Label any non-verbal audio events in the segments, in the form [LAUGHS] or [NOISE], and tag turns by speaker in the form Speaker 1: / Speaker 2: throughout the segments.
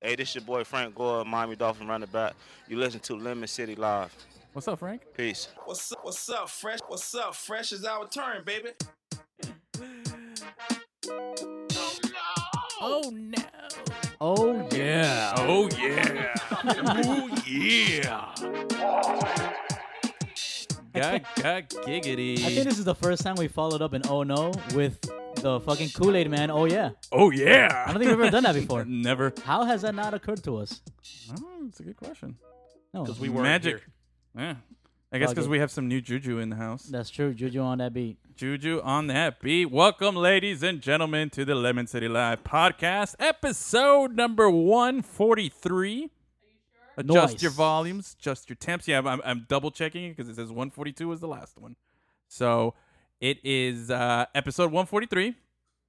Speaker 1: Hey, this your boy Frank Gore, Miami Dolphin running back. You listen to Lemon City Live.
Speaker 2: What's up, Frank?
Speaker 1: Peace.
Speaker 3: What's up? What's up, fresh? What's up, fresh? Is our turn, baby.
Speaker 2: Oh no. Oh yeah. Oh yeah.
Speaker 4: [LAUGHS]
Speaker 2: oh yeah. Gag, gag, giggity.
Speaker 4: I think this is the first time we followed up an oh no with the fucking Kool Aid man. Oh yeah.
Speaker 2: oh yeah.
Speaker 4: I don't think we've ever done that before.
Speaker 2: [LAUGHS]
Speaker 4: Hmm,
Speaker 2: Never.
Speaker 4: How has that not occurred to us?
Speaker 2: Oh, it's a good question.
Speaker 4: No,
Speaker 5: Because we weren't
Speaker 2: Magic.
Speaker 5: here.
Speaker 2: Yeah. I guess
Speaker 4: Fuck
Speaker 2: because
Speaker 4: it.
Speaker 2: we have some new juju in the house.
Speaker 4: that's true. Juju on that beat.
Speaker 2: Juju on that beat. Welcome, ladies and gentlemen, to the Lemon City Live podcast, episode number 143. Adjust
Speaker 4: Nice.
Speaker 2: your volumes, adjust your temps. Yeah, I'm, I'm- I'm double checking it because it says 142 was the last one. So it is uh, episode 143.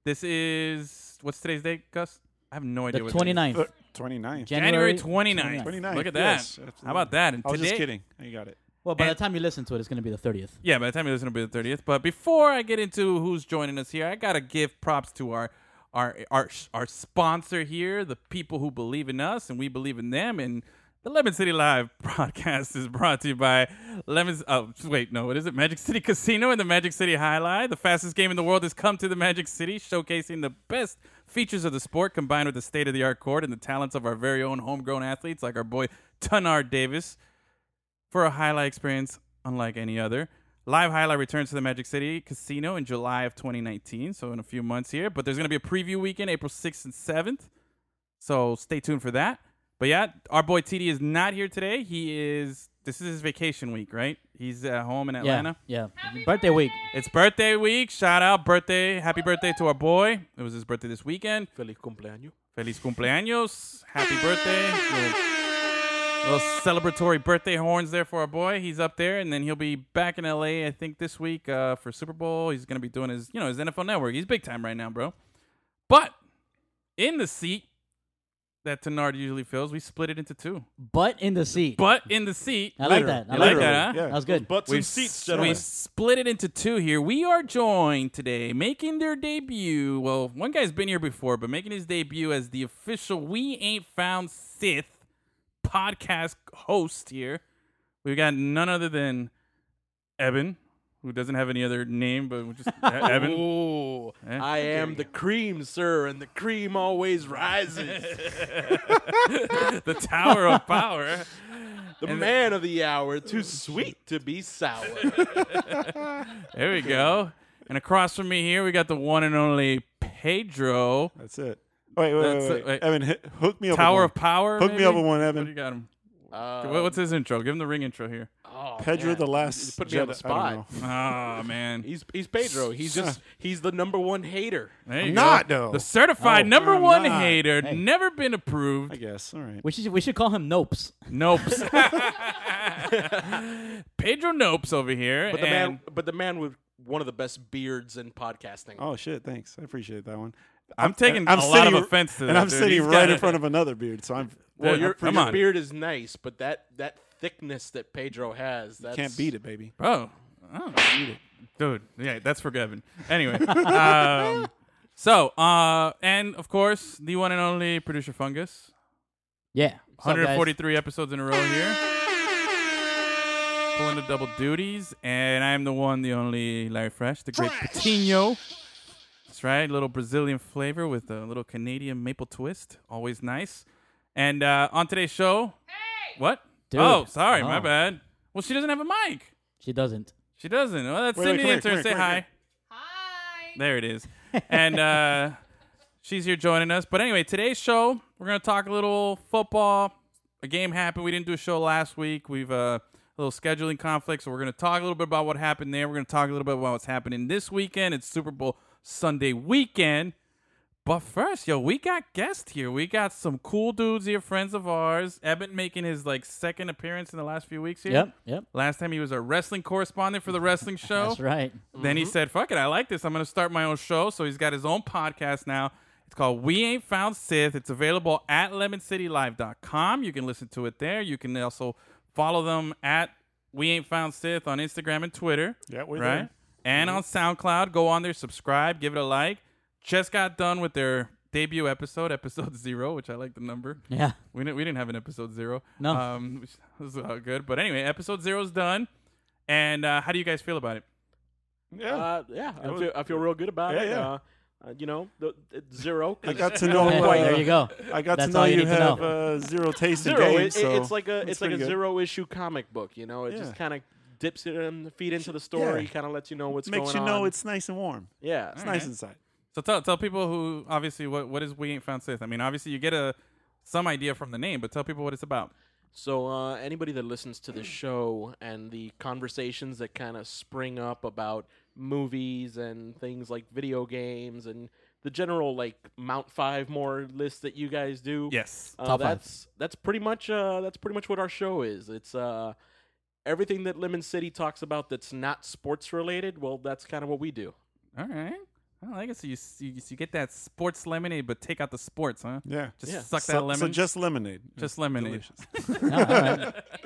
Speaker 2: This is, what's today's date, Gus? I have no
Speaker 4: The
Speaker 2: idea. what today is.
Speaker 4: 29th.
Speaker 5: 29th.
Speaker 2: January
Speaker 4: 29th.
Speaker 2: 29th.
Speaker 5: 29th.
Speaker 2: Look at that.
Speaker 5: yes, absolutely.
Speaker 2: How about that? And
Speaker 5: I was just
Speaker 2: today-
Speaker 5: kidding. You got it.
Speaker 4: Well, by
Speaker 2: And-
Speaker 4: the time you listen to it, it's going to be the 30th.
Speaker 2: Yeah, by the time you listen, it'll be the thirtieth. But before I get into who's joining us here, I gotta give props to our our our our sponsor here, the people who believe in us and we believe in them. And the Lemon City Live [LAUGHS] broadcast is brought to you by Lemon. Oh, wait, no, what is it? Magic City Casino and the Magic City Highlight. The fastest game in the world has come to the Magic City, showcasing the best features of the sport combined with the state of the art court and the talents of our very own homegrown athletes like our boy Tunard Davis for a highlight experience unlike any other. Live Highlight returns to the Magic City Casino in July of 2019, so in a few months here. But there's going to be a preview weekend, April 6th and 7th, so stay tuned for that. But yeah, our boy TD is not here today. He is, this is his vacation week, right? He's at home in Atlanta.
Speaker 4: Yeah. Yeah. Birthday week.
Speaker 2: It's birthday week. Shout out, birthday. Happy birthday to our boy. It was his birthday this weekend.
Speaker 5: Feliz cumpleaños.
Speaker 2: Feliz cumpleaños. Happy birthday. Little, little celebratory birthday horns there for our boy. He's up there, and then he'll be back in LA, I think, this week uh, for Super Bowl. He's going to be doing his, you know, his NFL network. He's big time right now, bro. But in the seat that Tenard usually fills, we split it into two.
Speaker 4: Butt in the seat.
Speaker 2: But in the seat.
Speaker 4: I like that. I
Speaker 2: You
Speaker 4: like
Speaker 2: like
Speaker 4: that.
Speaker 2: that, huh?
Speaker 4: That was good.
Speaker 5: Butts
Speaker 2: We've,
Speaker 5: and seats,
Speaker 2: s-
Speaker 5: gentlemen.
Speaker 2: we've split it into two here. We are joined today, making their debut. Well, one guy's been here before, but making his debut as the official We Ain't Found Sith podcast host here. We've got none other than Evan, who doesn't have any other name, but
Speaker 6: [LAUGHS]
Speaker 2: we'll just E- Evan.
Speaker 6: Oh.
Speaker 5: Ooh,
Speaker 2: Eh?
Speaker 5: I am the cream, sir, and the cream
Speaker 6: [LAUGHS]
Speaker 5: always rises.
Speaker 2: the Tower of Power.
Speaker 5: the man of the hour, too sweet to be sour.
Speaker 2: There we go. And across from me here, we got the one and only Pedro.
Speaker 6: That's it. Wait, wait,
Speaker 2: That's
Speaker 6: wait,
Speaker 2: it,
Speaker 6: wait.
Speaker 2: wait.
Speaker 6: Evan, hit, hook me up.
Speaker 2: Tower
Speaker 6: with
Speaker 2: of
Speaker 6: one.
Speaker 2: Power.
Speaker 6: Hook me up
Speaker 2: maybe?
Speaker 6: with one,
Speaker 2: What do you
Speaker 6: Evan.
Speaker 2: got him?
Speaker 5: Uh,
Speaker 2: What-
Speaker 6: Um,
Speaker 2: What's his intro? Give him the ring intro here.
Speaker 5: oh,
Speaker 6: Pedro
Speaker 5: man.
Speaker 6: the last.
Speaker 5: You put me on the
Speaker 6: Jedi- I don't
Speaker 5: spot.
Speaker 6: know. [LAUGHS]
Speaker 2: Oh man,
Speaker 5: He's he's Pedro. He's just he's the number one hater.
Speaker 2: There you
Speaker 6: I'm
Speaker 2: go.
Speaker 6: not, though.
Speaker 2: the certified number
Speaker 6: I'm
Speaker 2: one
Speaker 6: not.
Speaker 2: hater,
Speaker 4: Hey.
Speaker 2: never been
Speaker 6: I
Speaker 2: approved.
Speaker 6: guess. All right.
Speaker 4: We should we should call him Nopes. [LAUGHS]
Speaker 6: [LAUGHS]
Speaker 2: Nope. [LAUGHS] Pedro Nopes over here,
Speaker 5: But the
Speaker 2: and
Speaker 5: man, but the man with one of the best beards in podcasting.
Speaker 6: Oh shit! Thanks. I appreciate that one. Uh,
Speaker 2: I'm taking
Speaker 6: I'm
Speaker 2: a lot
Speaker 6: sitting,
Speaker 2: of offense to that.
Speaker 6: and I'm
Speaker 2: dude.
Speaker 6: sitting
Speaker 2: He's
Speaker 6: right
Speaker 2: got
Speaker 6: in
Speaker 2: a-
Speaker 6: front of another beard, so I'm
Speaker 5: well,
Speaker 2: Yeah,
Speaker 5: your,
Speaker 2: come
Speaker 5: your
Speaker 2: on.
Speaker 5: beard is nice, but that that thickness that Pedro has, that's,
Speaker 6: can't beat it, baby.
Speaker 2: Bro,
Speaker 6: [LAUGHS]
Speaker 2: oh, dude, yeah, that's for Gavin. Anyway, um, so uh, and of course the one and only producer Fungus,
Speaker 4: Yeah. What's up, guys?
Speaker 2: 143 episodes in a row here. Pulling the double duties, and I'm the one, the only Larry Fresh, the great Patino. That's right, little Brazilian flavor with a little Canadian maple twist. Always nice. And uh, on today's show, what?
Speaker 4: Dude.
Speaker 2: Oh, sorry, my
Speaker 4: Oh.
Speaker 2: bad. Well, she doesn't have a mic.
Speaker 4: She doesn't.
Speaker 2: She doesn't. Well, that's
Speaker 6: Wait,
Speaker 2: Cindy
Speaker 6: wait,
Speaker 2: the
Speaker 6: come here,
Speaker 2: intern.
Speaker 6: come
Speaker 2: Say
Speaker 6: here, come
Speaker 2: hi.
Speaker 6: here.
Speaker 7: Hi.
Speaker 2: There it
Speaker 6: [LAUGHS]
Speaker 2: is. And uh, she's here joining us. But anyway, today's show, we're going to talk a little football. A game happened. We didn't do a show last week. We've uh, a little scheduling conflict. So we're going to talk a little bit about what happened there. We're going to talk a little bit about what's happening this weekend. It's Super Bowl Sunday weekend. But first, yo, we got guests here. We got some cool dudes here, friends of ours. Evan making his like second appearance in the last few weeks here.
Speaker 4: Yep. Yep.
Speaker 2: Last time he was a wrestling correspondent for the wrestling show.
Speaker 4: That's right.
Speaker 2: Then he said, "Fuck it, I like this. I'm going to start my own show." So he's got his own podcast now. It's called We Ain't Found Sith. It's available at lemoncitylive.com. You can listen to it there. You can also follow them at We Ain't Found Sith on Instagram and Twitter.
Speaker 6: Yeah, we're
Speaker 2: right.
Speaker 6: there.
Speaker 2: And on SoundCloud, go on there, subscribe, give it a like. Just got done with their debut episode, [LAUGHS] episode zero, which I like the number.
Speaker 4: Yeah.
Speaker 2: We didn't we didn't have an episode zero.
Speaker 4: No.
Speaker 2: um, [LAUGHS] which was uh, good. But anyway, episode zero is done. And uh, how do you guys feel about it?
Speaker 6: Yeah.
Speaker 5: Uh, yeah, I
Speaker 6: was-
Speaker 5: feel, I feel real good about
Speaker 6: Yeah,
Speaker 5: it.
Speaker 6: yeah.
Speaker 5: Uh, uh, you know, the, the zero.
Speaker 6: I
Speaker 5: 'cause
Speaker 6: got to know.
Speaker 4: Yeah,
Speaker 6: uh,
Speaker 4: there you go.
Speaker 6: I got
Speaker 4: That's
Speaker 6: to know
Speaker 4: all you
Speaker 6: you,
Speaker 4: need to
Speaker 6: have
Speaker 4: know.
Speaker 6: Uh, zero taste
Speaker 5: zero.
Speaker 6: in
Speaker 5: it-
Speaker 6: games.
Speaker 5: it-
Speaker 6: so
Speaker 5: it's like a
Speaker 6: that's
Speaker 5: it's like a
Speaker 6: pretty good.
Speaker 5: zero issue comic book. You know, it just
Speaker 6: Yeah.
Speaker 5: kind of dips it in, feed into the story,
Speaker 6: Yeah.
Speaker 5: kind of lets you know what's
Speaker 6: Makes
Speaker 5: going
Speaker 6: you
Speaker 5: on.
Speaker 6: know it's nice and warm.
Speaker 5: yeah.
Speaker 6: It's
Speaker 2: All
Speaker 6: nice
Speaker 2: right.
Speaker 6: inside.
Speaker 2: So tell tell people who obviously what what is we ain't found safe. I mean, obviously you get a some idea from the name, but tell people what it's about.
Speaker 5: So uh, anybody that listens to the show and the conversations that kind of spring up about movies and things like video games and the general like Mount Five more list that you guys do.
Speaker 2: Yes.
Speaker 5: Uh,
Speaker 4: Top five.
Speaker 5: that's that's pretty much uh, that's pretty much what our show is. It's uh, everything that Lemon City talks about that's not sports related. Well, that's kind of what we do.
Speaker 2: All right. I like it. So you, you you get that sports lemonade, but take out the sports, huh?
Speaker 6: Yeah.
Speaker 2: Just
Speaker 5: Yeah.
Speaker 2: suck that
Speaker 6: so,
Speaker 2: lemon.
Speaker 6: so just lemonade.
Speaker 2: just lemonade.
Speaker 4: No, all right.
Speaker 7: Tart and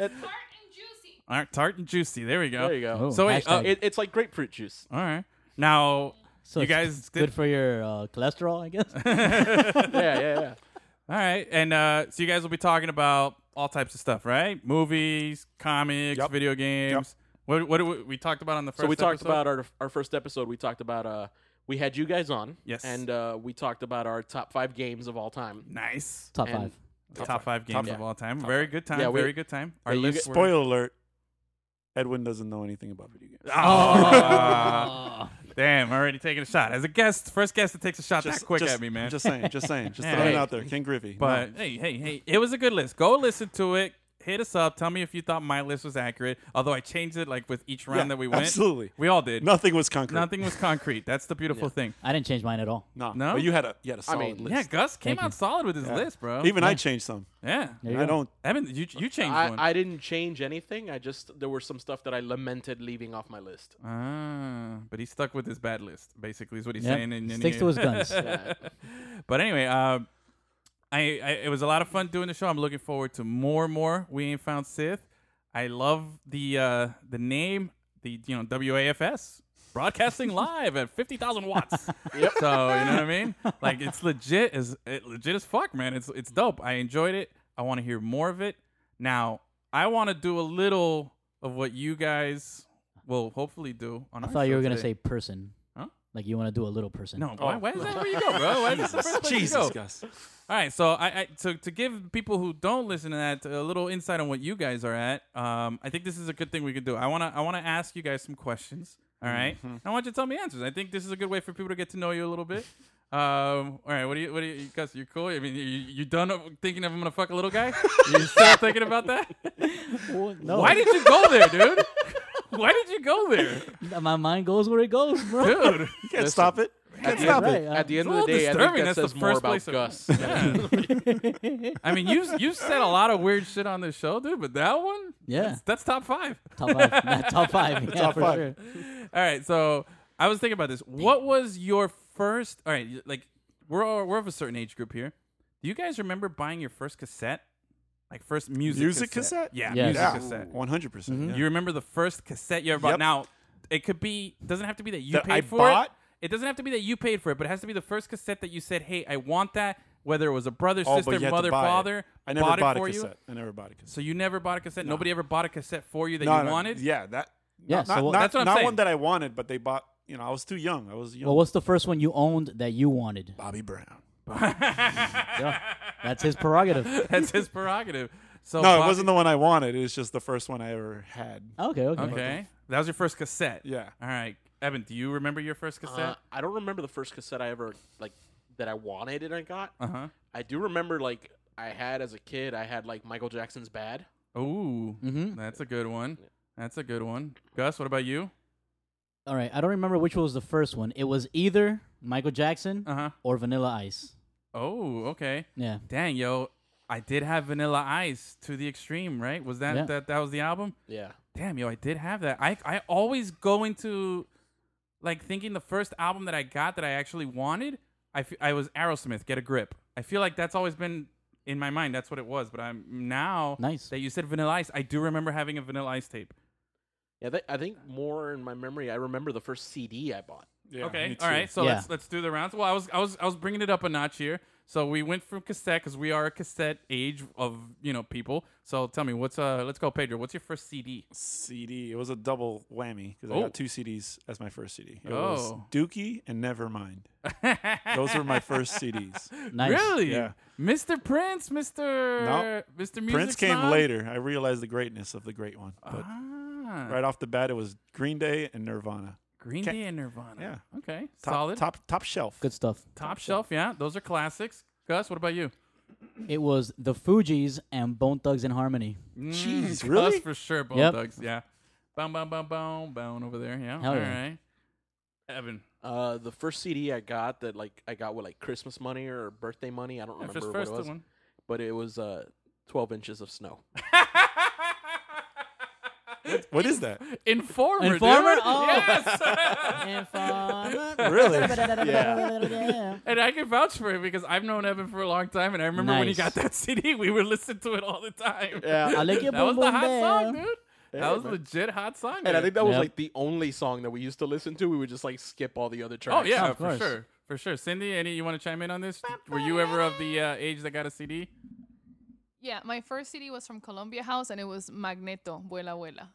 Speaker 7: juicy.
Speaker 2: All right, tart and juicy. There we go.
Speaker 5: There you go.
Speaker 4: Oh,
Speaker 2: So wait, uh,
Speaker 4: hashtag.
Speaker 5: It, it's like grapefruit juice.
Speaker 2: All right. Now
Speaker 4: So
Speaker 2: you
Speaker 4: it's
Speaker 2: guys did
Speaker 4: good for your uh, cholesterol, I guess.
Speaker 2: [LAUGHS]
Speaker 5: yeah, yeah, yeah.
Speaker 2: All right, and uh, so you guys will be talking about all types of stuff, right? Movies, comics,
Speaker 6: Yep.
Speaker 2: video games. What what do we, we talked about on the first?
Speaker 5: so we talked
Speaker 2: episode?
Speaker 5: about our our first episode. We talked about uh, we had you guys on.
Speaker 2: Yes.
Speaker 5: and uh, we talked about our top five games of all time.
Speaker 2: nice
Speaker 4: Top
Speaker 5: And-
Speaker 4: five.
Speaker 2: the top, five games
Speaker 5: five.
Speaker 2: of all time. very good time.
Speaker 5: Yeah, we-
Speaker 2: very good time. Our
Speaker 5: Yeah, you
Speaker 2: list. were-
Speaker 6: Spoiler alert. Edwin doesn't know anything about video games.
Speaker 2: Ah,
Speaker 6: [LAUGHS]
Speaker 2: damn! Already taking a shot as a guest. First guest that takes a shot that quick
Speaker 6: just,
Speaker 2: at me, man.
Speaker 6: Just saying,
Speaker 2: [LAUGHS]
Speaker 6: just saying, just
Speaker 2: Yeah.
Speaker 6: throwing it
Speaker 5: Hey.
Speaker 6: out there. King Griffey.
Speaker 2: But hey, hey, hey, it was a good list. Go listen to it. Hit us up. Tell me if you thought my list was accurate. Although I changed it like with each round
Speaker 6: Yeah,
Speaker 2: that we went.
Speaker 6: absolutely.
Speaker 2: We all did.
Speaker 6: no, nothing was concrete.
Speaker 2: Nothing was concrete. That's the beautiful thing.
Speaker 4: I didn't change mine at all.
Speaker 6: No,
Speaker 2: No?
Speaker 6: But you had a you had a solid
Speaker 5: mean,
Speaker 6: list.
Speaker 2: Yeah, Gus came
Speaker 4: Thank
Speaker 2: out
Speaker 4: you.
Speaker 2: solid with his list, bro.
Speaker 6: Even I changed some.
Speaker 2: yeah.
Speaker 4: There you
Speaker 6: I
Speaker 4: go.
Speaker 6: don't.
Speaker 2: Evan, you you changed one.
Speaker 5: I, I didn't change anything. I just there were some stuff that I lamented leaving off my list.
Speaker 2: ah, but he stuck with his bad list. Basically, is what he's
Speaker 4: Yep.
Speaker 2: saying. And, and
Speaker 4: Sticks
Speaker 2: he- [LAUGHS]
Speaker 4: to his guns.
Speaker 2: but anyway, uh, I, I it was a lot of fun doing the show. I'm looking forward to more, more. We ain't found Sith. I love the uh, the name, the you know WAFS broadcasting live at fifty thousand watts. So you know what I mean? Like it's legit as it legit as fuck, man. It's it's dope. I enjoyed it. I want to hear more of it. Now I want to do a little of what you guys will hopefully do on.
Speaker 4: I thought you were gonna
Speaker 2: today.
Speaker 4: say person.
Speaker 2: Huh?
Speaker 4: Like you want to do a little person. [LAUGHS]
Speaker 2: No, why, why is that where you go, bro? Why is that the first place you go?
Speaker 6: Jesus, Gus.
Speaker 2: All right, so I, I so to give people who don't listen to that a little insight on what you guys are at. Um, I think this is a good thing we could do. I wanna I wanna ask you guys some questions. All right?
Speaker 4: Mm-hmm.
Speaker 2: I want you to tell me answers. I think this is a good way for people to get to know you a little bit. Um, all right, what do you what do you Gus? You're cool. I mean, you, you done thinking of I'm gonna fuck a little guy?
Speaker 4: [LAUGHS]
Speaker 2: You still thinking about that?
Speaker 4: no.
Speaker 2: Why did you go there, dude? Why did you go there,
Speaker 4: [LAUGHS] My mind goes where it goes, bro. [LAUGHS]
Speaker 2: dude?
Speaker 6: You can't stop it. You can't stop
Speaker 4: right,
Speaker 6: it.
Speaker 4: uh,
Speaker 5: At the end
Speaker 2: It's a little
Speaker 5: of the day, I think
Speaker 2: disturbing.
Speaker 5: that
Speaker 2: That's the
Speaker 5: says more
Speaker 2: first
Speaker 5: about
Speaker 2: place I- [LAUGHS]
Speaker 5: Gus.
Speaker 2: I mean, you you said a lot of weird shit on this show, dude, but that one,
Speaker 4: Yeah.
Speaker 2: that's, that's top five.
Speaker 4: [LAUGHS] top
Speaker 2: [LAUGHS]
Speaker 4: five. Yeah, top five. Yeah,
Speaker 6: Top
Speaker 4: for
Speaker 6: five.
Speaker 4: sure.
Speaker 2: All right, so I was thinking about this. What was your first? All right, like we're all, we're of a certain age group here. Do you guys remember buying your first cassette, like first music
Speaker 6: Music cassette?
Speaker 2: Yeah,
Speaker 4: Yes.
Speaker 2: music
Speaker 6: Yeah,
Speaker 2: cassette. Mm-hmm.
Speaker 6: one hundred percent.
Speaker 2: You remember the first cassette you ever bought?
Speaker 6: Yep.
Speaker 2: Now it could be doesn't have to be that you
Speaker 6: That
Speaker 2: paid
Speaker 6: I
Speaker 2: for it.
Speaker 6: bought?
Speaker 2: It doesn't have to be that you paid for it, but it has to be the first cassette that you said, "Hey, I want that." Whether it was a brother,
Speaker 6: Oh, but
Speaker 2: sister,
Speaker 6: you had
Speaker 2: mother,
Speaker 6: to buy it.
Speaker 2: father,
Speaker 6: I never
Speaker 2: bought,
Speaker 6: bought,
Speaker 2: it
Speaker 6: a
Speaker 2: for you.
Speaker 6: cassette. I never bought a cassette.
Speaker 2: So you never bought a cassette. Nobody ever bought a cassette for you that
Speaker 6: No,
Speaker 2: you
Speaker 6: no,
Speaker 2: wanted.
Speaker 6: Yeah, that.
Speaker 4: Yeah,
Speaker 6: Not,
Speaker 4: so
Speaker 6: not,
Speaker 4: what-
Speaker 6: not-
Speaker 2: That's what I'm
Speaker 6: not
Speaker 2: saying.
Speaker 6: one that I wanted, but they bought. You know, I was too young. I was young.
Speaker 4: Well, what's the first one you owned that you wanted?
Speaker 6: Bobby Brown.
Speaker 4: That's
Speaker 2: [LAUGHS]
Speaker 4: his prerogative.
Speaker 2: [LAUGHS] That's his prerogative. So
Speaker 6: No, it
Speaker 2: Oh, Bobby-
Speaker 6: wasn't the one I wanted. It was just the first one I ever had.
Speaker 4: Okay, okay.
Speaker 2: Okay. That was your first cassette.
Speaker 6: Yeah.
Speaker 2: All right. Evan, do you remember your first
Speaker 5: Uh,
Speaker 2: cassette?
Speaker 5: I don't remember the first cassette I ever like that I wanted and I got.
Speaker 2: Uh huh.
Speaker 5: I do remember like I had as a kid. I had like Michael Jackson's Bad.
Speaker 2: Ooh.
Speaker 4: Mhm.
Speaker 2: That's a good one. That's a good one. Gus, what about you?
Speaker 4: All right. I don't remember which was the first one. It was either Michael Jackson
Speaker 2: Uh huh.
Speaker 4: or Vanilla Ice.
Speaker 2: Oh, okay.
Speaker 4: Yeah.
Speaker 2: Dang, yo. I did have Vanilla Ice to the extreme, right? Was that
Speaker 4: Yeah.
Speaker 2: that, that was the album?
Speaker 5: Yeah,
Speaker 2: Damn, yo, I did have that. I, I always go into like thinking the first album that I got that I actually wanted, I f- I was Aerosmith, Get a Grip. I feel like that's always been in my mind. That's what it was. But I'm now
Speaker 4: Nice.
Speaker 2: that you said Vanilla Ice. I do remember having a Vanilla Ice tape.
Speaker 5: yeah. Th- I think more in my memory. I remember the first CD I bought.
Speaker 6: Yeah,
Speaker 2: Okay.
Speaker 6: me
Speaker 2: All
Speaker 6: too.
Speaker 2: right. So
Speaker 4: Yeah.
Speaker 2: let's let's do the rounds. Well, I was I was I was bringing it up a notch here. So we went from cassette because we are a cassette age of you know people. So tell me what's uh let's go Pedro. What's your first CD?
Speaker 6: CD. It was a double whammy because
Speaker 2: Oh.
Speaker 6: I got two CDs as my first CD. It was
Speaker 2: Oh.
Speaker 6: Dookie and Nevermind.
Speaker 2: [LAUGHS]
Speaker 6: Those were my first CDs.
Speaker 4: Nice.
Speaker 2: Really?
Speaker 6: Yeah.
Speaker 2: Mr. Prince, Mr.
Speaker 6: Nope.
Speaker 2: Mr. Music
Speaker 6: Prince came
Speaker 2: Snob?
Speaker 6: later. I realized the greatness of the great one. But
Speaker 2: Ah,
Speaker 6: right off the bat, it was Green Day and Nirvana.
Speaker 2: Green Day and Nirvana.
Speaker 6: Yeah.
Speaker 2: Okay.
Speaker 6: Top,
Speaker 2: Solid. Top,
Speaker 6: Top top shelf.
Speaker 4: Good stuff.
Speaker 2: shelf. Yeah. Those are classics. Gus, what about you?
Speaker 4: It was the Fugees and Bone Thugs and Harmony.
Speaker 6: Jeez,
Speaker 2: [LAUGHS] Mm, Gus
Speaker 6: really?
Speaker 2: for sure. Bone
Speaker 4: Yep.
Speaker 2: Thugs. Yeah. Bound, bound, bound, bound, bound over there. Yeah.
Speaker 4: Hell
Speaker 2: All
Speaker 4: yeah.
Speaker 2: right. Evan.
Speaker 5: Uh, the first CD I got that like I got with like Christmas money or birthday money. I don't
Speaker 2: Yeah,
Speaker 5: remember
Speaker 2: first,
Speaker 5: what
Speaker 2: first
Speaker 5: it was,
Speaker 2: one.
Speaker 5: but it was uh, twelve inches of snow.
Speaker 6: What
Speaker 2: [LAUGHS]
Speaker 6: is that?
Speaker 2: Informer. dude.
Speaker 4: Informer? Oh.
Speaker 2: Yes.
Speaker 4: [LAUGHS]
Speaker 2: [LAUGHS]
Speaker 6: Really?
Speaker 4: yeah.
Speaker 2: and I can vouch for it because I've known Evan for a long time, and I remember when he got
Speaker 4: Nice.
Speaker 2: that [LAUGHS] CD, we would listen to it all the time.
Speaker 5: Yeah.
Speaker 4: I like your
Speaker 2: that was
Speaker 4: boom
Speaker 2: the
Speaker 4: boom
Speaker 2: hot
Speaker 4: there.
Speaker 2: song, dude. that was legit hot song.
Speaker 5: [LAUGHS] And I
Speaker 2: dude.
Speaker 5: think that was
Speaker 4: Yep.
Speaker 5: like the only song that we used to listen to. We would just like skip all the other
Speaker 2: Oh
Speaker 5: tracks. [LAUGHS]
Speaker 2: yeah,
Speaker 4: Of
Speaker 2: for
Speaker 4: course.
Speaker 2: sure, for sure. Cindy, any you want to chime in on this? Were you ever of the uh, age that got a CD?
Speaker 7: Yeah, my first CD was from Columbia House and it was Magneto, Vuela Vuela.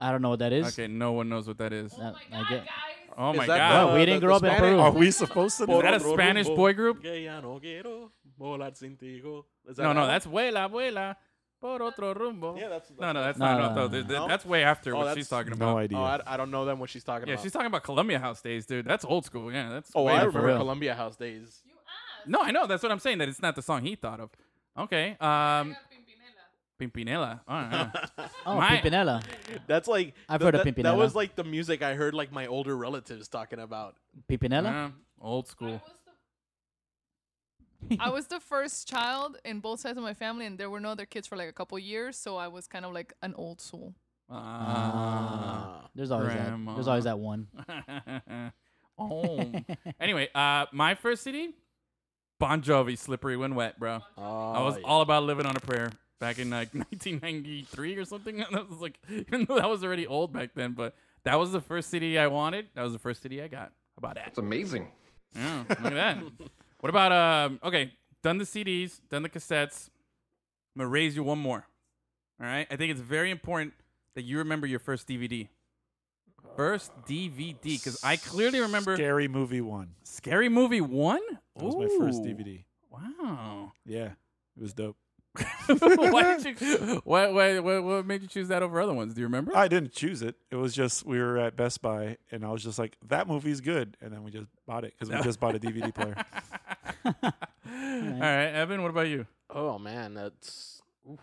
Speaker 4: I don't know what that is.
Speaker 2: Okay, no one knows what that is.
Speaker 4: Uh,
Speaker 7: Oh my
Speaker 4: I
Speaker 7: God,
Speaker 4: get-
Speaker 7: guys.
Speaker 2: Oh my
Speaker 5: that
Speaker 2: god, Oh,
Speaker 4: No, we didn't grow up in
Speaker 5: Spanish-
Speaker 4: Peru.
Speaker 6: Are we supposed to know?
Speaker 2: is that a Spanish boy group?
Speaker 5: Que ya no quiero volar sin tigo. Is that
Speaker 2: No, no,
Speaker 5: that
Speaker 2: that's Vuela Vuela por otro rumbo.
Speaker 5: one? yeah, that's,
Speaker 2: No, no, that's
Speaker 4: No,
Speaker 2: not.
Speaker 4: no,
Speaker 2: No,
Speaker 4: no,
Speaker 2: th-
Speaker 4: no.
Speaker 2: th-
Speaker 5: No?
Speaker 2: That's way after
Speaker 5: Oh,
Speaker 2: what
Speaker 5: that's-
Speaker 2: she's talking about.
Speaker 6: No idea.
Speaker 5: Oh, I, I don't know then what she's talking
Speaker 2: yeah,
Speaker 5: about.
Speaker 2: she's talking about Columbia House days, dude. That's old school. Yeah, that's.
Speaker 5: oh,
Speaker 2: way
Speaker 5: I
Speaker 2: before-
Speaker 5: remember
Speaker 4: real.
Speaker 5: Columbia
Speaker 2: [LAUGHS]
Speaker 5: House days.
Speaker 7: You asked.
Speaker 2: No, I know. That's what I'm saying. That it's not the song he thought of. Okay. Um,
Speaker 7: I got Pimpinela.
Speaker 2: Pimpinela. All right.
Speaker 4: Oh,
Speaker 2: My-
Speaker 4: Pimpinella.
Speaker 5: [LAUGHS] That's like
Speaker 4: I've
Speaker 5: th-
Speaker 4: heard of
Speaker 5: that, That was
Speaker 4: Pimpinela.
Speaker 5: like the music I heard like my older relatives talking about.
Speaker 4: Pimpinella?
Speaker 2: Yeah, old
Speaker 7: I
Speaker 2: school.
Speaker 7: was the-
Speaker 4: [LAUGHS]
Speaker 7: I was the first child in both sides of my family, and there were no other kids for like a couple years, so I was kind of like an old soul.
Speaker 2: Ah.
Speaker 4: There's always
Speaker 2: Grandma.
Speaker 4: that. There's always that one.
Speaker 2: [LAUGHS] oh. Anyway, uh, my first CD, Bon Jovi, "Slippery When Wet," bro.
Speaker 5: Ah, Oh,
Speaker 2: I was all about living on a prayer back in like [LAUGHS] 1993 or something. [LAUGHS] That was like, even though that was already old back then, but that was the first CD I wanted. That was the first CD I got. How about that?
Speaker 8: It's amazing.
Speaker 2: Yeah, look at that. [LAUGHS] What about um? Okay, done the CDs, done the cassettes. I'm gonna raise you one more. All right, I think it's very important that you remember your first DVD. First DVD, because I clearly remember
Speaker 6: Scary Movie One.
Speaker 2: Scary Movie One.
Speaker 6: That was my first
Speaker 2: Ooh,
Speaker 6: DVD. [LAUGHS]
Speaker 2: Wow. [LAUGHS]
Speaker 6: Yeah, it was dope.
Speaker 2: why did you? What, what, what, what made you choose that over other ones? Do you remember?
Speaker 6: I didn't choose it. It was just we were at Best Buy, and I was just like, "That movie's good," and then we just bought it because we just bought a DVD
Speaker 2: [LAUGHS]
Speaker 6: player.
Speaker 2: [LAUGHS] All right, Evan. What about you?
Speaker 5: Oh man, that's oof.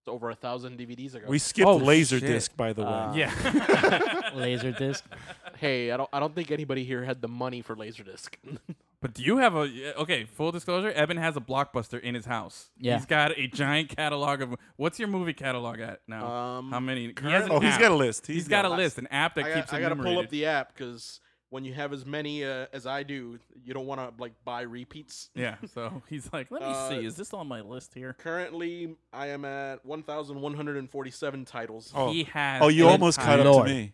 Speaker 5: It's over a thousand DVDs ago.
Speaker 6: We skipped
Speaker 2: Oh,
Speaker 6: Laserdisc,
Speaker 2: shit.
Speaker 6: by the way.
Speaker 5: Uh,
Speaker 2: Yeah. [LAUGHS]
Speaker 4: Laser disc.
Speaker 5: [LAUGHS] hey, I don't. I don't think anybody here had the money for Laserdisc. [LAUGHS]
Speaker 2: But do you have a yeah, okay? Full disclosure: Evan has a blockbuster in his house.
Speaker 4: Yeah.
Speaker 2: he's got a giant catalog of. What's your movie catalog at now?
Speaker 5: Um,
Speaker 2: How many? He has an
Speaker 6: oh, he's
Speaker 2: app.
Speaker 6: got a list.
Speaker 2: he's got a
Speaker 5: I-
Speaker 2: list, an app that
Speaker 5: I,
Speaker 2: keeps.
Speaker 5: got, I gotta pull up
Speaker 2: enumerated.
Speaker 5: the app because when you have as many uh, as I do, you don't want to like buy repeats.
Speaker 2: Yeah, so he's like, let me
Speaker 5: Uh,
Speaker 2: see. Is this on my list here?
Speaker 5: Currently, I am at 1,147 titles.
Speaker 6: Oh,
Speaker 2: He has.
Speaker 6: oh you
Speaker 2: an
Speaker 6: almost
Speaker 2: entire-
Speaker 6: caught up
Speaker 4: Lord.
Speaker 6: to
Speaker 2: [LAUGHS]
Speaker 6: me.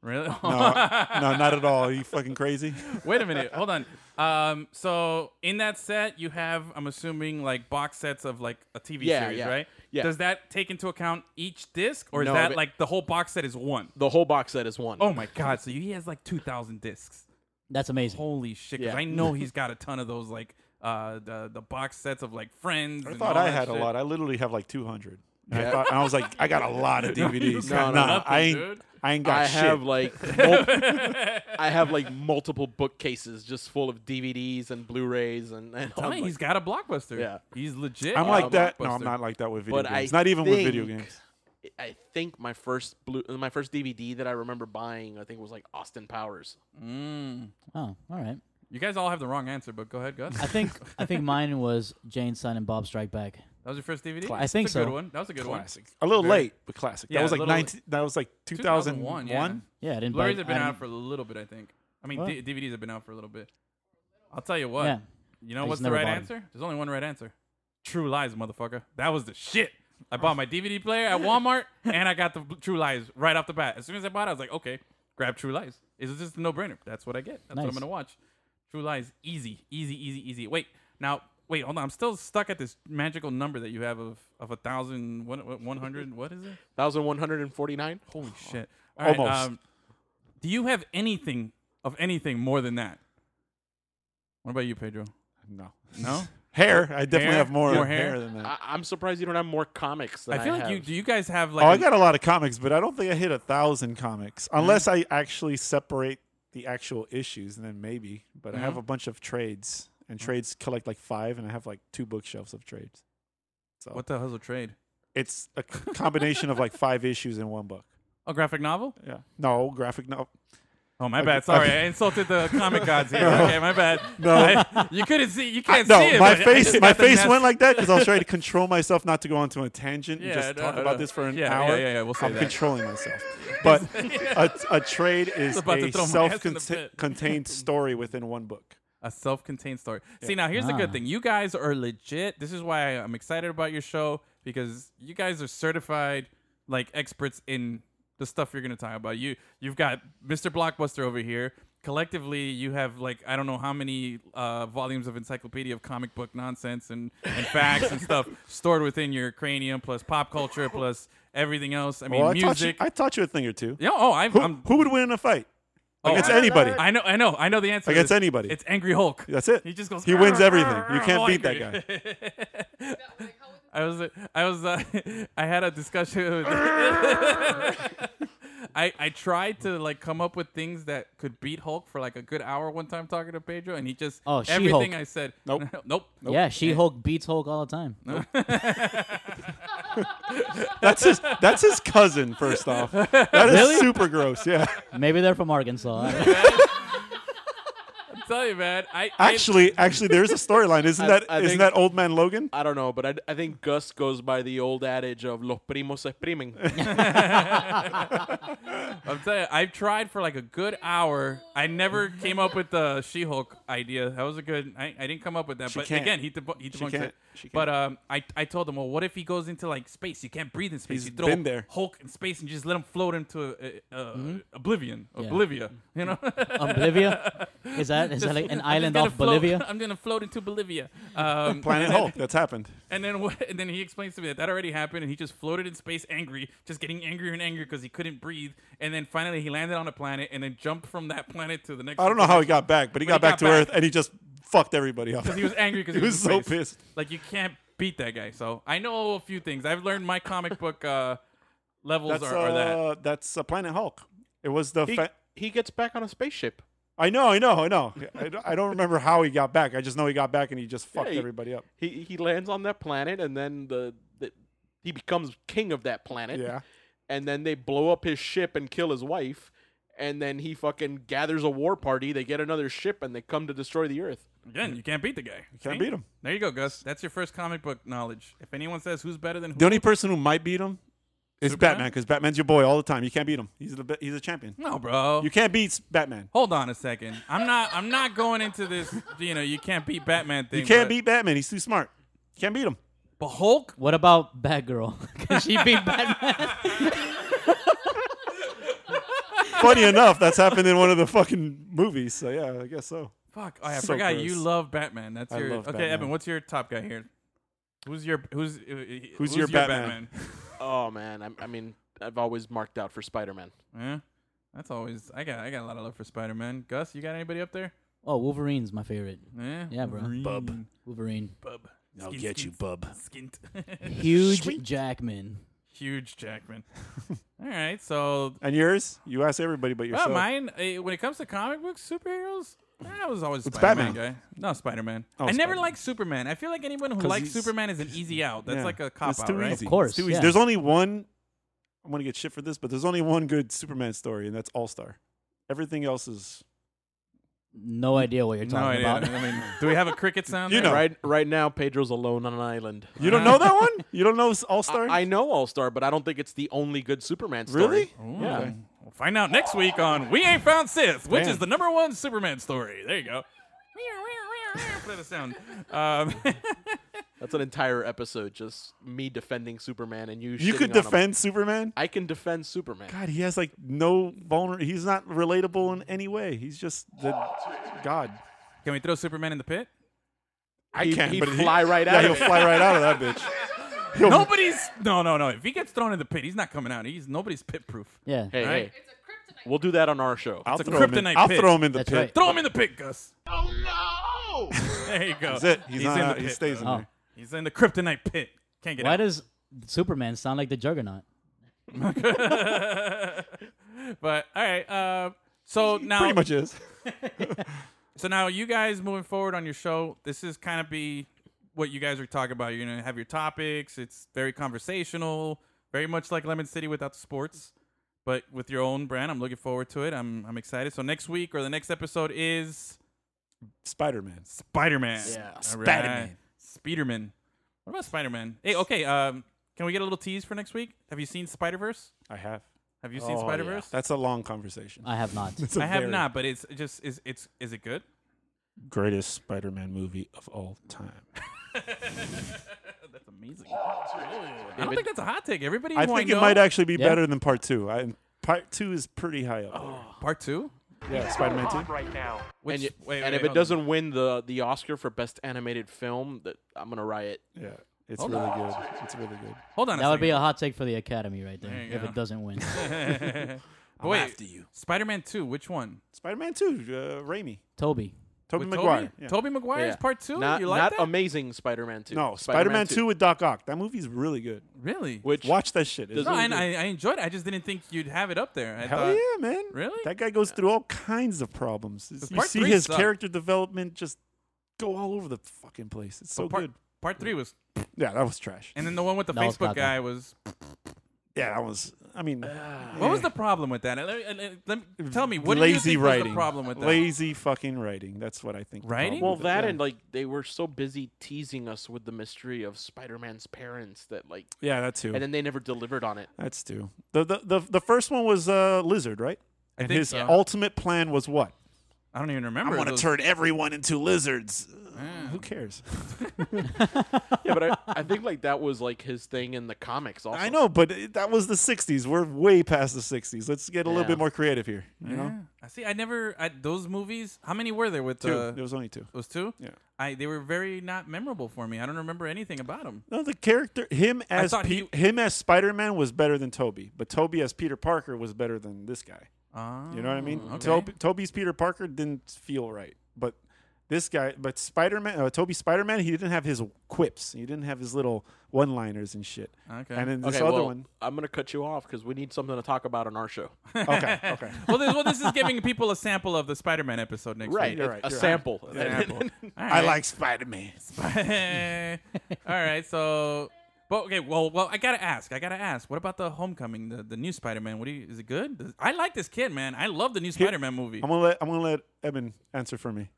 Speaker 2: Really?
Speaker 6: No, no, not at all. Are you fucking crazy?
Speaker 2: [LAUGHS] Wait a minute. Hold on. Um, so in that set, you have, I'm assuming, like box sets of like a TV
Speaker 5: Yeah,
Speaker 2: series,
Speaker 5: yeah,
Speaker 2: right?
Speaker 5: yeah.
Speaker 2: Does that take into account each disc, or is
Speaker 5: No,
Speaker 2: that
Speaker 5: but-
Speaker 2: like the whole box set is one?
Speaker 5: The whole box set is one.
Speaker 2: Oh my god! So he has like two thousand discs.
Speaker 4: That's amazing.
Speaker 2: Holy shit! 'cause
Speaker 5: Yeah.
Speaker 2: I know he's got a ton of those like uh the the box sets of like Friends.
Speaker 6: I
Speaker 2: and
Speaker 6: thought
Speaker 2: all
Speaker 6: I
Speaker 2: that
Speaker 6: had a
Speaker 2: shit.
Speaker 6: lot. I literally have like 200. And I, thought, and I was like, I got a
Speaker 2: [LAUGHS]
Speaker 6: lot of DVDs.
Speaker 5: No, no,
Speaker 6: nah,
Speaker 2: nothing,
Speaker 6: I ain't,
Speaker 2: dude.
Speaker 6: I ain't got
Speaker 5: I
Speaker 6: shit. [LAUGHS]
Speaker 5: have like mul-
Speaker 2: [LAUGHS]
Speaker 5: I have like multiple bookcases just full of DVDs and Blu-rays and, and
Speaker 2: Tell
Speaker 5: I'm
Speaker 2: me,
Speaker 5: like-
Speaker 2: he's got a blockbuster.
Speaker 5: Yeah.
Speaker 2: he's legit.
Speaker 6: I'm
Speaker 2: got
Speaker 6: like
Speaker 2: a
Speaker 6: that. No, I'm
Speaker 2: blockbuster.
Speaker 6: not like that with video
Speaker 5: but
Speaker 6: games.
Speaker 5: I
Speaker 6: not even with video
Speaker 5: think-
Speaker 6: games.
Speaker 5: I think my first blue, my first DVD that I remember buying, I think was like Austin Powers.
Speaker 2: Mm.
Speaker 4: Oh, all right.
Speaker 2: You guys all have the wrong answer, but go ahead, Gus.
Speaker 4: I think I think mine was Jane Son and Bob Strike Back.
Speaker 2: that was your first DVD.
Speaker 4: I think
Speaker 2: That's a Good
Speaker 4: so.
Speaker 2: one. That was a good
Speaker 6: Classic. A little
Speaker 2: Very-
Speaker 6: late, but classic.
Speaker 2: Yeah,
Speaker 6: that was
Speaker 2: a
Speaker 6: like
Speaker 2: little-
Speaker 6: 19. That was like
Speaker 2: one.
Speaker 6: 2001.
Speaker 4: Yeah, I
Speaker 2: Yeah.
Speaker 4: didn't.
Speaker 2: Blu-rays
Speaker 4: buy,
Speaker 2: have been
Speaker 4: I
Speaker 2: out
Speaker 4: didn't-
Speaker 2: for a little bit, I think. I mean,
Speaker 4: What?
Speaker 2: D- DVDs have been out for a little bit. I'll tell you what.
Speaker 4: Yeah.
Speaker 2: You know
Speaker 4: I just
Speaker 2: what's the
Speaker 4: never
Speaker 2: right
Speaker 4: bought 'em.
Speaker 2: answer? There's only one right answer. True Lies, motherfucker. That was the shit. I bought my DVD
Speaker 4: [LAUGHS]
Speaker 2: player at Walmart, and I got the True Lies right off the bat. As soon as I bought it, I was like, okay, grab True Lies. It's just a no brainer. That's what I get. That's what I'm
Speaker 4: Nice.
Speaker 2: gonna watch. True Lies, easy, easy, easy, easy. Wait, now, wait, hold on. I'm still stuck at this magical number that you have of of a thousand one what- one hundred. What is it?
Speaker 5: 1149
Speaker 2: Holy shit! All right, um,
Speaker 6: Almost.
Speaker 2: do you have anything of anything more than that? What about you, Pedro?
Speaker 6: No.
Speaker 5: [LAUGHS]
Speaker 2: No.
Speaker 6: Hair. I definitely
Speaker 2: Hair?
Speaker 6: have more,
Speaker 2: More hair?
Speaker 6: hair? than that.
Speaker 5: I- i'm surprised you don't have more comics than
Speaker 2: I
Speaker 5: i
Speaker 2: feel like you.
Speaker 5: have.
Speaker 2: Do you guys have like?
Speaker 6: oh,
Speaker 2: I
Speaker 6: I got a lot of comics, but I don't think I hit a thousand comics unless I actually separate the actual issues, and then maybe. But I have a bunch of trades, and trades collect like five, and I have like two bookshelves of trades. So
Speaker 2: What the hell's a trade?
Speaker 6: it's a c- combination of like five issues in one book.
Speaker 2: A graphic novel?
Speaker 6: Yeah, no graphic novel.
Speaker 2: Oh my
Speaker 6: Okay.
Speaker 2: bad. Sorry, I insulted
Speaker 6: [LAUGHS]
Speaker 2: the comic gods here. Okay, my bad.
Speaker 6: No.
Speaker 2: I- you couldn't see. You can't
Speaker 6: no,
Speaker 2: see it.
Speaker 6: my
Speaker 2: but I [LAUGHS]
Speaker 6: face,
Speaker 2: just
Speaker 6: my
Speaker 2: got the
Speaker 6: face
Speaker 2: mess-
Speaker 6: went like that because I was trying to control myself not to go onto a tangent
Speaker 2: Yeah,
Speaker 6: and just
Speaker 2: no,
Speaker 6: talk
Speaker 2: no,
Speaker 6: about
Speaker 2: no.
Speaker 6: this for an
Speaker 2: Yeah, yeah,
Speaker 6: hour.
Speaker 2: yeah, yeah, we'll say
Speaker 6: I'm
Speaker 2: that.
Speaker 6: controlling myself,
Speaker 2: [LAUGHS]
Speaker 6: but a, a trade is
Speaker 2: about to
Speaker 6: a
Speaker 2: throw my ass in the pit.
Speaker 6: self-contained
Speaker 2: [LAUGHS]
Speaker 6: story within one book.
Speaker 2: A self-contained story. See, now here's the
Speaker 4: Ah.
Speaker 2: good thing. You guys are legit. This is why I'm excited about your show because you guys are certified like experts in the stuff you're going to talk about. You you've got Mr. Blockbuster over here. Collectively, you have like I don't know how many uh, volumes of encyclopedia of comic book nonsense and, and facts and
Speaker 6: [LAUGHS]
Speaker 2: stuff stored within your cranium, plus pop culture, plus everything else. I mean,
Speaker 6: well, Oh, I taught, you,
Speaker 2: music.
Speaker 6: I taught you a thing or two.
Speaker 2: Yeah, oh, I've,
Speaker 6: Who,
Speaker 2: I'm.
Speaker 6: who would win in a fight?
Speaker 2: Oh,
Speaker 6: Against
Speaker 2: I-
Speaker 6: anybody.
Speaker 2: I know, I know, I know the answer. to
Speaker 6: Against
Speaker 2: this.
Speaker 6: anybody.
Speaker 2: It's Angry Hulk.
Speaker 6: That's it.
Speaker 2: He just goes.
Speaker 6: He wins
Speaker 2: "Arr,
Speaker 6: everything.
Speaker 2: arr,
Speaker 6: You
Speaker 2: arr,
Speaker 6: can't
Speaker 2: I'm
Speaker 6: beat that
Speaker 2: angry."
Speaker 7: Like, how would-
Speaker 2: I was, I was, uh, [LAUGHS] I had a discussion. With [LAUGHS] I I tried to like come up with things that could beat Hulk for like a good hour one time talking to Pedro, and he just
Speaker 4: Oh,
Speaker 2: everything
Speaker 4: She-Hulk.
Speaker 2: I said.
Speaker 6: Nope.
Speaker 2: [LAUGHS] nope. nope.
Speaker 4: Yeah, She Hulk beats Hulk all the time.
Speaker 6: That's his. That's his cousin. First off, that is super gross. Yeah,
Speaker 4: Maybe they're from Arkansas.
Speaker 2: [LAUGHS]
Speaker 4: I don't know.
Speaker 2: I tell you, man. I [LAUGHS] I-
Speaker 6: actually, actually, there's a storyline. Isn't
Speaker 5: I-
Speaker 6: that?
Speaker 5: I
Speaker 6: not
Speaker 5: think-
Speaker 6: that Old Man Logan?
Speaker 5: I don't know, but I, I think Gus goes by the old adage of los primos se
Speaker 6: [LAUGHS]
Speaker 5: primen.
Speaker 2: I'm telling you, I've tried for like a good hour. I never came up with the She-Hulk idea. That was a good. I, I didn't come up with that.
Speaker 6: She
Speaker 2: but
Speaker 6: can't.
Speaker 2: again, he debun- he
Speaker 6: She
Speaker 2: debunks
Speaker 6: can't.
Speaker 2: it.
Speaker 6: She can't.
Speaker 2: But um, I I told him, well, what if he goes into like space? You can't breathe in space.
Speaker 6: He's
Speaker 2: you throw
Speaker 6: been there.
Speaker 2: Hulk in space and you just let him float into uh, uh,
Speaker 4: Mm-hmm.
Speaker 2: oblivion, oblivia. You know,
Speaker 4: Bolivia? Is that is
Speaker 2: [LAUGHS]
Speaker 4: that like an
Speaker 2: I'm just
Speaker 4: island
Speaker 2: gonna
Speaker 4: off
Speaker 2: float-
Speaker 4: Bolivia?
Speaker 2: [LAUGHS] I'm gonna float into Bolivia.
Speaker 6: [LAUGHS]
Speaker 2: Um, [LAUGHS]
Speaker 6: Planet Hulk. That's happened.
Speaker 2: and then what, and then he explains to me that that already happened, and he just floated in space, angry, just getting angrier and angrier because he couldn't breathe. And then finally, he landed on a planet, and then jumped from that planet to the next.
Speaker 6: I don't know how he got back, but he
Speaker 2: But he
Speaker 6: got back
Speaker 2: got
Speaker 6: to
Speaker 2: back.
Speaker 6: Earth and he just fucked everybody up.
Speaker 2: because
Speaker 6: [LAUGHS]
Speaker 2: he was angry because he,
Speaker 6: He was
Speaker 2: in
Speaker 6: so
Speaker 2: space.
Speaker 6: pissed.
Speaker 2: Like you can't beat that guy. So I know a few things. I've learned my comic book uh, levels
Speaker 6: That's
Speaker 2: are, are that.
Speaker 6: uh, that's uh, Planet Hulk. It was the.
Speaker 5: he,
Speaker 6: fa-
Speaker 5: he gets back on a spaceship.
Speaker 6: I know, I know, I know. [LAUGHS] I don't, I don't remember how he got back. I just know he got back and he just fucked
Speaker 5: Yeah, he-
Speaker 6: everybody up.
Speaker 5: He he lands on that planet, and then the, the he becomes king of that planet.
Speaker 6: Yeah.
Speaker 5: And then they blow up his ship and kill his wife, and then he fucking gathers a war party. They get another ship, and they come to destroy the Earth.
Speaker 2: Again, you can't beat the guy. You
Speaker 6: can't beat him.
Speaker 2: There you go, Gus. That's your first comic book knowledge. If anyone says who's better than who,
Speaker 6: The only person who might beat him is
Speaker 2: Superman?
Speaker 6: Batman because Batman's your boy all the time. You can't beat him. He's the be- he's a champion.
Speaker 2: no, bro.
Speaker 6: You can't beat
Speaker 2: [LAUGHS]
Speaker 6: s- Batman.
Speaker 2: Hold on a second. I'm not. I'm not going into this. You know, you can't beat Batman thing.
Speaker 6: You can't
Speaker 2: but-
Speaker 6: beat Batman. He's too smart. You can't beat him.
Speaker 2: But Hulk
Speaker 4: What about Batgirl? [LAUGHS] Can she
Speaker 2: [LAUGHS]
Speaker 4: beat Batman?
Speaker 2: [LAUGHS]
Speaker 6: Funny enough, that's happened in one of the fucking movies. So yeah, I guess so.
Speaker 2: Fuck! Oh, I
Speaker 6: So
Speaker 2: forgot
Speaker 6: gross.
Speaker 2: you love Batman. That's
Speaker 6: I
Speaker 2: your
Speaker 6: love
Speaker 2: okay,
Speaker 6: Batman.
Speaker 2: Evan. What's your top guy here? Who's your who's uh, who's,
Speaker 6: your
Speaker 2: Batman?
Speaker 6: Batman?
Speaker 5: Oh man, I, I mean, I've always marked out for Spider Man.
Speaker 2: yeah, that's always I got. I got a lot of love for Spider Man. Gus, you got anybody up there?
Speaker 4: Oh, Wolverine's my favorite.
Speaker 2: Yeah,
Speaker 4: Yeah, bro.
Speaker 2: Bub, [LAUGHS]
Speaker 4: Wolverine.
Speaker 2: bub. I'll get you, bub. Skint. [LAUGHS]
Speaker 4: Huge Jackman.
Speaker 2: Huge Jackman. All right, so
Speaker 6: [LAUGHS] And yours? You ask everybody but
Speaker 2: well,
Speaker 6: yourself.
Speaker 2: mine uh, when it comes to comic books, superheroes. I was always
Speaker 6: It's
Speaker 2: Spider-Man guy. No, Spider-Man.
Speaker 6: Oh,
Speaker 2: I never
Speaker 6: Spider-Man.
Speaker 2: liked Superman. I feel like anyone who
Speaker 6: 'Cause
Speaker 2: likes
Speaker 6: he's-
Speaker 2: Superman is an easy out. That's
Speaker 6: Yeah.
Speaker 2: like a cop
Speaker 6: It's
Speaker 2: out,
Speaker 6: too
Speaker 2: right?
Speaker 6: easy.
Speaker 4: Of course,
Speaker 6: It's too easy.
Speaker 4: yeah.
Speaker 6: There's only one. I'm gonna get shit for this, but there's only one good Superman story, and that's All Star. Everything else
Speaker 2: [LAUGHS]
Speaker 6: is
Speaker 4: No idea what you're
Speaker 2: No
Speaker 4: talking
Speaker 2: idea.
Speaker 4: about. [LAUGHS]
Speaker 2: I mean, do we have a cricket sound?
Speaker 6: [LAUGHS] You
Speaker 2: there?
Speaker 6: know.
Speaker 5: Right right now, Pedro's alone on an island.
Speaker 6: you don't know that one. You don't know All Star.
Speaker 5: I, I know All Star, but I don't think it's the only good Superman story.
Speaker 6: really?
Speaker 2: Ooh. We'll find out next week on We Ain't Found Sith, which
Speaker 6: Man.
Speaker 2: is the number one Superman story. There you go. Play the sound. Um,
Speaker 5: That's an entire episode just me defending Superman and you.
Speaker 6: You
Speaker 5: shitting
Speaker 6: could
Speaker 5: on him.
Speaker 6: defend Superman.
Speaker 5: I can defend Superman.
Speaker 6: God, he has like no vulner. He's not relatable in any way. He's just the God.
Speaker 2: [LAUGHS] Can we throw Superman in the pit?
Speaker 6: I
Speaker 5: He'd-
Speaker 6: can't.
Speaker 5: he'd
Speaker 6: but he-
Speaker 5: fly right
Speaker 6: yeah,
Speaker 5: out
Speaker 6: He'll
Speaker 5: of it.
Speaker 6: fly right out
Speaker 2: [LAUGHS]
Speaker 6: of that bitch. He'll-
Speaker 2: Nobody's no, no, no. If he gets thrown in the pit, he's not coming out. He's nobody's pit proof.
Speaker 4: Yeah.
Speaker 5: Hey,
Speaker 2: Right.
Speaker 5: hey, we'll do that on our show.
Speaker 6: I'll
Speaker 2: It's a
Speaker 6: throw him. In,
Speaker 2: kryptonite
Speaker 6: I'll
Speaker 2: pit.
Speaker 6: throw him in the
Speaker 4: That's
Speaker 6: pit.
Speaker 4: right.
Speaker 2: Throw him in the pit, Gus. Oh no! there you go.
Speaker 6: That's it. He's, not.
Speaker 2: in the
Speaker 6: out. he
Speaker 2: pit.
Speaker 6: stays in
Speaker 4: Oh.
Speaker 6: there.
Speaker 2: He's in the kryptonite pit. Can't get
Speaker 4: Why
Speaker 2: out.
Speaker 4: does Superman sound like the Juggernaut?
Speaker 2: but all right. Uh, so now,
Speaker 6: Pretty much is.
Speaker 2: so now you guys moving forward on your show. This is kind of be what you guys are talking about. You're gonna have your topics. It's very conversational, very much like Lemon City without the sports, but with your own brand. I'm looking forward to it. I'm I'm excited. So next week or the next episode is
Speaker 6: Spider Man.
Speaker 2: Spider Man.
Speaker 4: Yeah.
Speaker 2: Spider-Man. Spider-Man. What about Spider-Man? Hey, okay. Um, can we get a little tease for next week? Have you seen Spider-Verse?
Speaker 6: I have.
Speaker 2: Have you seen
Speaker 6: Oh, yeah.
Speaker 2: Spider-Verse?
Speaker 6: That's a long conversation.
Speaker 4: I
Speaker 2: [LAUGHS]
Speaker 4: have not.
Speaker 6: It's a
Speaker 2: I have
Speaker 6: very
Speaker 2: not, but it's just is it's is it good?
Speaker 6: Greatest Spider Man movie of all time.
Speaker 2: That's amazing. I don't think that's a hot take. Everybody,
Speaker 6: I
Speaker 2: who
Speaker 6: think
Speaker 2: know-
Speaker 6: it might actually be
Speaker 4: Yeah.
Speaker 6: better than part two. I, part two is pretty high up.
Speaker 2: part two.
Speaker 6: there. yeah, Spider Man two.
Speaker 2: Which,
Speaker 5: and you-
Speaker 2: wait,
Speaker 5: and
Speaker 2: wait,
Speaker 5: if it
Speaker 2: hold on.
Speaker 5: doesn't win the the Oscar for best animated film, that I'm gonna riot.
Speaker 6: Yeah, it's really good. It's really good.
Speaker 2: hold on,
Speaker 4: That would be a hot take for the Academy right there
Speaker 2: There you
Speaker 4: if
Speaker 2: go.
Speaker 4: it
Speaker 2: [LAUGHS]
Speaker 4: doesn't win.
Speaker 2: a. but wait, Spider-Man two. Which one?
Speaker 6: Spider Man two. Uh, Raimi.
Speaker 4: Toby.
Speaker 6: Toby
Speaker 2: With
Speaker 6: Maguire.
Speaker 2: Toby?
Speaker 6: Yeah.
Speaker 2: Toby Maguire's
Speaker 5: Yeah.
Speaker 2: part two.
Speaker 5: Not,
Speaker 2: you like
Speaker 5: not
Speaker 2: that?
Speaker 5: amazing Spider-Man two.
Speaker 6: No, Spider Man two with Doc Ock. That movie's really good.
Speaker 2: really?
Speaker 5: which
Speaker 6: Watch that shit. It's
Speaker 5: Does-
Speaker 2: No,
Speaker 5: really
Speaker 2: and
Speaker 5: good.
Speaker 2: I, I enjoyed it. I just didn't think you'd have it up there. I
Speaker 6: Hell
Speaker 2: thought,
Speaker 6: yeah, man!
Speaker 2: Really?
Speaker 6: That guy goes through all kinds of problems. It's- You
Speaker 2: part
Speaker 6: see
Speaker 2: three
Speaker 6: his
Speaker 2: sucked.
Speaker 6: character development just go all over the fucking place. It's so
Speaker 2: part,
Speaker 6: good.
Speaker 2: part three was,
Speaker 6: Yeah, that was trash.
Speaker 2: and then the one with the
Speaker 4: That was
Speaker 2: Facebook
Speaker 4: caca.
Speaker 2: guy was.
Speaker 6: yeah, that was. I mean,
Speaker 2: Uh, What was the problem with that? Let me, let me- let me- tell me what
Speaker 6: lazy
Speaker 2: do you think
Speaker 6: writing.
Speaker 2: was the problem with that?
Speaker 6: Lazy fucking writing. That's what I think. the
Speaker 2: Writing?
Speaker 6: problem
Speaker 5: Well,
Speaker 6: with it-
Speaker 5: that
Speaker 6: yeah.
Speaker 5: and like they were so busy teasing us with the mystery of Spider-Man's parents that like,
Speaker 6: yeah, that too.
Speaker 5: and then they never delivered
Speaker 6: [LAUGHS]
Speaker 5: on it.
Speaker 6: That's two. The the the, the first one was uh, lizard, right? And
Speaker 2: think
Speaker 6: his
Speaker 2: so.
Speaker 6: ultimate plan was what?
Speaker 2: I don't even
Speaker 6: I
Speaker 2: remember.
Speaker 6: want to
Speaker 2: those-
Speaker 6: turn everyone into lizards. Uh, Who cares?
Speaker 5: Yeah, but I, I think like that was like his thing in the comics. Also,
Speaker 6: I know, but it, that was the '60s. We're way past the '60s. Let's get a little
Speaker 5: Yeah.
Speaker 6: bit more creative here. You know,
Speaker 2: Yeah. I see. I never I, those movies. How many were there with
Speaker 6: two.
Speaker 2: the
Speaker 6: there was only two.
Speaker 2: those two?
Speaker 6: Yeah.
Speaker 2: I they were very not memorable for me. I don't remember anything about them.
Speaker 6: No, the character him as
Speaker 2: thought
Speaker 6: Pe-
Speaker 2: he-
Speaker 6: him as Spider-Man was better than Toby, but Toby as Peter Parker was better than this guy.
Speaker 2: Oh,
Speaker 6: You know what I mean?
Speaker 2: Okay.
Speaker 6: Toby, Toby's Peter Parker didn't feel right, but this guy, but Spider-Man, uh, Toby Spider-Man, he didn't have his quips. He didn't have his little one-liners and shit.
Speaker 2: Okay.
Speaker 6: And then this
Speaker 5: okay,
Speaker 6: other
Speaker 5: well,
Speaker 2: [LAUGHS]
Speaker 6: one.
Speaker 5: I'm gonna cut you off because we need something to talk about on our show.
Speaker 6: Okay. Okay.
Speaker 2: well, this, well, this is giving people a sample of the Spider-Man episode next week.
Speaker 5: Right,
Speaker 6: you're
Speaker 5: a-
Speaker 6: right,
Speaker 5: a
Speaker 6: you're right.
Speaker 5: sample. [LAUGHS]
Speaker 2: Sample.
Speaker 6: I like Spider-Man.
Speaker 2: [LAUGHS] All right, so, but okay, well, well, I gotta ask, I gotta ask, what about the Homecoming, the, the new Spider-Man? What do you, is it good? Does- I like this kid, man. I love the new Spider-Man movie.
Speaker 6: I'm gonna let I'm gonna let Eben answer for me.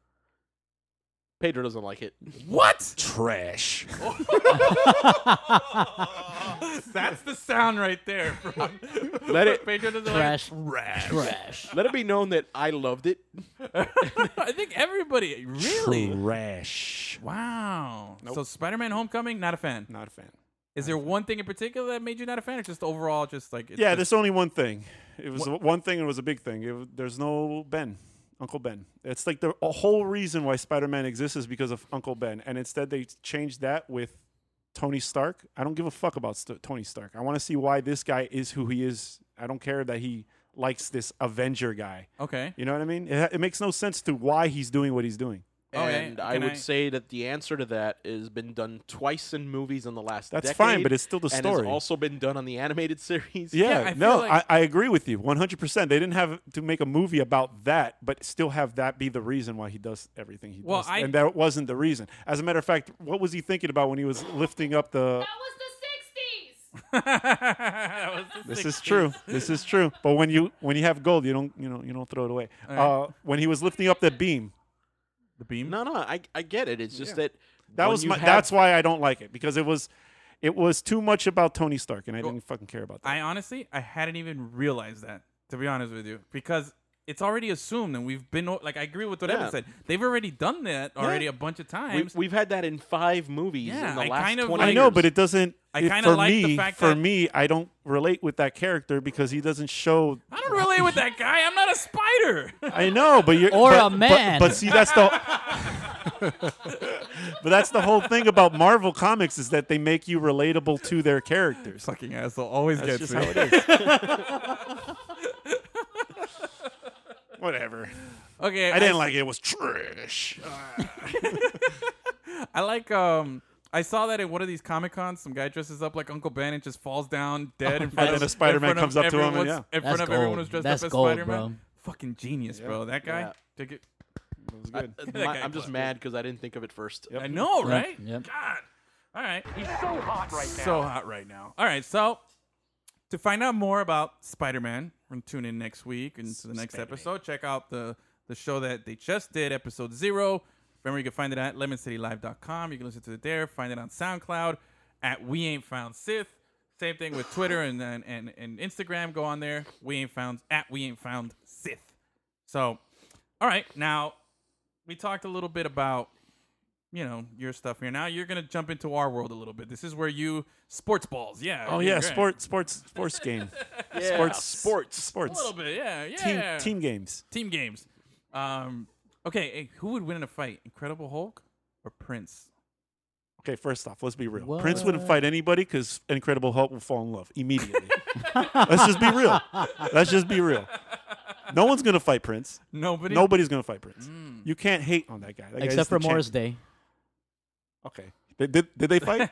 Speaker 5: Pedro doesn't like it.
Speaker 2: What?
Speaker 6: Trash.
Speaker 2: [LAUGHS] That's the sound right there. From, [LAUGHS]
Speaker 5: Let it
Speaker 2: Pedro doesn't like-
Speaker 4: Trash. Trash.
Speaker 5: let it be known that I
Speaker 6: [LAUGHS]
Speaker 5: loved it.
Speaker 2: I think everybody really.
Speaker 6: Trash.
Speaker 2: Wow. So Spider-Man: Homecoming, not a fan.
Speaker 6: Not a fan.
Speaker 2: Is there one thing in particular that made you not a fan, or just overall, just like it's
Speaker 6: Yeah,
Speaker 2: just-
Speaker 6: there's only one thing. It was one thing. It was a big thing. It, wa- there's no Ben, Uncle Ben. It's like the a whole reason why Spider-Man exists is because of Uncle Ben, and instead they changed that with Tony Stark. I don't give a fuck about St- Tony Stark. I want to see why this guy is who he is. I don't care that he likes this Avenger guy. [LAUGHS]
Speaker 2: okay.
Speaker 6: You know what I mean? It, ha- it makes no sense to why he's doing what he's doing.
Speaker 2: Oh, yeah,
Speaker 5: and I
Speaker 2: can
Speaker 5: would
Speaker 2: I-
Speaker 5: say that the answer to that has been done twice in movies in the last.
Speaker 6: That's
Speaker 5: decade,
Speaker 6: fine, but it's still the
Speaker 5: and
Speaker 6: story.
Speaker 5: It's also been done on the animated [LAUGHS] series.
Speaker 6: Yeah,
Speaker 2: Yeah, I
Speaker 6: no,
Speaker 2: feel like-
Speaker 6: I, I agree with you 100%. They didn't have to make a movie about that, but still have that be the reason why he does everything he
Speaker 2: Well,
Speaker 6: does.
Speaker 2: I-
Speaker 6: and that wasn't the reason. As a matter of fact, what was he thinking about when he was lifting
Speaker 2: [LAUGHS]
Speaker 6: up the.
Speaker 8: was the 60s.
Speaker 2: [LAUGHS] That was the
Speaker 6: This
Speaker 2: sixth-
Speaker 6: is true. This is true. But when you when you have gold, you don't you know you don't throw it away. Uh, when he was lifting up the beam,
Speaker 2: the beam.
Speaker 5: No, no, I, I get it. It's just that
Speaker 6: that
Speaker 5: when
Speaker 6: was
Speaker 5: you
Speaker 6: my,
Speaker 5: have-
Speaker 6: that's why I don't like it because it was it was too much about Tony Stark and I didn't fucking care about that.
Speaker 2: I honestly, I hadn't even realized that. To be honest with you, because it's already assumed, and we've been o- like I agree with what
Speaker 5: Yeah.
Speaker 2: Evan said. They've already done that already a bunch of
Speaker 5: We,
Speaker 2: times.
Speaker 5: we've had that in five movies
Speaker 2: Yeah,
Speaker 5: in the
Speaker 2: I
Speaker 5: last
Speaker 2: kind of
Speaker 5: 20
Speaker 2: like-
Speaker 6: I
Speaker 5: years.
Speaker 6: know, but it doesn't.
Speaker 2: I
Speaker 6: it-
Speaker 2: kinda
Speaker 6: for
Speaker 2: like the
Speaker 6: me,
Speaker 2: fact
Speaker 6: for
Speaker 2: that-
Speaker 6: me, I don't relate with that character because he doesn't show.
Speaker 2: I don't relate with that guy. I'm not a
Speaker 6: [LAUGHS]
Speaker 2: spider.
Speaker 6: I know, but you're
Speaker 4: Or
Speaker 6: but-
Speaker 4: a
Speaker 6: but-
Speaker 4: man.
Speaker 6: But, see, that's the. [LAUGHS] but that's the whole thing about Marvel comics is that they make you relatable to their characters.
Speaker 2: Fucking asshole always
Speaker 6: That's
Speaker 2: gets
Speaker 6: just
Speaker 2: me.
Speaker 6: how it is. [LAUGHS] Whatever.
Speaker 2: Okay,
Speaker 6: I didn't like it. It was trash.
Speaker 2: Oh, I like um I saw that at one of these Comic Cons, some guy dresses up like Uncle Ben and just falls down
Speaker 6: [LAUGHS]
Speaker 2: dead in front
Speaker 6: then
Speaker 2: of
Speaker 6: a Spider-Man
Speaker 2: in front of
Speaker 6: comes up to him and
Speaker 2: everyone's-
Speaker 6: yeah.
Speaker 2: In front
Speaker 4: That's
Speaker 2: of everyone
Speaker 4: gold.
Speaker 2: who's dressed
Speaker 4: That's
Speaker 2: up as
Speaker 4: gold,
Speaker 2: Spider-Man.
Speaker 4: bro.
Speaker 2: Fucking genius, bro. That guy
Speaker 5: Yeah.
Speaker 2: took it.
Speaker 6: It
Speaker 2: [LAUGHS]
Speaker 6: was good.
Speaker 5: My-
Speaker 2: guy
Speaker 5: I'm just
Speaker 2: was-
Speaker 5: mad because I didn't think of it first.
Speaker 2: I know, [LAUGHS]
Speaker 4: Yep,
Speaker 2: right?
Speaker 4: yep.
Speaker 2: God. All right. He's so hot right now. So hot right now. All right. So to find out more about Spider-Man, we're gonna tune in next week and to the next episode. Check out the the show that they just did, episode zero. Remember, you can find it at lemoncitylive.com. You can listen to it there. Find it on SoundCloud at We Ain't Found Sith. Same thing with Twitter and and, and, and Instagram. Go on there. We ain't found at We Ain't Found Sith. So, all right. Now we talked a little bit about you know your stuff here. Now you're gonna jump into our world a little bit. This is where you sports balls. Yeah.
Speaker 6: Oh
Speaker 2: you're
Speaker 6: yeah,
Speaker 2: great.
Speaker 6: sports, sports, sports game,
Speaker 2: [LAUGHS]
Speaker 6: sports, sports, sports,
Speaker 2: A little bit. Yeah.
Speaker 6: team,
Speaker 2: Yeah.
Speaker 6: team games.
Speaker 2: Team games. Um. Okay. Hey, who would win in a fight? Incredible Hulk or Prince?
Speaker 6: Okay, first off, let's be real.
Speaker 4: What?
Speaker 6: Prince wouldn't fight anybody because Incredible Hulk will fall in love immediately. let's just be real. Let's just be real. No one's gonna fight Prince.
Speaker 2: Nobody.
Speaker 6: Nobody's gonna fight Prince. You can't hate on that guy. That guy is
Speaker 4: Except for
Speaker 6: the champ.
Speaker 4: Morris Day.
Speaker 6: Okay. They, did, did they fight?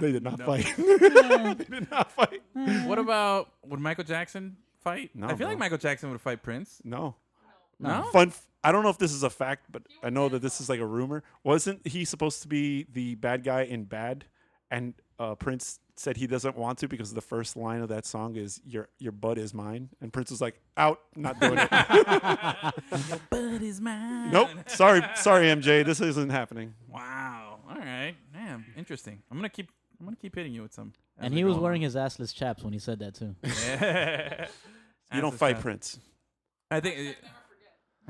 Speaker 6: they did not fight. [LAUGHS] they did not fight.
Speaker 2: What about would Michael Jackson fight?
Speaker 6: No,
Speaker 2: I feel
Speaker 6: bro.
Speaker 2: like Michael Jackson would fight Prince.
Speaker 6: No.
Speaker 2: No.
Speaker 6: Fun. F- I don't know if this is a fact, but I know that this is like a rumor. Wasn't he supposed to be the bad guy in Bad? And uh, Prince said he doesn't want to because the first line of that song is "Your your butt is mine," and Prince was like, "Out, not doing it."
Speaker 2: But is mine.
Speaker 6: nope. Sorry, sorry, MJ. This isn't happening.
Speaker 2: Wow. All right. Damn. Interesting. I'm gonna keep. I'm gonna keep hitting you with some. as
Speaker 4: And
Speaker 2: we
Speaker 4: he
Speaker 2: go
Speaker 4: was
Speaker 2: along.
Speaker 4: wearing his assless chaps when he said
Speaker 2: [LAUGHS]
Speaker 4: that too.
Speaker 6: You don't
Speaker 2: Assless
Speaker 6: fight
Speaker 2: chaps.
Speaker 6: Prince.
Speaker 2: I think.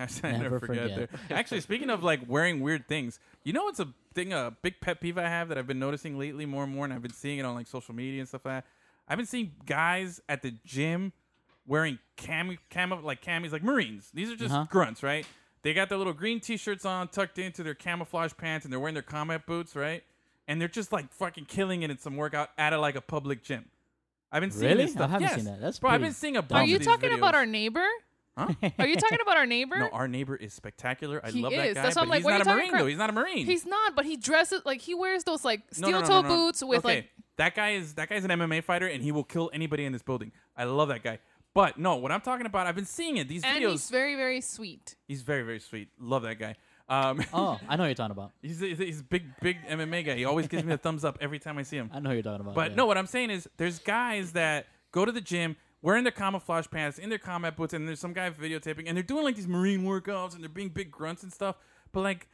Speaker 2: I said I never
Speaker 4: Never
Speaker 2: forget.
Speaker 4: forget.
Speaker 2: there. Actually, speaking of like wearing weird things, you know what's a thing, a big pet peeve I have that I've been noticing lately more and more, and I've been seeing it on like social media and stuff like that. I've been seeing guys at the gym wearing cam, camo like camis, like Marines. These are just
Speaker 4: Uh-huh.
Speaker 2: grunts, right? They got their little green t-shirts on, tucked into their camouflage pants, and they're wearing their combat boots, right? And they're just like fucking killing it in some workout at a, like a public gym. I've been seeing
Speaker 4: Really?
Speaker 2: this
Speaker 4: I
Speaker 2: stuff.
Speaker 4: haven't
Speaker 2: Yes.
Speaker 4: seen that. That's
Speaker 2: bro. I've
Speaker 4: pretty
Speaker 2: been seeing a bunch
Speaker 7: Are
Speaker 2: of
Speaker 7: you
Speaker 2: these
Speaker 7: talking about
Speaker 2: videos.
Speaker 7: our neighbor?
Speaker 2: Huh?
Speaker 7: [LAUGHS] Are you talking about our neighbor?
Speaker 2: No, our neighbor is spectacular. I
Speaker 7: He
Speaker 2: love that
Speaker 7: is.
Speaker 2: guy.
Speaker 7: That's
Speaker 2: but
Speaker 7: why I'm like,
Speaker 2: he's
Speaker 7: what
Speaker 2: not
Speaker 7: are you
Speaker 2: a
Speaker 7: talking
Speaker 2: marine
Speaker 7: about?
Speaker 2: though. He's not a marine.
Speaker 7: He's not, but he dresses like he wears those like
Speaker 2: No,
Speaker 7: steel
Speaker 2: no, no,
Speaker 7: toe
Speaker 2: no, no.
Speaker 7: boots with
Speaker 2: okay.
Speaker 7: like
Speaker 2: that guy is that guy's an MMA fighter and he will kill anybody in this building. I love that guy. But no, what I'm talking about, I've been seeing it. These
Speaker 7: and
Speaker 2: videos.
Speaker 7: he's very very sweet.
Speaker 2: he's very very sweet. Love that guy. Um, [LAUGHS]
Speaker 4: Oh, I know what you're talking about.
Speaker 2: he's he's he's a big big MMA guy. He always gives me a thumbs up every time I see him.
Speaker 4: I know what you're talking about.
Speaker 2: But
Speaker 4: Oh, yeah.
Speaker 2: no, what I'm saying is there's guys that go to the gym wearing their camouflage pants, in their combat boots, and there's some guy videotaping, and they're doing like these marine workouts, and they're being big grunts and stuff. But like,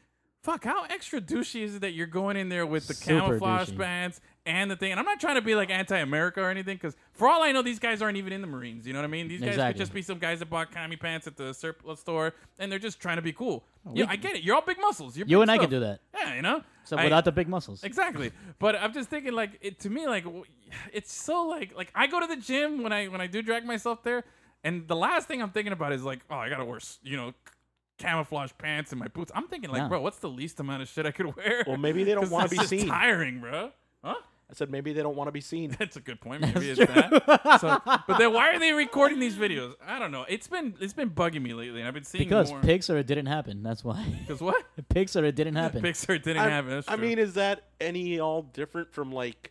Speaker 2: fuck, how extra douchey is it that you're going in there with the
Speaker 4: Super
Speaker 2: camouflage
Speaker 4: douchey.
Speaker 2: pants and the thing? And I'm not trying to be like anti-America or anything, because for all I know, these guys aren't even in the Marines. You know what I mean? These guys could
Speaker 4: Exactly.
Speaker 2: just be some guys that bought commie pants at the surplus store, and they're just trying to be cool. yeah, I get it. You're all big muscles. You're
Speaker 4: Oh, You
Speaker 2: big
Speaker 4: and I
Speaker 2: stuff.
Speaker 4: could do that.
Speaker 2: Yeah, you know.
Speaker 4: So
Speaker 2: I-
Speaker 4: without the big muscles.
Speaker 2: Exactly. But I'm just thinking, like, it, to me, like, w- it's so like, like I go to the gym when I when I do drag myself there, and the last thing I'm thinking about is like, oh, I gotta wear, s- you know, c- camouflage pants and my boots. I'm thinking like,
Speaker 4: No.
Speaker 2: bro, what's the least amount of shit I could [LAUGHS] wear?
Speaker 5: Well, maybe they [LAUGHS] don't
Speaker 2: 'Cause
Speaker 5: wanna
Speaker 2: that's
Speaker 5: be
Speaker 2: just
Speaker 5: seen.
Speaker 2: Tiring, bro. Huh?
Speaker 5: I said maybe they don't want to be seen.
Speaker 2: That's a good point. Maybe it's that. So, but then why are they recording these videos? I don't know. It's been it's been bugging me lately, and I've been seeing
Speaker 4: Because
Speaker 2: more.
Speaker 4: Pixar it didn't happen. That's why.
Speaker 2: [LAUGHS] Because what?
Speaker 4: Pixar
Speaker 2: [LAUGHS]
Speaker 4: it didn't happen.
Speaker 2: Pixar didn't
Speaker 5: I,
Speaker 2: have it. That's
Speaker 5: I
Speaker 2: true.
Speaker 5: mean, is that any all different from like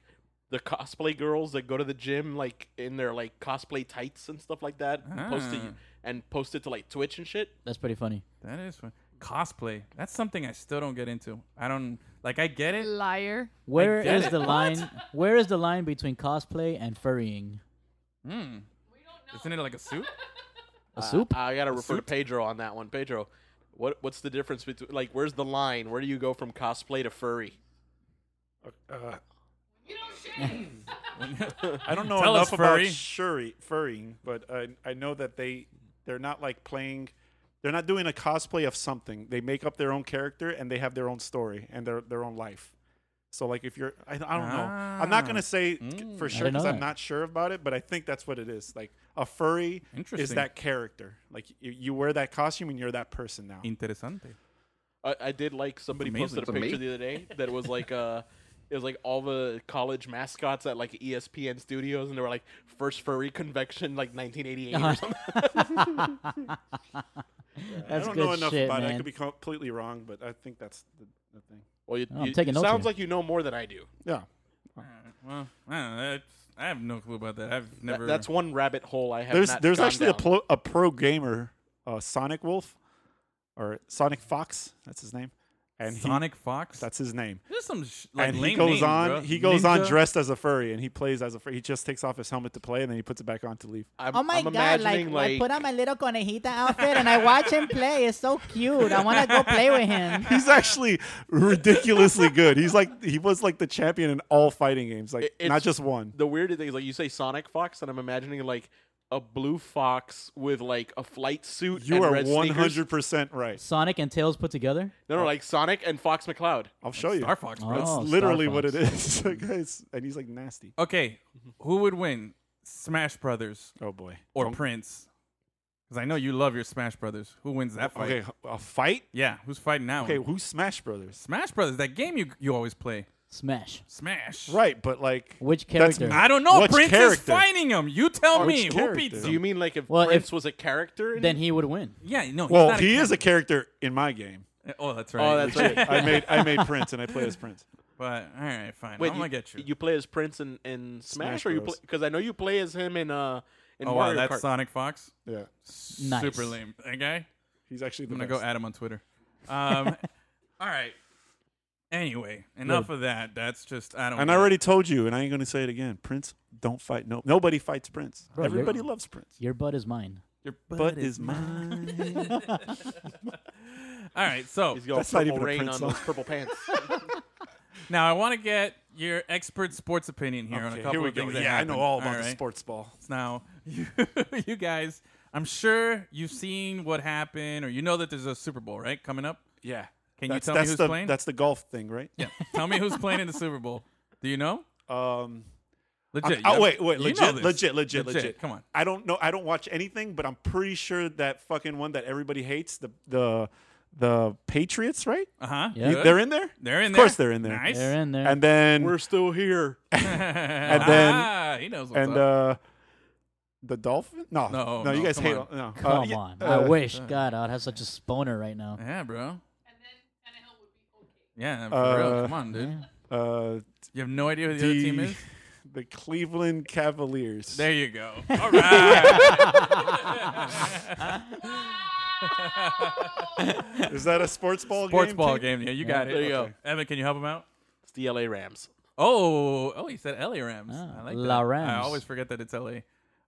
Speaker 5: the cosplay girls that go to the gym like in their like cosplay tights and stuff like that, and post it
Speaker 2: Ah.
Speaker 5: and post it to like Twitch and shit?
Speaker 4: That's pretty funny.
Speaker 2: That is fun. Cosplay. That's something I still don't get into. I don't like. I get it.
Speaker 7: Liar.
Speaker 4: Where
Speaker 2: get
Speaker 4: is
Speaker 2: it.
Speaker 4: the
Speaker 2: What?
Speaker 4: line? Where is the line between cosplay and furrying?
Speaker 2: Isn't it like a suit?
Speaker 4: A soup? [LAUGHS]
Speaker 5: I gotta refer to Pedro on that one. Pedro, what what's the difference between like where's the line? Where do you go from cosplay to furry?
Speaker 6: I don't know
Speaker 2: Tell us,
Speaker 6: enough about
Speaker 2: furry.
Speaker 6: shuri, furrying, but I, I know that they They're not like playing. They're not doing a cosplay of something. They make up their own character and they have their own story and their their own life. So like if you're, I, I don't know. I'm not
Speaker 2: Ah.
Speaker 6: gonna say for sure
Speaker 4: didn't know
Speaker 6: because I'm
Speaker 4: that.
Speaker 6: not sure about it, but I think that's what it is. Like a furry is
Speaker 2: Interesting.
Speaker 6: that character. Like you, you wear that costume and you're that person now.
Speaker 2: Interesante.
Speaker 5: I, I did like somebody
Speaker 2: Amazing.
Speaker 5: posted a picture the other day that was like uh it was like all the college mascots at like E ESPN studios and they were like first furry convection like 1988
Speaker 4: Uh-huh.
Speaker 6: [LAUGHS]
Speaker 5: or something.
Speaker 4: That's
Speaker 6: I don't
Speaker 4: good
Speaker 6: know enough
Speaker 4: shit,
Speaker 6: about it. I
Speaker 4: man.
Speaker 6: could be completely wrong, but I think that's the, the thing.
Speaker 5: Well, you,
Speaker 4: Oh, I'm
Speaker 5: you-
Speaker 4: taking
Speaker 5: it
Speaker 4: notes
Speaker 5: sounds
Speaker 4: here.
Speaker 5: like you know more than I do.
Speaker 6: Yeah.
Speaker 2: Well, I don't know. That's- I have no clue about that. I've
Speaker 5: Th-
Speaker 2: never.
Speaker 5: that's one rabbit hole I have.
Speaker 6: there's
Speaker 5: not
Speaker 6: there's
Speaker 5: gone
Speaker 6: actually a
Speaker 5: down.
Speaker 6: pro, a pro gamer, uh, Sonic Wolf, or Sonic Fox. That's his name, and he,
Speaker 2: Sonic Fox.
Speaker 6: that's his name.
Speaker 2: There's some sh- like
Speaker 6: and he
Speaker 2: lame
Speaker 6: goes
Speaker 2: names,
Speaker 6: on
Speaker 2: bro.
Speaker 6: he goes on
Speaker 2: Ninja?
Speaker 6: dressed as a furry and he plays as a furry. He just takes off his helmet to play and then he puts it back on to leave.
Speaker 5: I'm,
Speaker 9: Oh my
Speaker 5: I'm
Speaker 9: god! Like,
Speaker 5: imagining,
Speaker 9: I put on my little conejita outfit and I watch him play. It's so cute. I want to go play with him.
Speaker 6: He's actually ridiculously good. He's like he was like the champion in all fighting games, like
Speaker 5: It- it's-
Speaker 6: not just one.
Speaker 5: the weird thing is like you say Sonic Fox and I'm imagining like a blue fox with like a flight suit.
Speaker 6: You
Speaker 5: and
Speaker 6: are
Speaker 5: red
Speaker 6: one
Speaker 5: sneakers.
Speaker 6: hundred percent
Speaker 4: [LAUGHS]
Speaker 6: right.
Speaker 4: Sonic and Tails put together.
Speaker 5: No, no, like Sonic and Fox McCloud.
Speaker 6: I'll show you.
Speaker 2: Star Fox, bro.
Speaker 6: That's
Speaker 4: Oh, Star
Speaker 6: literally what it
Speaker 4: Fox.
Speaker 6: is, [LAUGHS] guys. And he's like nasty.
Speaker 2: Okay, who would win, Smash Brothers
Speaker 6: Oh boy.
Speaker 2: or Prince? Because I know you love your Smash Brothers. Who wins that fight?
Speaker 6: Okay, a fight.
Speaker 2: Yeah, who's fighting now?
Speaker 6: Okay, who's Smash Brothers?
Speaker 2: Smash Brothers, that game you you always play.
Speaker 4: Smash.
Speaker 2: Smash.
Speaker 6: Right, but like
Speaker 4: Which
Speaker 6: That's
Speaker 4: character?
Speaker 2: I don't know.
Speaker 6: Which
Speaker 2: Prince is
Speaker 6: character?
Speaker 2: fighting him. You tell
Speaker 6: Which
Speaker 2: me who
Speaker 6: character?
Speaker 2: beats
Speaker 5: Do
Speaker 2: him.
Speaker 5: you mean like if
Speaker 4: Well, if-
Speaker 5: Prince was a character? in-
Speaker 4: Then he would win.
Speaker 2: yeah, no. he's
Speaker 6: well,
Speaker 2: not
Speaker 6: he
Speaker 2: a
Speaker 6: is a character in my game.
Speaker 2: character. Oh, that's right.
Speaker 5: oh, that's right.
Speaker 2: [LAUGHS]
Speaker 6: I made I made Prince and I played as Prince.
Speaker 2: But all right, fine.
Speaker 5: Wait,
Speaker 2: I'm
Speaker 5: you,
Speaker 2: gonna get you.
Speaker 5: you play as Prince in, in Smash,
Speaker 6: Smash
Speaker 5: or you play
Speaker 6: Bros.
Speaker 5: because I know you play as him in uh in
Speaker 2: oh, wow,
Speaker 5: Mario
Speaker 2: that's
Speaker 5: Kart.
Speaker 2: Sonic Fox.
Speaker 6: Yeah,
Speaker 4: Nice.
Speaker 2: Super lame. That guy.
Speaker 6: he's actually the
Speaker 2: I'm gonna
Speaker 6: best.
Speaker 2: go at him on Twitter.
Speaker 6: [LAUGHS]
Speaker 2: Um, all right. Anyway, enough of that. That's just I don't.
Speaker 6: And I
Speaker 2: get it.
Speaker 6: already told you, and I ain't gonna say it again. Prince, don't fight. No, nobody fights Prince.
Speaker 4: Bro, you're-
Speaker 6: Everybody loves Prince.
Speaker 4: Your butt is mine.
Speaker 2: Your
Speaker 6: Butt is mine.
Speaker 2: All right. So
Speaker 5: He's got
Speaker 6: That's not
Speaker 5: purple
Speaker 6: even a
Speaker 5: rain
Speaker 6: Prince
Speaker 5: on
Speaker 6: song.
Speaker 5: those purple pants.
Speaker 6: [LAUGHS]
Speaker 2: now I want to get your expert sports opinion here on a
Speaker 6: Okay,
Speaker 2: couple
Speaker 6: here we
Speaker 2: of
Speaker 6: go.
Speaker 2: things. that
Speaker 6: Yeah, I know
Speaker 2: happened.
Speaker 6: all about the
Speaker 2: right.
Speaker 6: sports ball.
Speaker 2: Now, [LAUGHS] you, you guys, I'm sure you've seen what happened, or you know that there's a Super Bowl, right, coming up.
Speaker 6: Yeah.
Speaker 2: Can
Speaker 6: that's,
Speaker 2: you tell me
Speaker 6: that's
Speaker 2: who's
Speaker 6: the,
Speaker 2: playing?
Speaker 6: That's the golf thing, right?
Speaker 2: yeah. Tell me who's playing in the Super Bowl. Do you know?
Speaker 6: Um.
Speaker 2: Legit. you-
Speaker 6: I'm- oh wait,
Speaker 2: you
Speaker 6: wait,
Speaker 2: know
Speaker 6: legit,
Speaker 2: this.
Speaker 6: legit, legit, legit.
Speaker 2: Come on.
Speaker 6: I don't know. I don't watch anything, but I'm pretty sure that fucking one that everybody hates, the the the Patriots, right?
Speaker 2: Uh huh.
Speaker 4: Yeah.
Speaker 2: [LAUGHS]
Speaker 4: Good.
Speaker 6: They're in there.
Speaker 2: They're in
Speaker 6: Of
Speaker 2: there.
Speaker 6: course they're in there.
Speaker 2: Nice.
Speaker 4: They're in there.
Speaker 6: And uh, then
Speaker 5: We're still here.
Speaker 2: and
Speaker 6: then-
Speaker 2: ah, he knows what's
Speaker 6: and
Speaker 2: up.
Speaker 6: uh, the Dolphin. No,
Speaker 2: No,
Speaker 6: no, you
Speaker 2: no,
Speaker 6: guys
Speaker 2: come
Speaker 6: hate.
Speaker 2: on.
Speaker 6: On. No, Uh,
Speaker 4: Come
Speaker 6: yeah,
Speaker 4: on.
Speaker 6: uh,
Speaker 4: I wish. God, I'd have such a sponer right now.
Speaker 2: yeah, bro.
Speaker 8: And then Tannehill would be okay.
Speaker 2: Yeah, for real.
Speaker 6: Uh,
Speaker 2: Come on, dude.
Speaker 6: uh,
Speaker 2: You have no idea who the other team
Speaker 6: the, [LAUGHS]
Speaker 2: is.
Speaker 6: the Cleveland Cavaliers.
Speaker 2: There you
Speaker 6: [LAUGHS]
Speaker 2: go. All right.
Speaker 6: Is that a sports ball
Speaker 2: Sports
Speaker 6: game?
Speaker 2: ball
Speaker 6: too?
Speaker 2: game. Yeah, you got it.
Speaker 5: There you go.
Speaker 2: Evan, can you help him out?
Speaker 5: It's the LA Rams.
Speaker 2: Oh, oh, he said LA Rams.
Speaker 4: Ah,
Speaker 2: I like
Speaker 4: La
Speaker 2: that. I
Speaker 4: Rams.
Speaker 2: always forget that it's LA.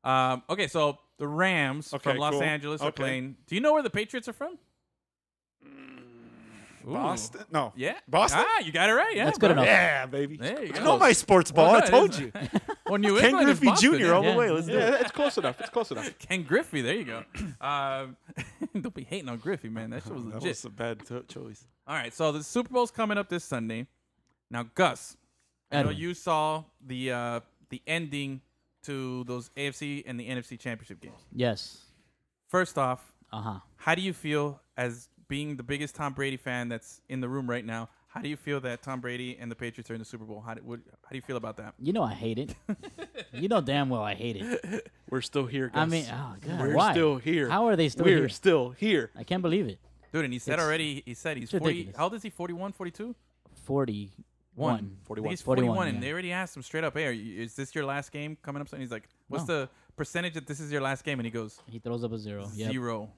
Speaker 2: Um, okay, so the Rams from
Speaker 6: Okay,
Speaker 2: Los
Speaker 6: cool.
Speaker 2: Angeles are
Speaker 6: Okay.
Speaker 2: playing. Do you know where the Patriots are from? Ooh.
Speaker 6: Boston. No.
Speaker 2: Yeah.
Speaker 6: Boston?
Speaker 2: Ah, you got it right. Yeah.
Speaker 4: That's good
Speaker 2: bro.
Speaker 4: enough.
Speaker 6: Yeah, baby.
Speaker 2: There you
Speaker 6: I
Speaker 2: go.
Speaker 6: know my sports ball.
Speaker 2: Well,
Speaker 6: I
Speaker 2: no,
Speaker 6: told
Speaker 2: it [LAUGHS]
Speaker 6: you.
Speaker 2: is- Well, New
Speaker 6: Ken
Speaker 2: England is
Speaker 6: Griffey oh.
Speaker 2: Boston,
Speaker 6: Jr.
Speaker 2: yeah.
Speaker 6: all
Speaker 4: Yeah.
Speaker 6: the way. Let's do it.
Speaker 5: Yeah, it's close enough. It's
Speaker 2: [LAUGHS]
Speaker 5: close enough.
Speaker 2: Ken Griffey. There you go. Um, [LAUGHS] don't be hating on Griffey, man. That shit was legit.
Speaker 6: a bad choice.
Speaker 2: All right, so the Super Bowl's coming up this Sunday. Now, Gus, I know
Speaker 4: Edwin.
Speaker 2: you saw the uh, the ending to those AFC and the NFC championship games.
Speaker 4: Yes.
Speaker 2: First off,
Speaker 4: Uh huh.
Speaker 2: how do you feel as being the biggest Tom Brady fan that's in the room right now? How do you feel that Tom Brady and the Patriots are in the Super Bowl? How do, what, how do you feel about that?
Speaker 4: You know I hate it. you know damn well I hate it.
Speaker 5: We're still here, guys.
Speaker 4: I mean, oh god,
Speaker 5: we're
Speaker 4: why?
Speaker 5: still here.
Speaker 4: How are they still
Speaker 5: We're
Speaker 4: here?
Speaker 5: still here.
Speaker 4: I can't believe it.
Speaker 2: Dude, and he said
Speaker 4: It's-
Speaker 2: already, he said he's
Speaker 4: it's
Speaker 2: 40.
Speaker 4: ridiculous.
Speaker 2: How old is he? 41, 42?
Speaker 4: Forty-one.
Speaker 2: I think He's 41,
Speaker 4: 41,
Speaker 2: and
Speaker 4: yeah.
Speaker 2: they already asked him straight up, hey, are you, is this your last game coming up? And he's like, what's
Speaker 4: No.
Speaker 2: the percentage that this is your last game? And he goes,
Speaker 4: He throws up a zero. Yep.
Speaker 2: zero.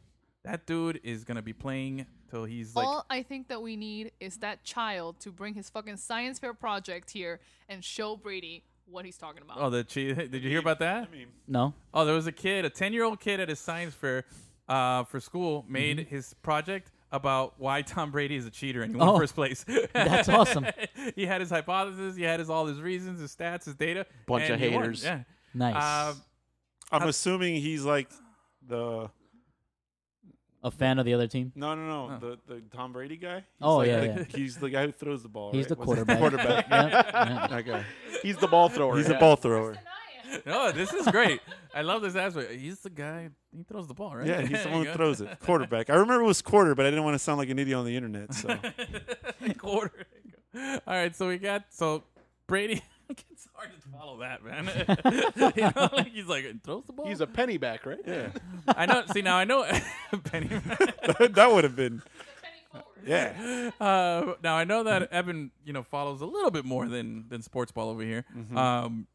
Speaker 2: That dude is gonna be playing till he's like.
Speaker 7: All I think that we need is that child to bring his fucking science fair project here and show Brady what he's talking about.
Speaker 2: oh, the che- [LAUGHS] did you hear about that?
Speaker 4: No.
Speaker 2: Oh, there was a kid, a ten-year-old kid at his science fair, uh, for school, made
Speaker 4: Mm-hmm.
Speaker 2: his project about why Tom Brady is a cheater, and he won
Speaker 4: Oh,
Speaker 2: first place. [LAUGHS]
Speaker 4: that's awesome.
Speaker 2: Uh, he had his hypothesis, he had his all his reasons, his stats, his data.
Speaker 5: Bunch
Speaker 2: and
Speaker 5: of
Speaker 2: he won.
Speaker 5: haters.
Speaker 2: Yeah.
Speaker 4: Nice.
Speaker 2: Uh,
Speaker 6: I'm assuming he's like the
Speaker 4: a fan of the other team.
Speaker 6: No, no, no.
Speaker 2: Huh.
Speaker 6: The the Tom Brady guy. He's
Speaker 4: Oh,
Speaker 6: like
Speaker 4: yeah,
Speaker 6: the- [LAUGHS]
Speaker 4: yeah.
Speaker 6: He's the guy who throws the ball.
Speaker 4: He's
Speaker 6: right?
Speaker 4: the
Speaker 6: What's his-
Speaker 4: quarterback.
Speaker 6: quarterback.
Speaker 4: [LAUGHS] Yep, yep.
Speaker 6: that guy.
Speaker 5: He's the ball thrower.
Speaker 6: He's
Speaker 5: yeah.
Speaker 6: a ball thrower.
Speaker 2: No, this is great. I love this aspect. He's the guy. He throws the ball, right?
Speaker 6: [LAUGHS] Yeah, he's the
Speaker 2: There
Speaker 6: one
Speaker 2: you [LAUGHS] go.
Speaker 6: who throws it. Quarterback. I remember it was quarter, but I didn't want to sound like an idiot on the
Speaker 2: [LAUGHS]
Speaker 6: internet. So [LAUGHS]
Speaker 2: quarter. All right, so we got so Brady. [LAUGHS] it's hard to follow that, man. [LAUGHS] you know, like, he's like throws the ball.
Speaker 5: He's a penny back, right?
Speaker 6: yeah,
Speaker 2: I know. See now, I know [LAUGHS] Penny.
Speaker 6: that would have been. Yeah,
Speaker 2: uh, now I know
Speaker 6: Mm-hmm.
Speaker 2: that Evan, you know, follows a little bit more than than sports ball over here.
Speaker 6: Mm-hmm.
Speaker 2: Um,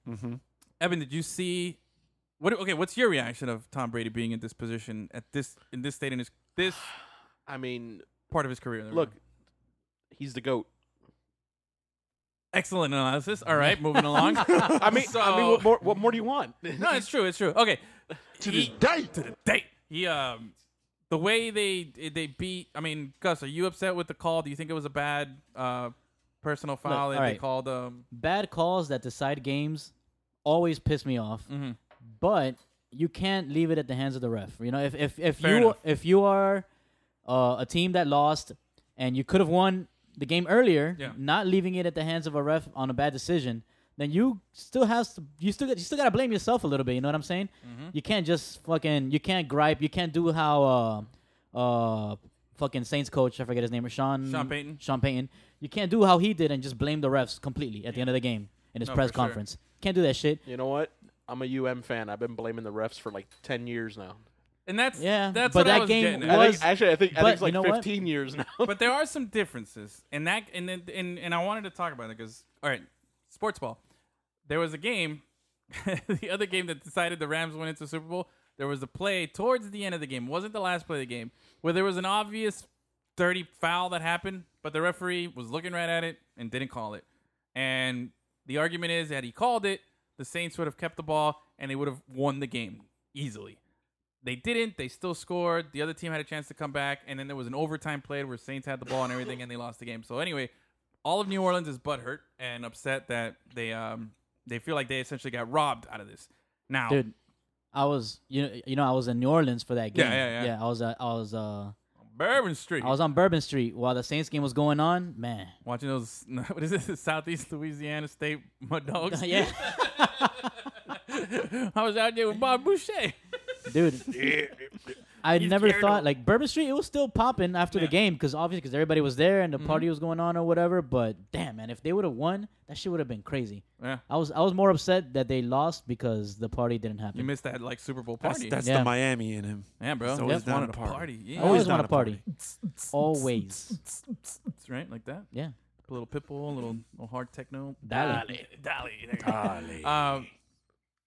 Speaker 2: Evan, did you see? What okay? What's your reaction of Tom Brady being in this position at this in this state in his this
Speaker 5: I mean,
Speaker 2: part of his career?
Speaker 5: look, he's the goat.
Speaker 2: excellent analysis. All right, moving
Speaker 4: [LAUGHS]
Speaker 2: along.
Speaker 5: I mean, I mean,
Speaker 2: So-
Speaker 5: what more, what more do you [LAUGHS] want?
Speaker 2: No, it's true. It's true. Okay. To
Speaker 1: this
Speaker 2: day. To the day. He um, the way they they beat. I mean, Gus, are you upset with the call? Do you think it was a bad uh personal foul
Speaker 4: Look,
Speaker 2: that they
Speaker 4: alright.
Speaker 2: called um?
Speaker 4: Bad calls that decide games always piss me off. But you can't leave it at the hands of the ref. You know, if if, if
Speaker 2: Fair
Speaker 4: you
Speaker 2: enough.
Speaker 4: if you are uh, a team that lost and you could have won the game earlier,
Speaker 2: Yeah.
Speaker 4: not leaving it at the hands of a ref on a bad decision, then you still has to you still got- you still gotta blame yourself a little bit. You know what I'm saying?
Speaker 2: Mm-hmm.
Speaker 4: You can't just fucking you can't gripe. You can't do how uh uh fucking Saints coach I forget his name or Sean
Speaker 2: Sean Payton.
Speaker 4: Sean Payton. You can't do how he did and just blame the refs completely at the end of the game in his
Speaker 2: No,
Speaker 4: press
Speaker 2: for sure.
Speaker 4: conference. Can't do that shit.
Speaker 5: You know what? I'm a UM fan. I've been blaming the refs for like ten years now.
Speaker 2: And that's
Speaker 4: Yeah,
Speaker 2: That's
Speaker 4: but
Speaker 2: what I
Speaker 4: that
Speaker 2: was
Speaker 4: game
Speaker 2: getting at.
Speaker 5: I think-
Speaker 4: Was-
Speaker 5: actually, I think I
Speaker 4: but
Speaker 5: think it's
Speaker 4: you
Speaker 5: like
Speaker 4: know what?
Speaker 5: 15 years now.
Speaker 2: but there are some differences, and that and then- and and I wanted to talk about it because all right, sports ball. There was a game, [LAUGHS] the other game that decided the Rams went into the Super Bowl. There was a play towards the end of the game, wasn't the last play of the game, where there was an obvious dirty foul that happened, but the referee was looking right at it and didn't call it. And the argument is that he called it, the Saints would have kept the ball and they would have won the game easily. They didn't. They still scored. The other team had a chance to come back, and then there was an overtime play where Saints had the ball and everything, and they lost the game. So anyway, all of New Orleans is butthurt and upset that they um they feel like they essentially got robbed out of this. Now,
Speaker 4: dude. I was you know, you know I was in New Orleans for that game.
Speaker 2: Yeah, yeah, yeah.
Speaker 4: I was uh, I was uh
Speaker 2: Bourbon Street.
Speaker 4: I was on Bourbon Street while the Saints game was going on. Man,
Speaker 2: watching those. [LAUGHS] What is this? Southeast Louisiana State Mud [LAUGHS] Dogs.
Speaker 4: [LAUGHS] yeah,
Speaker 2: I was out there with Bob Boucher.
Speaker 4: dude. I
Speaker 2: He's
Speaker 4: never
Speaker 2: scared
Speaker 4: thought
Speaker 2: of-
Speaker 4: like Bourbon Street. It was still popping after the game because obviously because everybody was there and the
Speaker 2: Mm-hmm.
Speaker 4: party was going on or whatever. But damn, man, if they would have won, that shit would have been crazy.
Speaker 2: Yeah.
Speaker 4: I was I was more upset that they lost because the party didn't happen.
Speaker 2: You missed that like Super Bowl
Speaker 6: that's,
Speaker 2: party.
Speaker 6: that's
Speaker 4: Yeah.
Speaker 6: the Miami in him.
Speaker 2: yeah, bro. Oh.
Speaker 6: He's always
Speaker 2: Just
Speaker 6: down
Speaker 2: wanted
Speaker 6: to
Speaker 2: a
Speaker 6: party.
Speaker 2: party. Yeah.
Speaker 4: I always
Speaker 6: down
Speaker 4: want a
Speaker 6: to party.
Speaker 4: party. always,
Speaker 2: right like that.
Speaker 4: yeah.
Speaker 2: A little pitbull, a little, little hard techno.
Speaker 4: Dale.
Speaker 2: Dolly.
Speaker 6: Ah,
Speaker 2: Um,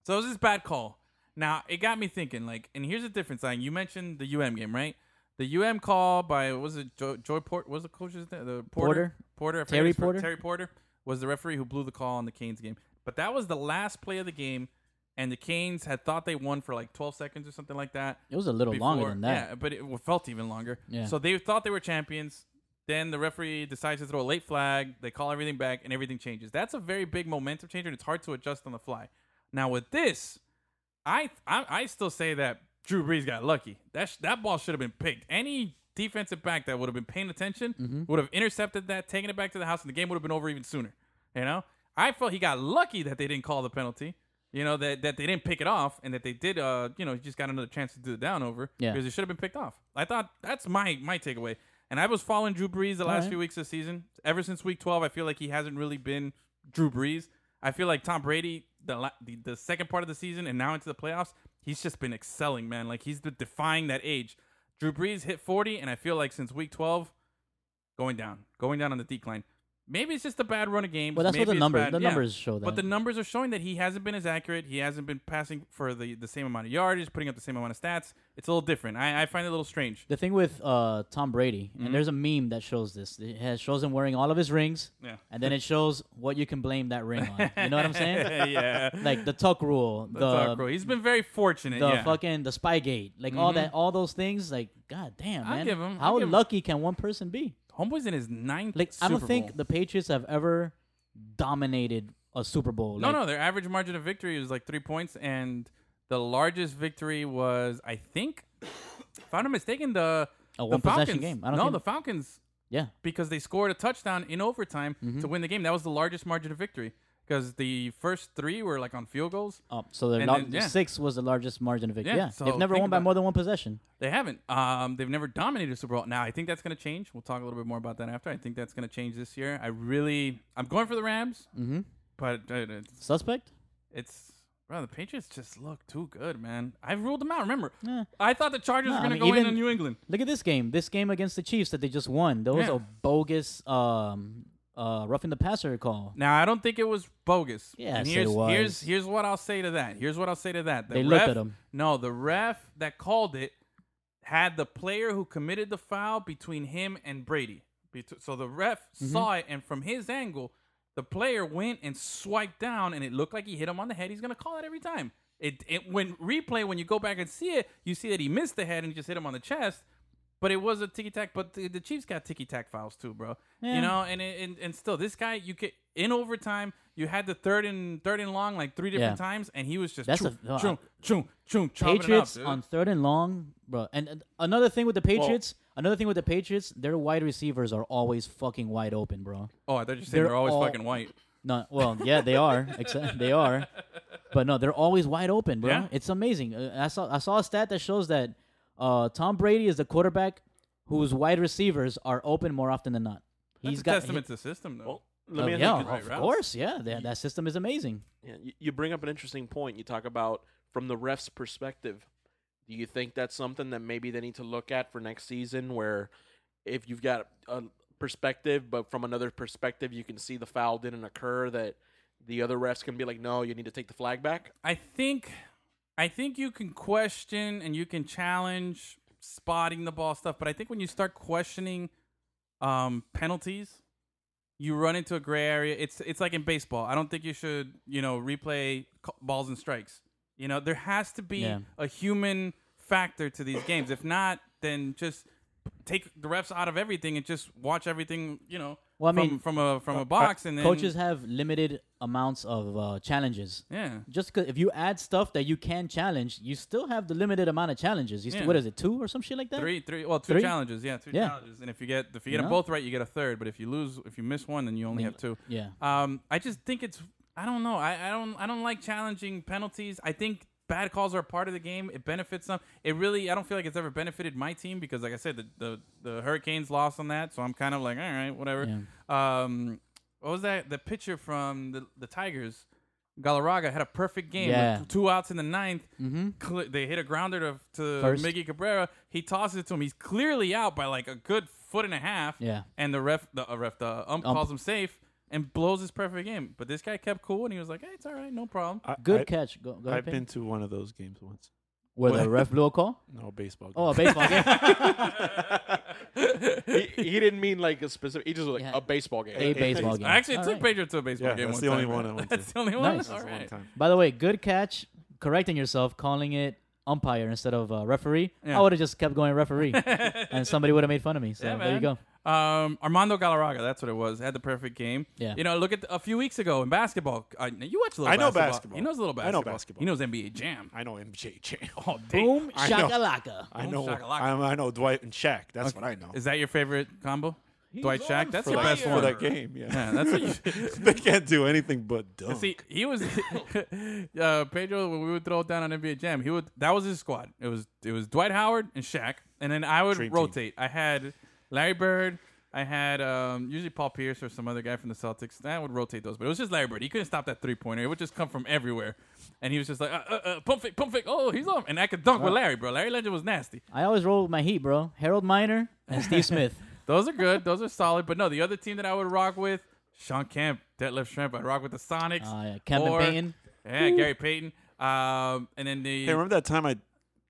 Speaker 2: so it was this bad call. Now it got me thinking. Like, and here's the difference. Like, you mentioned the UM game, right? The UM call by what was it Joy, Joy Port? What was the coach's name? The Porter. Porter. I forget
Speaker 4: Terry
Speaker 2: his fir-
Speaker 4: Porter?
Speaker 2: Terry Porter was the referee who blew the call on the Canes game. But that was the last play of the game, and the Canes had thought they won for like 12 seconds or something like that.
Speaker 4: It was a little longer
Speaker 2: before-
Speaker 4: than that.
Speaker 2: Yeah, but it felt even longer.
Speaker 4: Yeah.
Speaker 2: So they thought they were champions. Then the referee decides to throw a late flag. They call everything back, and everything changes. That's a very big momentum changer, and it's hard to adjust on the fly. Now with this, I I, I still say that Drew Brees got lucky. That sh- that ball should have been picked. Any defensive back that would have been paying attention would have intercepted that, taken it back to the house, and the game would have been over even sooner. You know, I felt he got lucky that they didn't call the penalty. You know that that they didn't pick it off, and that they did. Uh, you know, he just got another chance to do the down over
Speaker 4: Yeah.
Speaker 2: because it should have been picked off. I thought that's my my takeaway. And I was following Drew Brees the last
Speaker 4: right.
Speaker 2: few weeks this season. Ever since week twelve, I feel like he hasn't really been Drew Brees. I feel like Tom Brady the la- the, the second part of the season and now into the playoffs, he's just been excelling, man. Like he's been defying that age. Drew Brees hit forty, and I feel like since week twelve, going down, going down on the decline. Maybe it's just a bad run of games.
Speaker 4: Well, that's
Speaker 2: Maybe
Speaker 4: what the
Speaker 2: it's
Speaker 4: numbers-
Speaker 2: bad-
Speaker 4: the numbers show
Speaker 2: But
Speaker 4: that.
Speaker 2: the numbers are showing that he hasn't been as accurate. He hasn't been passing for the, the same amount of yardage, putting up the same amount of stats. It's a little different. I, I find it a little strange. [LAUGHS]
Speaker 4: The thing with uh, Tom Brady,
Speaker 2: Mm-hmm.
Speaker 4: and there's a meme that shows this. It has, shows him wearing all of his rings,
Speaker 2: Yeah.
Speaker 4: and then it shows what you can blame that ring on. You know what I'm
Speaker 2: [LAUGHS]
Speaker 4: saying?
Speaker 2: yeah.
Speaker 4: like the tuck rule, the
Speaker 2: That's all, bro. He's been very fortunate.
Speaker 4: the
Speaker 2: yeah. Mm-hmm.
Speaker 4: fucking the Spygate, like all that, all those things. Like, god damn,
Speaker 2: I'll
Speaker 4: man,
Speaker 2: give him- I'll
Speaker 4: how
Speaker 2: give him-
Speaker 4: lucky can one person be?
Speaker 2: Homeboy's in his ninth.
Speaker 4: Like, I
Speaker 2: Super
Speaker 4: don't think
Speaker 2: Bowl.
Speaker 4: the Patriots have ever dominated a Super Bowl.
Speaker 2: No,
Speaker 4: Like,
Speaker 2: no, their average margin of victory was like three points, and the largest victory was, I think, if I'm not mistaken, the
Speaker 4: A
Speaker 2: the
Speaker 4: one possession
Speaker 2: Falcons,
Speaker 4: game. I don't
Speaker 2: no,
Speaker 4: think-
Speaker 2: the Falcons
Speaker 4: Yeah.
Speaker 2: because they scored a touchdown in overtime
Speaker 4: Mm-hmm.
Speaker 2: to win the game. That was the largest margin of victory because the first three were like on field goals.
Speaker 4: Oh, so the
Speaker 2: And
Speaker 4: lar-
Speaker 2: then- yeah.
Speaker 4: six was the largest margin of victory.
Speaker 2: Yeah,
Speaker 4: Yeah,
Speaker 2: so
Speaker 4: they've never
Speaker 2: think
Speaker 4: won by
Speaker 2: about
Speaker 4: more than one possession.
Speaker 2: They haven't. Um, they've never dominated a Super Bowl. Now I think that's going to change. We'll talk a little bit more about that after. I think that's going to change this year. I really, I'm going for the Rams,
Speaker 4: Mm-hmm.
Speaker 2: but uh, it's,
Speaker 4: Suspect?
Speaker 2: it's bro, the Patriots just look too good, man. I ruled them out. Remember,
Speaker 4: Yeah.
Speaker 2: I thought the Chargers
Speaker 4: No,
Speaker 2: were
Speaker 4: I
Speaker 2: going
Speaker 4: mean,
Speaker 2: to go in
Speaker 4: even-
Speaker 2: in New England.
Speaker 4: Look at this game. This game against the Chiefs that they just won. There was
Speaker 2: Yeah.
Speaker 4: a bogus um, uh, roughing the passer call.
Speaker 2: Now I don't think it was bogus.
Speaker 4: Yes,
Speaker 2: and
Speaker 4: it
Speaker 2: here's,
Speaker 4: was.
Speaker 2: Here's here's what I'll say to that. Here's what I'll say to that. The
Speaker 4: They
Speaker 2: ref,
Speaker 4: looked at him.
Speaker 2: No, the ref that called it had the player who committed the foul between him and Brady. Bet- So the ref
Speaker 4: Mm-hmm.
Speaker 2: saw it, and from his angle, the player went and swiped down, and it looked like he hit him on the head. He's gonna call it every time. It, it when replay when you go back and see it, you see that he missed the head and he just hit him on the chest. But it was a ticky tack. But the, the Chiefs got ticky tack fouls too, bro. You
Speaker 4: Yeah.
Speaker 2: know, and, it- and and still this guy, you could in overtime, you had the third and third and long like three different
Speaker 4: Yeah.
Speaker 2: times, and he was just
Speaker 4: That's a-
Speaker 2: choom,
Speaker 4: no, I-
Speaker 2: choom, choom, choom, chomping it
Speaker 4: Patriots
Speaker 2: up, dude.
Speaker 4: on third and long, bro. And, and another thing with the Patriots, another thing with the Patriots, their wide receivers are always fucking wide open, bro.
Speaker 2: Oh, I thought you said they're,
Speaker 4: They're
Speaker 2: always
Speaker 4: all-
Speaker 2: fucking white.
Speaker 4: No, well, yeah, they are. [LAUGHS] Except they are, but no, they're always wide open, bro.
Speaker 2: Yeah.
Speaker 4: It's amazing. Uh, I saw I saw a stat that shows that uh, Tom Brady is the quarterback whose wide receivers are open more often than not.
Speaker 2: That's
Speaker 4: He's
Speaker 2: a
Speaker 4: got
Speaker 2: testament to the system, though.
Speaker 5: Let
Speaker 4: Uh,
Speaker 5: me ask you
Speaker 4: yeah,
Speaker 5: a-
Speaker 2: right
Speaker 4: of
Speaker 2: routes.
Speaker 4: course, yeah. That, that system is amazing.
Speaker 5: Yeah, you, you bring up an interesting point. You talk about from the ref's perspective. Do you think that's something that maybe they need to look at for next season? Where if you've got a perspective, but from another perspective, you can see the foul didn't occur, that the other refs can be like, no, you need to take the
Speaker 2: [LAUGHS]
Speaker 5: flag back?
Speaker 2: I think, I think you can question and you can challenge spotting the ball stuff, but I think when you start questioning um, penalties, you run into a gray area. It's it's like in baseball. I don't think you should you know replay ca- balls and strikes. You know there has to be
Speaker 4: Yeah.
Speaker 2: a human factor to these games. If not, then just take the refs out of everything and just watch everything. You know,
Speaker 4: Well, I
Speaker 2: from,
Speaker 4: mean, uh,
Speaker 2: from a from a box and then
Speaker 4: Coaches have limited amounts of uh, challenges.
Speaker 2: yeah.
Speaker 4: Just 'cause if you add stuff that you can challenge, you still have the limited amount of challenges. You
Speaker 2: Yeah.
Speaker 4: still, what is it, two or some shit like that?
Speaker 2: Three, three. Well, two
Speaker 4: Three?
Speaker 2: challenges. Yeah, two
Speaker 4: Yeah.
Speaker 2: challenges. And if you get if you get
Speaker 4: You
Speaker 2: them
Speaker 4: know?
Speaker 2: both right, you get a third. But if you lose, if you miss one, then you only have two.
Speaker 4: Yeah.
Speaker 2: Um, I just think it's. I don't know. I, I don't. I don't like challenging penalties. I think bad calls are a part of the game. It benefits them. It really. I don't feel like it's ever benefited my team because, like I said, the the, the Hurricanes lost on that. So I'm kind of like, all right, whatever. Um, what was that? The pitcher from the the Tigers. Galarraga had a perfect game
Speaker 4: Yeah. Mm-hmm.
Speaker 2: with two outs in the ninth. Cle- they hit a grounder to, to
Speaker 4: First.
Speaker 2: Miggy Cabrera. He tosses it to him. He's clearly out by like a good foot and a half.
Speaker 4: Yeah.
Speaker 2: And the ref, the uh, ref, the ump,
Speaker 4: Ump.
Speaker 2: calls him safe and blows his perfect game. But this guy kept cool and he was like, "Hey, it's all right, no problem."
Speaker 6: I,
Speaker 4: Good
Speaker 6: I,
Speaker 4: catch. Go, go ahead,
Speaker 6: I've
Speaker 4: Peyton.
Speaker 6: been to one of those games once.
Speaker 4: Where the ref blew a call?
Speaker 6: No baseball. Game.
Speaker 4: Oh, a [LAUGHS]
Speaker 2: [LAUGHS]
Speaker 4: baseball game.
Speaker 5: he, he didn't mean like a specific, he just was like
Speaker 4: Yeah.
Speaker 5: a baseball game.
Speaker 4: A baseball game.
Speaker 2: I actually
Speaker 4: All
Speaker 2: took
Speaker 4: right.
Speaker 2: Pedro to a baseball
Speaker 6: Yeah,
Speaker 2: game.
Speaker 6: that's
Speaker 2: one
Speaker 6: the only
Speaker 2: time.
Speaker 6: one
Speaker 2: [LAUGHS]
Speaker 6: I went
Speaker 2: That's
Speaker 6: to.
Speaker 2: the only one.
Speaker 4: Nice.
Speaker 2: All
Speaker 6: That's a long
Speaker 2: right.
Speaker 6: time.
Speaker 4: By the way, good catch. Correcting yourself, calling it umpire instead of uh, referee.
Speaker 2: Yeah.
Speaker 4: I would have just kept
Speaker 2: [LAUGHS]
Speaker 4: going referee, and somebody would have made fun of me. So
Speaker 2: Yeah,
Speaker 4: there you
Speaker 2: man.
Speaker 4: go.
Speaker 2: Um, Armando Galarraga, that's what it was. Had the perfect game.
Speaker 4: Yeah.
Speaker 2: You know, look at the, a few weeks ago in basketball. Uh, you watch a little.
Speaker 6: I know
Speaker 2: basketball.
Speaker 6: basketball.
Speaker 2: He knows a little
Speaker 6: I
Speaker 2: basketball.
Speaker 6: know basketball.
Speaker 2: He knows NBA Jam.
Speaker 6: I know MJJ.
Speaker 2: [LAUGHS]
Speaker 6: [LAUGHS]
Speaker 2: Oh, damn.
Speaker 4: Boom,
Speaker 6: I know.
Speaker 4: shakalaka.
Speaker 6: I
Speaker 2: Boom
Speaker 6: know.
Speaker 2: shakalaka.
Speaker 6: I'm, I know Dwight and Shaq. That's what I know.
Speaker 2: Is that your favorite combo? Dwight Shack? That's your best
Speaker 6: for
Speaker 2: one.
Speaker 6: that game. Yeah.
Speaker 2: Yeah, that's what you
Speaker 6: [LAUGHS] they can't do anything but dunk.
Speaker 2: see. He was [LAUGHS] uh, Pedro when we would throw it down on NBA Jam. He would that was his squad. It was it was Dwight Howard and Shaq, and then I would
Speaker 6: Dream team.
Speaker 2: rotate. I had Larry Bird. I had um, usually Paul Pierce or some other guy from the Celtics. I would rotate those, but it was just Larry Bird. He couldn't stop that three pointer. It would just come from everywhere, and he was just like uh, uh, uh, pump fake, pump fake. Oh, he's off, and I could dunk with Larry, bro. Larry Legend was nasty.
Speaker 4: I always roll with my heat, bro. Harold Miner
Speaker 2: [LAUGHS]
Speaker 4: and Steve Smith.
Speaker 2: Those are good. Those are solid. But no, the other team that I would rock with, Sean Kemp, Detlef Shrimp. I'd rock with the Sonics.
Speaker 4: Ah, yeah. Kevin
Speaker 2: or-
Speaker 4: Payton.
Speaker 2: Yeah, Gary Payton. Um, and then the
Speaker 6: Hey, remember that time I,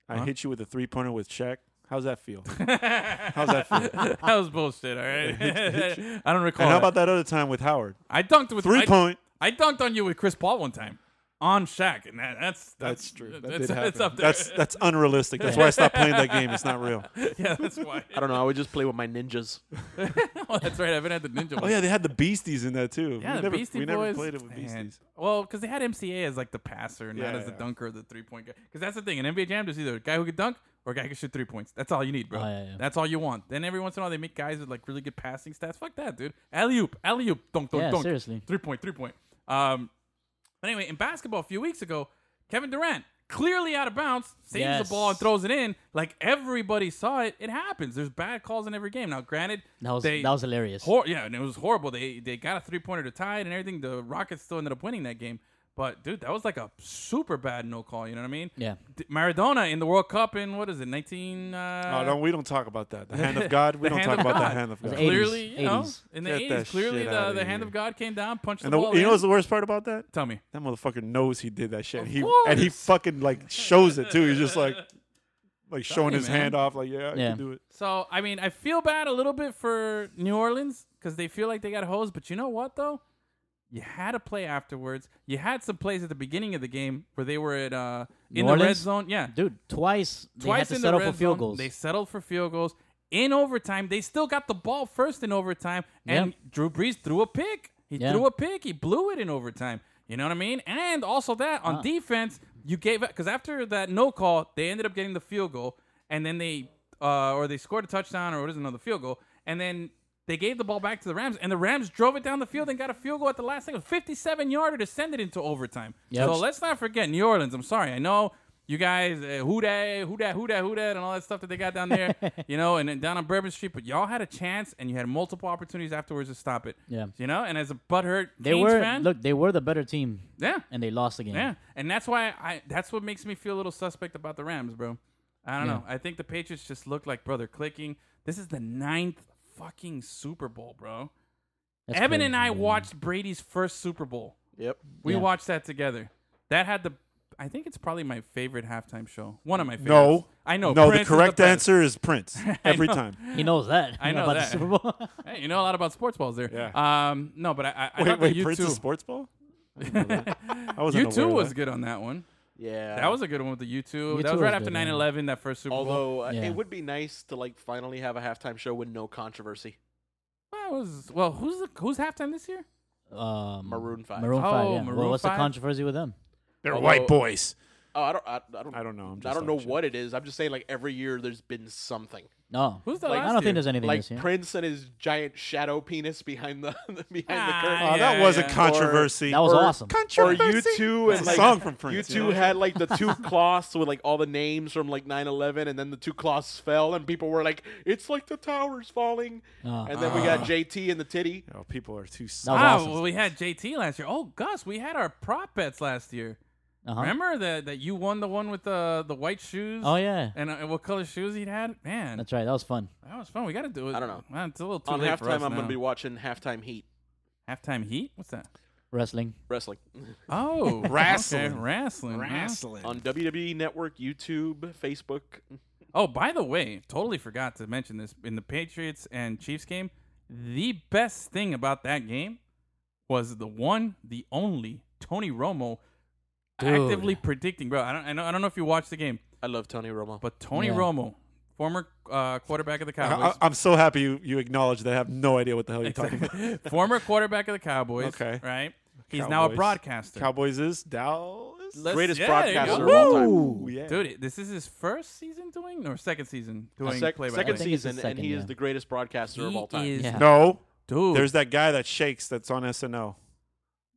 Speaker 6: I
Speaker 2: Huh?
Speaker 6: hit you with a three pointer with Shaq? How's
Speaker 2: [LAUGHS]
Speaker 6: that feel? How's that feel? [LAUGHS] and
Speaker 2: [LAUGHS] that was bullshit. All
Speaker 6: [LAUGHS]
Speaker 2: right, I don't recall.
Speaker 6: how
Speaker 2: that.
Speaker 6: about that other time with Howard?
Speaker 2: I dunked with
Speaker 6: Three
Speaker 2: I,
Speaker 6: point.
Speaker 2: I dunked on you with Chris Paul one time. on Shaq, and that, that's,
Speaker 6: That's true.
Speaker 2: [LAUGHS]
Speaker 6: That
Speaker 2: that's,
Speaker 6: did happen.
Speaker 2: that's up there.
Speaker 6: That's that's unrealistic. That's why I stopped playing that game. It's not real.
Speaker 2: [LAUGHS] yeah, that's
Speaker 6: [LAUGHS]
Speaker 2: why.
Speaker 5: I don't know. I would just play with my ninjas.
Speaker 2: oh, [LAUGHS] that's right. I haven't had the ninja.
Speaker 6: Oh yeah, they had the Beasties in that too.
Speaker 2: Yeah,
Speaker 6: we
Speaker 2: the
Speaker 6: never,
Speaker 2: Beastie
Speaker 6: we
Speaker 2: Boys.
Speaker 6: never played it with
Speaker 2: Man.
Speaker 6: Beasties.
Speaker 2: Well, because they had MCA as like the passer, not
Speaker 6: Yeah,
Speaker 2: as the
Speaker 6: yeah.
Speaker 2: dunker or the three point guy. Because that's the thing in NBA Jam, there's either a guy who can dunk or a guy who can shoot three points. That's all you need, bro.
Speaker 4: Oh, yeah, yeah.
Speaker 2: That's all you want. Then every once in a while they make guys with like really good passing stats. Fuck that, dude. Alley oop, alley oop, dunk, dunk,
Speaker 4: Yeah,
Speaker 2: dunk.
Speaker 4: seriously.
Speaker 2: Three point, three point. Um, but anyway, in basketball, a few weeks ago, Kevin Durant clearly out of bounds, saves
Speaker 4: Yes.
Speaker 2: the ball and throws it in. Like everybody saw it. It happens. There's bad calls in every game. Now, granted,
Speaker 4: That was
Speaker 2: they-
Speaker 4: that was hilarious.
Speaker 2: Hor- yeah, and it was horrible. They they got a three pointer to tie it and everything. The Rockets still ended up winning that game. But dude, that was like a super bad no call. You know what I mean?
Speaker 4: Yeah.
Speaker 2: D- Maradona in the World Cup in what is it, nineteen? Uh,
Speaker 6: Oh, don't we don't talk about that. The
Speaker 2: [LAUGHS]
Speaker 6: hand of God. We
Speaker 2: the
Speaker 6: don't
Speaker 2: hand
Speaker 6: talk
Speaker 2: of
Speaker 6: about the
Speaker 2: God.
Speaker 6: hand of
Speaker 4: It was
Speaker 6: God.
Speaker 4: eight-
Speaker 2: clearly, you know,
Speaker 4: 80s.
Speaker 2: in the
Speaker 6: Get that
Speaker 2: eighties, clearly
Speaker 6: shit
Speaker 2: the,
Speaker 6: outta
Speaker 2: the hand
Speaker 6: here.
Speaker 2: of God came down, punched
Speaker 6: And
Speaker 2: the
Speaker 6: the,
Speaker 2: ball.
Speaker 6: you know
Speaker 2: in.
Speaker 6: what's the worst part about that?
Speaker 2: Tell me.
Speaker 6: That motherfucker knows he did that shit.
Speaker 2: Of
Speaker 6: He and he
Speaker 2: course.
Speaker 6: fucking like shows it too. He's just like like showing
Speaker 2: you,
Speaker 6: his
Speaker 2: man.
Speaker 6: hand off, like yeah, I
Speaker 4: Yeah.
Speaker 6: can do it.
Speaker 2: So I mean, I feel bad a little bit for New Orleans because they feel like they got hosed. But you know what though? You had a play afterwards. You had some plays at the beginning of the game where they were at uh, in
Speaker 4: New
Speaker 2: the red
Speaker 4: Orleans?
Speaker 2: zone. Yeah,
Speaker 4: Dude, twice they
Speaker 2: twice
Speaker 4: had to
Speaker 2: in
Speaker 4: settle
Speaker 2: the red
Speaker 4: for field
Speaker 2: zone,
Speaker 4: goals.
Speaker 2: They settled for field goals in overtime. They still got the ball first in overtime, and
Speaker 4: Yeah.
Speaker 2: Drew Brees threw a pick. He
Speaker 4: Yeah.
Speaker 2: threw a pick. He blew it in overtime. You know what I mean? And also that on defense, you gave up because after that no call, they ended up getting the field goal, and then they uh, or they scored a touchdown or it was another field goal, and then. They gave the ball back to the Rams, and the Rams drove it down the field and got a field goal at the last second, 57 yarder to send it into overtime.
Speaker 4: Yep.
Speaker 2: So let's not forget New Orleans. I'm sorry. I know you guys, uh, who that, who that, who that, who that, and all that stuff that they got down
Speaker 4: [LAUGHS]
Speaker 2: there, you know, and then down on Bourbon Street. But y'all had a chance, and you had multiple opportunities afterwards to stop it.
Speaker 4: Yeah.
Speaker 2: You know, and as a butthurt
Speaker 4: They
Speaker 2: Canes
Speaker 4: were
Speaker 2: fan,
Speaker 4: look, they were the better team
Speaker 2: yeah,
Speaker 4: and they lost the game.
Speaker 2: yeah, and that's why I. That's what makes me feel a little suspect about the Rams, bro. I don't
Speaker 4: Yeah.
Speaker 2: know. I think the Patriots just look like brother clicking. This is the ninth fucking Super Bowl, bro.
Speaker 4: That's
Speaker 2: Evan
Speaker 4: crazy,
Speaker 2: and I
Speaker 4: man.
Speaker 2: watched Brady's first Super Bowl.
Speaker 5: Yep.
Speaker 2: We
Speaker 4: Yeah.
Speaker 2: watched that together. That had the. I think it's probably my favorite halftime show. One of my favorites.
Speaker 6: No.
Speaker 2: I know.
Speaker 6: No,
Speaker 2: Prince is
Speaker 6: the correct
Speaker 2: best.
Speaker 6: answer is [LAUGHS] Prince. Every
Speaker 2: know.
Speaker 6: time.
Speaker 4: He knows that.
Speaker 2: [LAUGHS] I know
Speaker 4: [LAUGHS] about
Speaker 2: that.
Speaker 4: the Super Bowl. [LAUGHS]
Speaker 2: Hey, you know a lot about sports balls there.
Speaker 6: Yeah.
Speaker 2: Um, no, but I, I, I
Speaker 6: Wait,
Speaker 2: thought that
Speaker 6: wait,
Speaker 2: you
Speaker 6: Prince
Speaker 2: too.
Speaker 6: is sports ball? I didn't know
Speaker 2: [LAUGHS]
Speaker 6: that. I wasn't
Speaker 2: You too
Speaker 6: aware of
Speaker 2: was
Speaker 6: that.
Speaker 2: good on that one.
Speaker 5: Yeah.
Speaker 2: That was a good one with the U two.
Speaker 4: U
Speaker 2: That
Speaker 4: two
Speaker 2: was right
Speaker 4: was
Speaker 2: after
Speaker 4: good, yeah.
Speaker 2: 9-11, That first Super Bowl.
Speaker 5: Although uh,
Speaker 4: Yeah.
Speaker 5: it would be nice to like finally have a halftime show with no controversy.
Speaker 2: That was well. Who's the, who's halftime this year?
Speaker 4: Um,
Speaker 5: Maroon five.
Speaker 4: Maroon
Speaker 2: Oh,
Speaker 4: Five. Yeah.
Speaker 2: Maroon
Speaker 4: well, what's
Speaker 2: five?
Speaker 4: the controversy with them?
Speaker 6: They're
Speaker 5: Although-
Speaker 6: white boys.
Speaker 5: Oh, I don't. I, I don't.
Speaker 6: I don't know. I'm
Speaker 5: I
Speaker 6: just
Speaker 5: don't know
Speaker 6: talking
Speaker 5: what it is. I'm just saying like every year there's been something.
Speaker 4: No.
Speaker 2: Who's the
Speaker 4: I
Speaker 2: last
Speaker 4: don't
Speaker 2: year?
Speaker 4: think there's anything
Speaker 5: like
Speaker 4: this year.
Speaker 5: Prince and his giant shadow penis behind the [LAUGHS] behind
Speaker 2: Ah,
Speaker 5: the
Speaker 6: shit.
Speaker 5: curtain.
Speaker 6: Oh,
Speaker 2: Yeah,
Speaker 6: that was
Speaker 2: yeah.
Speaker 6: a controversy.
Speaker 4: that was
Speaker 5: or
Speaker 4: awesome.
Speaker 5: Or
Speaker 6: controversy.
Speaker 5: you two
Speaker 6: That's
Speaker 5: and
Speaker 6: a
Speaker 5: like
Speaker 6: song from Prince.
Speaker 5: you two had like the two cloths with like all the names from like 9/11, and then the two cloths fell, and people were like, "It's like the towers falling."
Speaker 4: Uh,
Speaker 5: and then we got JT and the titty.
Speaker 6: Oh, people are too.
Speaker 4: was
Speaker 2: ah,
Speaker 4: awesome.
Speaker 2: well, we had JT last year. Oh, Gus, we had our prop bets last year.
Speaker 4: Uh-huh.
Speaker 2: Remember that that you won the one with the the white shoes.
Speaker 4: Oh yeah.
Speaker 2: And, uh, and what color shoes he'd had? Man,
Speaker 4: That's right. That was fun.
Speaker 2: that was fun. We got to do it.
Speaker 5: I don't know.
Speaker 2: Man, it's a little too
Speaker 5: On
Speaker 2: late for
Speaker 5: halftime,
Speaker 2: us
Speaker 5: I'm
Speaker 2: now.
Speaker 5: gonna be watching halftime heat
Speaker 2: halftime heat. What's
Speaker 5: [LAUGHS]
Speaker 2: that? [LAUGHS]
Speaker 4: Wrestling.
Speaker 5: wrestling
Speaker 2: Oh,
Speaker 6: Wrestling.
Speaker 2: okay, wrestling, huh?
Speaker 5: on WWE Network, YouTube, Facebook.
Speaker 2: Oh, by the way, totally forgot to mention this in the Patriots and Chiefs game. The best thing about that game was the one, the only Tony Romo actively predicting, bro. I don't, I, know, I don't know if you watched the game,
Speaker 5: I love Tony Romo.
Speaker 2: but Tony
Speaker 4: Yeah.
Speaker 2: Romo, former uh, quarterback
Speaker 5: [LAUGHS]
Speaker 2: of the
Speaker 6: I,
Speaker 2: Cowboys,
Speaker 6: I- I'm so happy you, you acknowledge that. I have no idea what the hell you're talking about. [LAUGHS]
Speaker 2: [LAUGHS] former quarterback of the Cowboys.
Speaker 6: Okay.
Speaker 2: right. He's now a
Speaker 6: Cowboys.
Speaker 2: broadcaster.
Speaker 6: Cowboys is Dallas.
Speaker 2: Let's-
Speaker 5: Greatest
Speaker 2: yeah, there you
Speaker 5: broadcaster
Speaker 2: go.
Speaker 5: of all time.
Speaker 6: Ooh,
Speaker 4: [LAUGHS]
Speaker 6: yeah.
Speaker 2: Dude, it- this is his first season doing or second season doing
Speaker 5: Sec-
Speaker 2: play by
Speaker 5: second
Speaker 2: play.
Speaker 4: think it's
Speaker 5: season,
Speaker 4: his
Speaker 5: and
Speaker 4: second,
Speaker 5: he
Speaker 4: yeah.
Speaker 5: is the greatest broadcaster of all time.
Speaker 2: He is-
Speaker 4: Yeah.
Speaker 6: No,
Speaker 2: [LAUGHS] dude.
Speaker 6: there's that guy that shakes that's on SNL.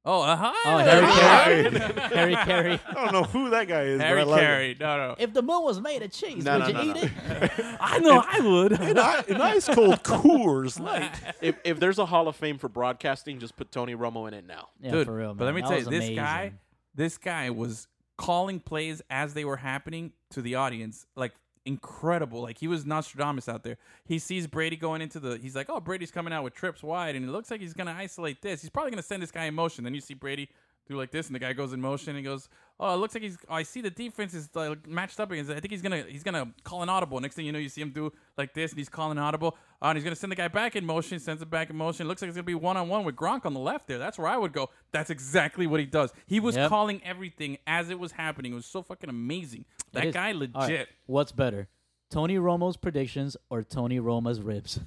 Speaker 2: oh, uh-huh.
Speaker 4: Oh, Harry Carey.
Speaker 6: [LAUGHS] I
Speaker 4: Harry Carey.
Speaker 2: [LAUGHS]
Speaker 6: don't know who that guy is.
Speaker 2: Harry
Speaker 6: but I love him.
Speaker 2: Carey. No, no.
Speaker 4: If the moon was made of cheese,
Speaker 5: No,
Speaker 4: would
Speaker 5: no,
Speaker 4: you
Speaker 5: no,
Speaker 4: eat
Speaker 5: no.
Speaker 4: it?
Speaker 5: [LAUGHS]
Speaker 2: I know I
Speaker 4: [LAUGHS]
Speaker 2: would.
Speaker 6: An, i- an ice cold Coors
Speaker 2: [LAUGHS]
Speaker 6: Light.
Speaker 5: [LAUGHS] if, if there's a Hall of Fame for broadcasting, just put Tony Romo in it now.
Speaker 4: Yeah,
Speaker 2: Dude,
Speaker 4: for real. Man.
Speaker 2: But let me
Speaker 4: That
Speaker 2: tell you,
Speaker 4: was
Speaker 2: this guy,
Speaker 4: amazing.
Speaker 2: this guy was calling plays as they were happening to the audience, like incredible. Like he was Nostradamus out there. He sees Brady going into the. He's like, oh, Brady's coming out with trips wide, and it looks like he's gonna isolate this. He's probably gonna send this guy in motion. Then you see Brady. do like this, and the guy goes in motion and goes, "Oh, it looks like he's. Oh, I see the defense is like matched up against. it. I think he's gonna he's gonna call an audible. Next thing you know, you see him do like this, and he's calling an audible. Uh, and he's gonna send the guy back in motion. Sends it back in motion. Looks like it's gonna be one on one with Gronk on the left there. That's where I would go. That's exactly what he does. He was
Speaker 4: Yep.
Speaker 2: calling everything as it was happening. It was so fucking amazing. That
Speaker 4: is-
Speaker 2: guy
Speaker 4: All right,
Speaker 2: legit.
Speaker 4: What's better, Tony Romo's predictions or Tony Romo's ribs?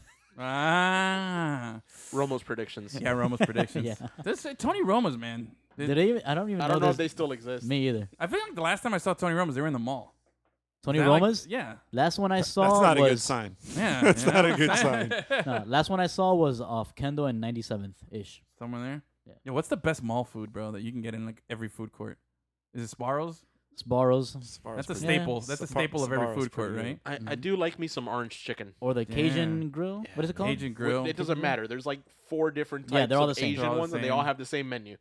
Speaker 2: Ah,
Speaker 5: Romo's predictions.
Speaker 2: yeah, Roma's predictions.
Speaker 4: [LAUGHS] Yeah.
Speaker 2: This uh, Tony Roma's man.
Speaker 4: Did they? even- I don't even
Speaker 5: I don't know
Speaker 4: know
Speaker 5: if they
Speaker 4: this.
Speaker 5: still exist.
Speaker 4: Me either.
Speaker 2: I feel like the last time I saw Tony Roma's, they were in the mall.
Speaker 4: Tony
Speaker 2: Is that like-
Speaker 4: Romo's. [LAUGHS]
Speaker 2: yeah,
Speaker 4: Last one I saw
Speaker 6: That's not a
Speaker 4: was
Speaker 6: good sign.
Speaker 2: yeah.
Speaker 6: [LAUGHS] That's
Speaker 2: you know?
Speaker 6: not a
Speaker 2: [LAUGHS]
Speaker 6: good sign.
Speaker 4: no, last one I saw was off Kendall and 97th ish.
Speaker 2: Somewhere there. Yeah.
Speaker 4: Yeah.
Speaker 2: What's the best mall food, bro, that you can get in like every food court? Is it Sparrows?
Speaker 4: Sparrows
Speaker 2: That's a
Speaker 4: pretty
Speaker 2: staple.
Speaker 4: good.
Speaker 2: That's a
Speaker 6: Spar-
Speaker 2: staple of every
Speaker 6: Sparrow's
Speaker 2: food court,
Speaker 6: pretty good.
Speaker 2: right?
Speaker 5: I,
Speaker 4: Mm-hmm.
Speaker 5: I do like me some orange chicken.
Speaker 4: or the Cajun grill. What is it called?
Speaker 2: Cajun grill.
Speaker 5: It doesn't matter. There's like four different types
Speaker 4: Yeah, they're all
Speaker 5: of
Speaker 4: the same.
Speaker 5: Asian
Speaker 2: They're all the
Speaker 5: ones, and they
Speaker 2: same.
Speaker 5: all have the same menu.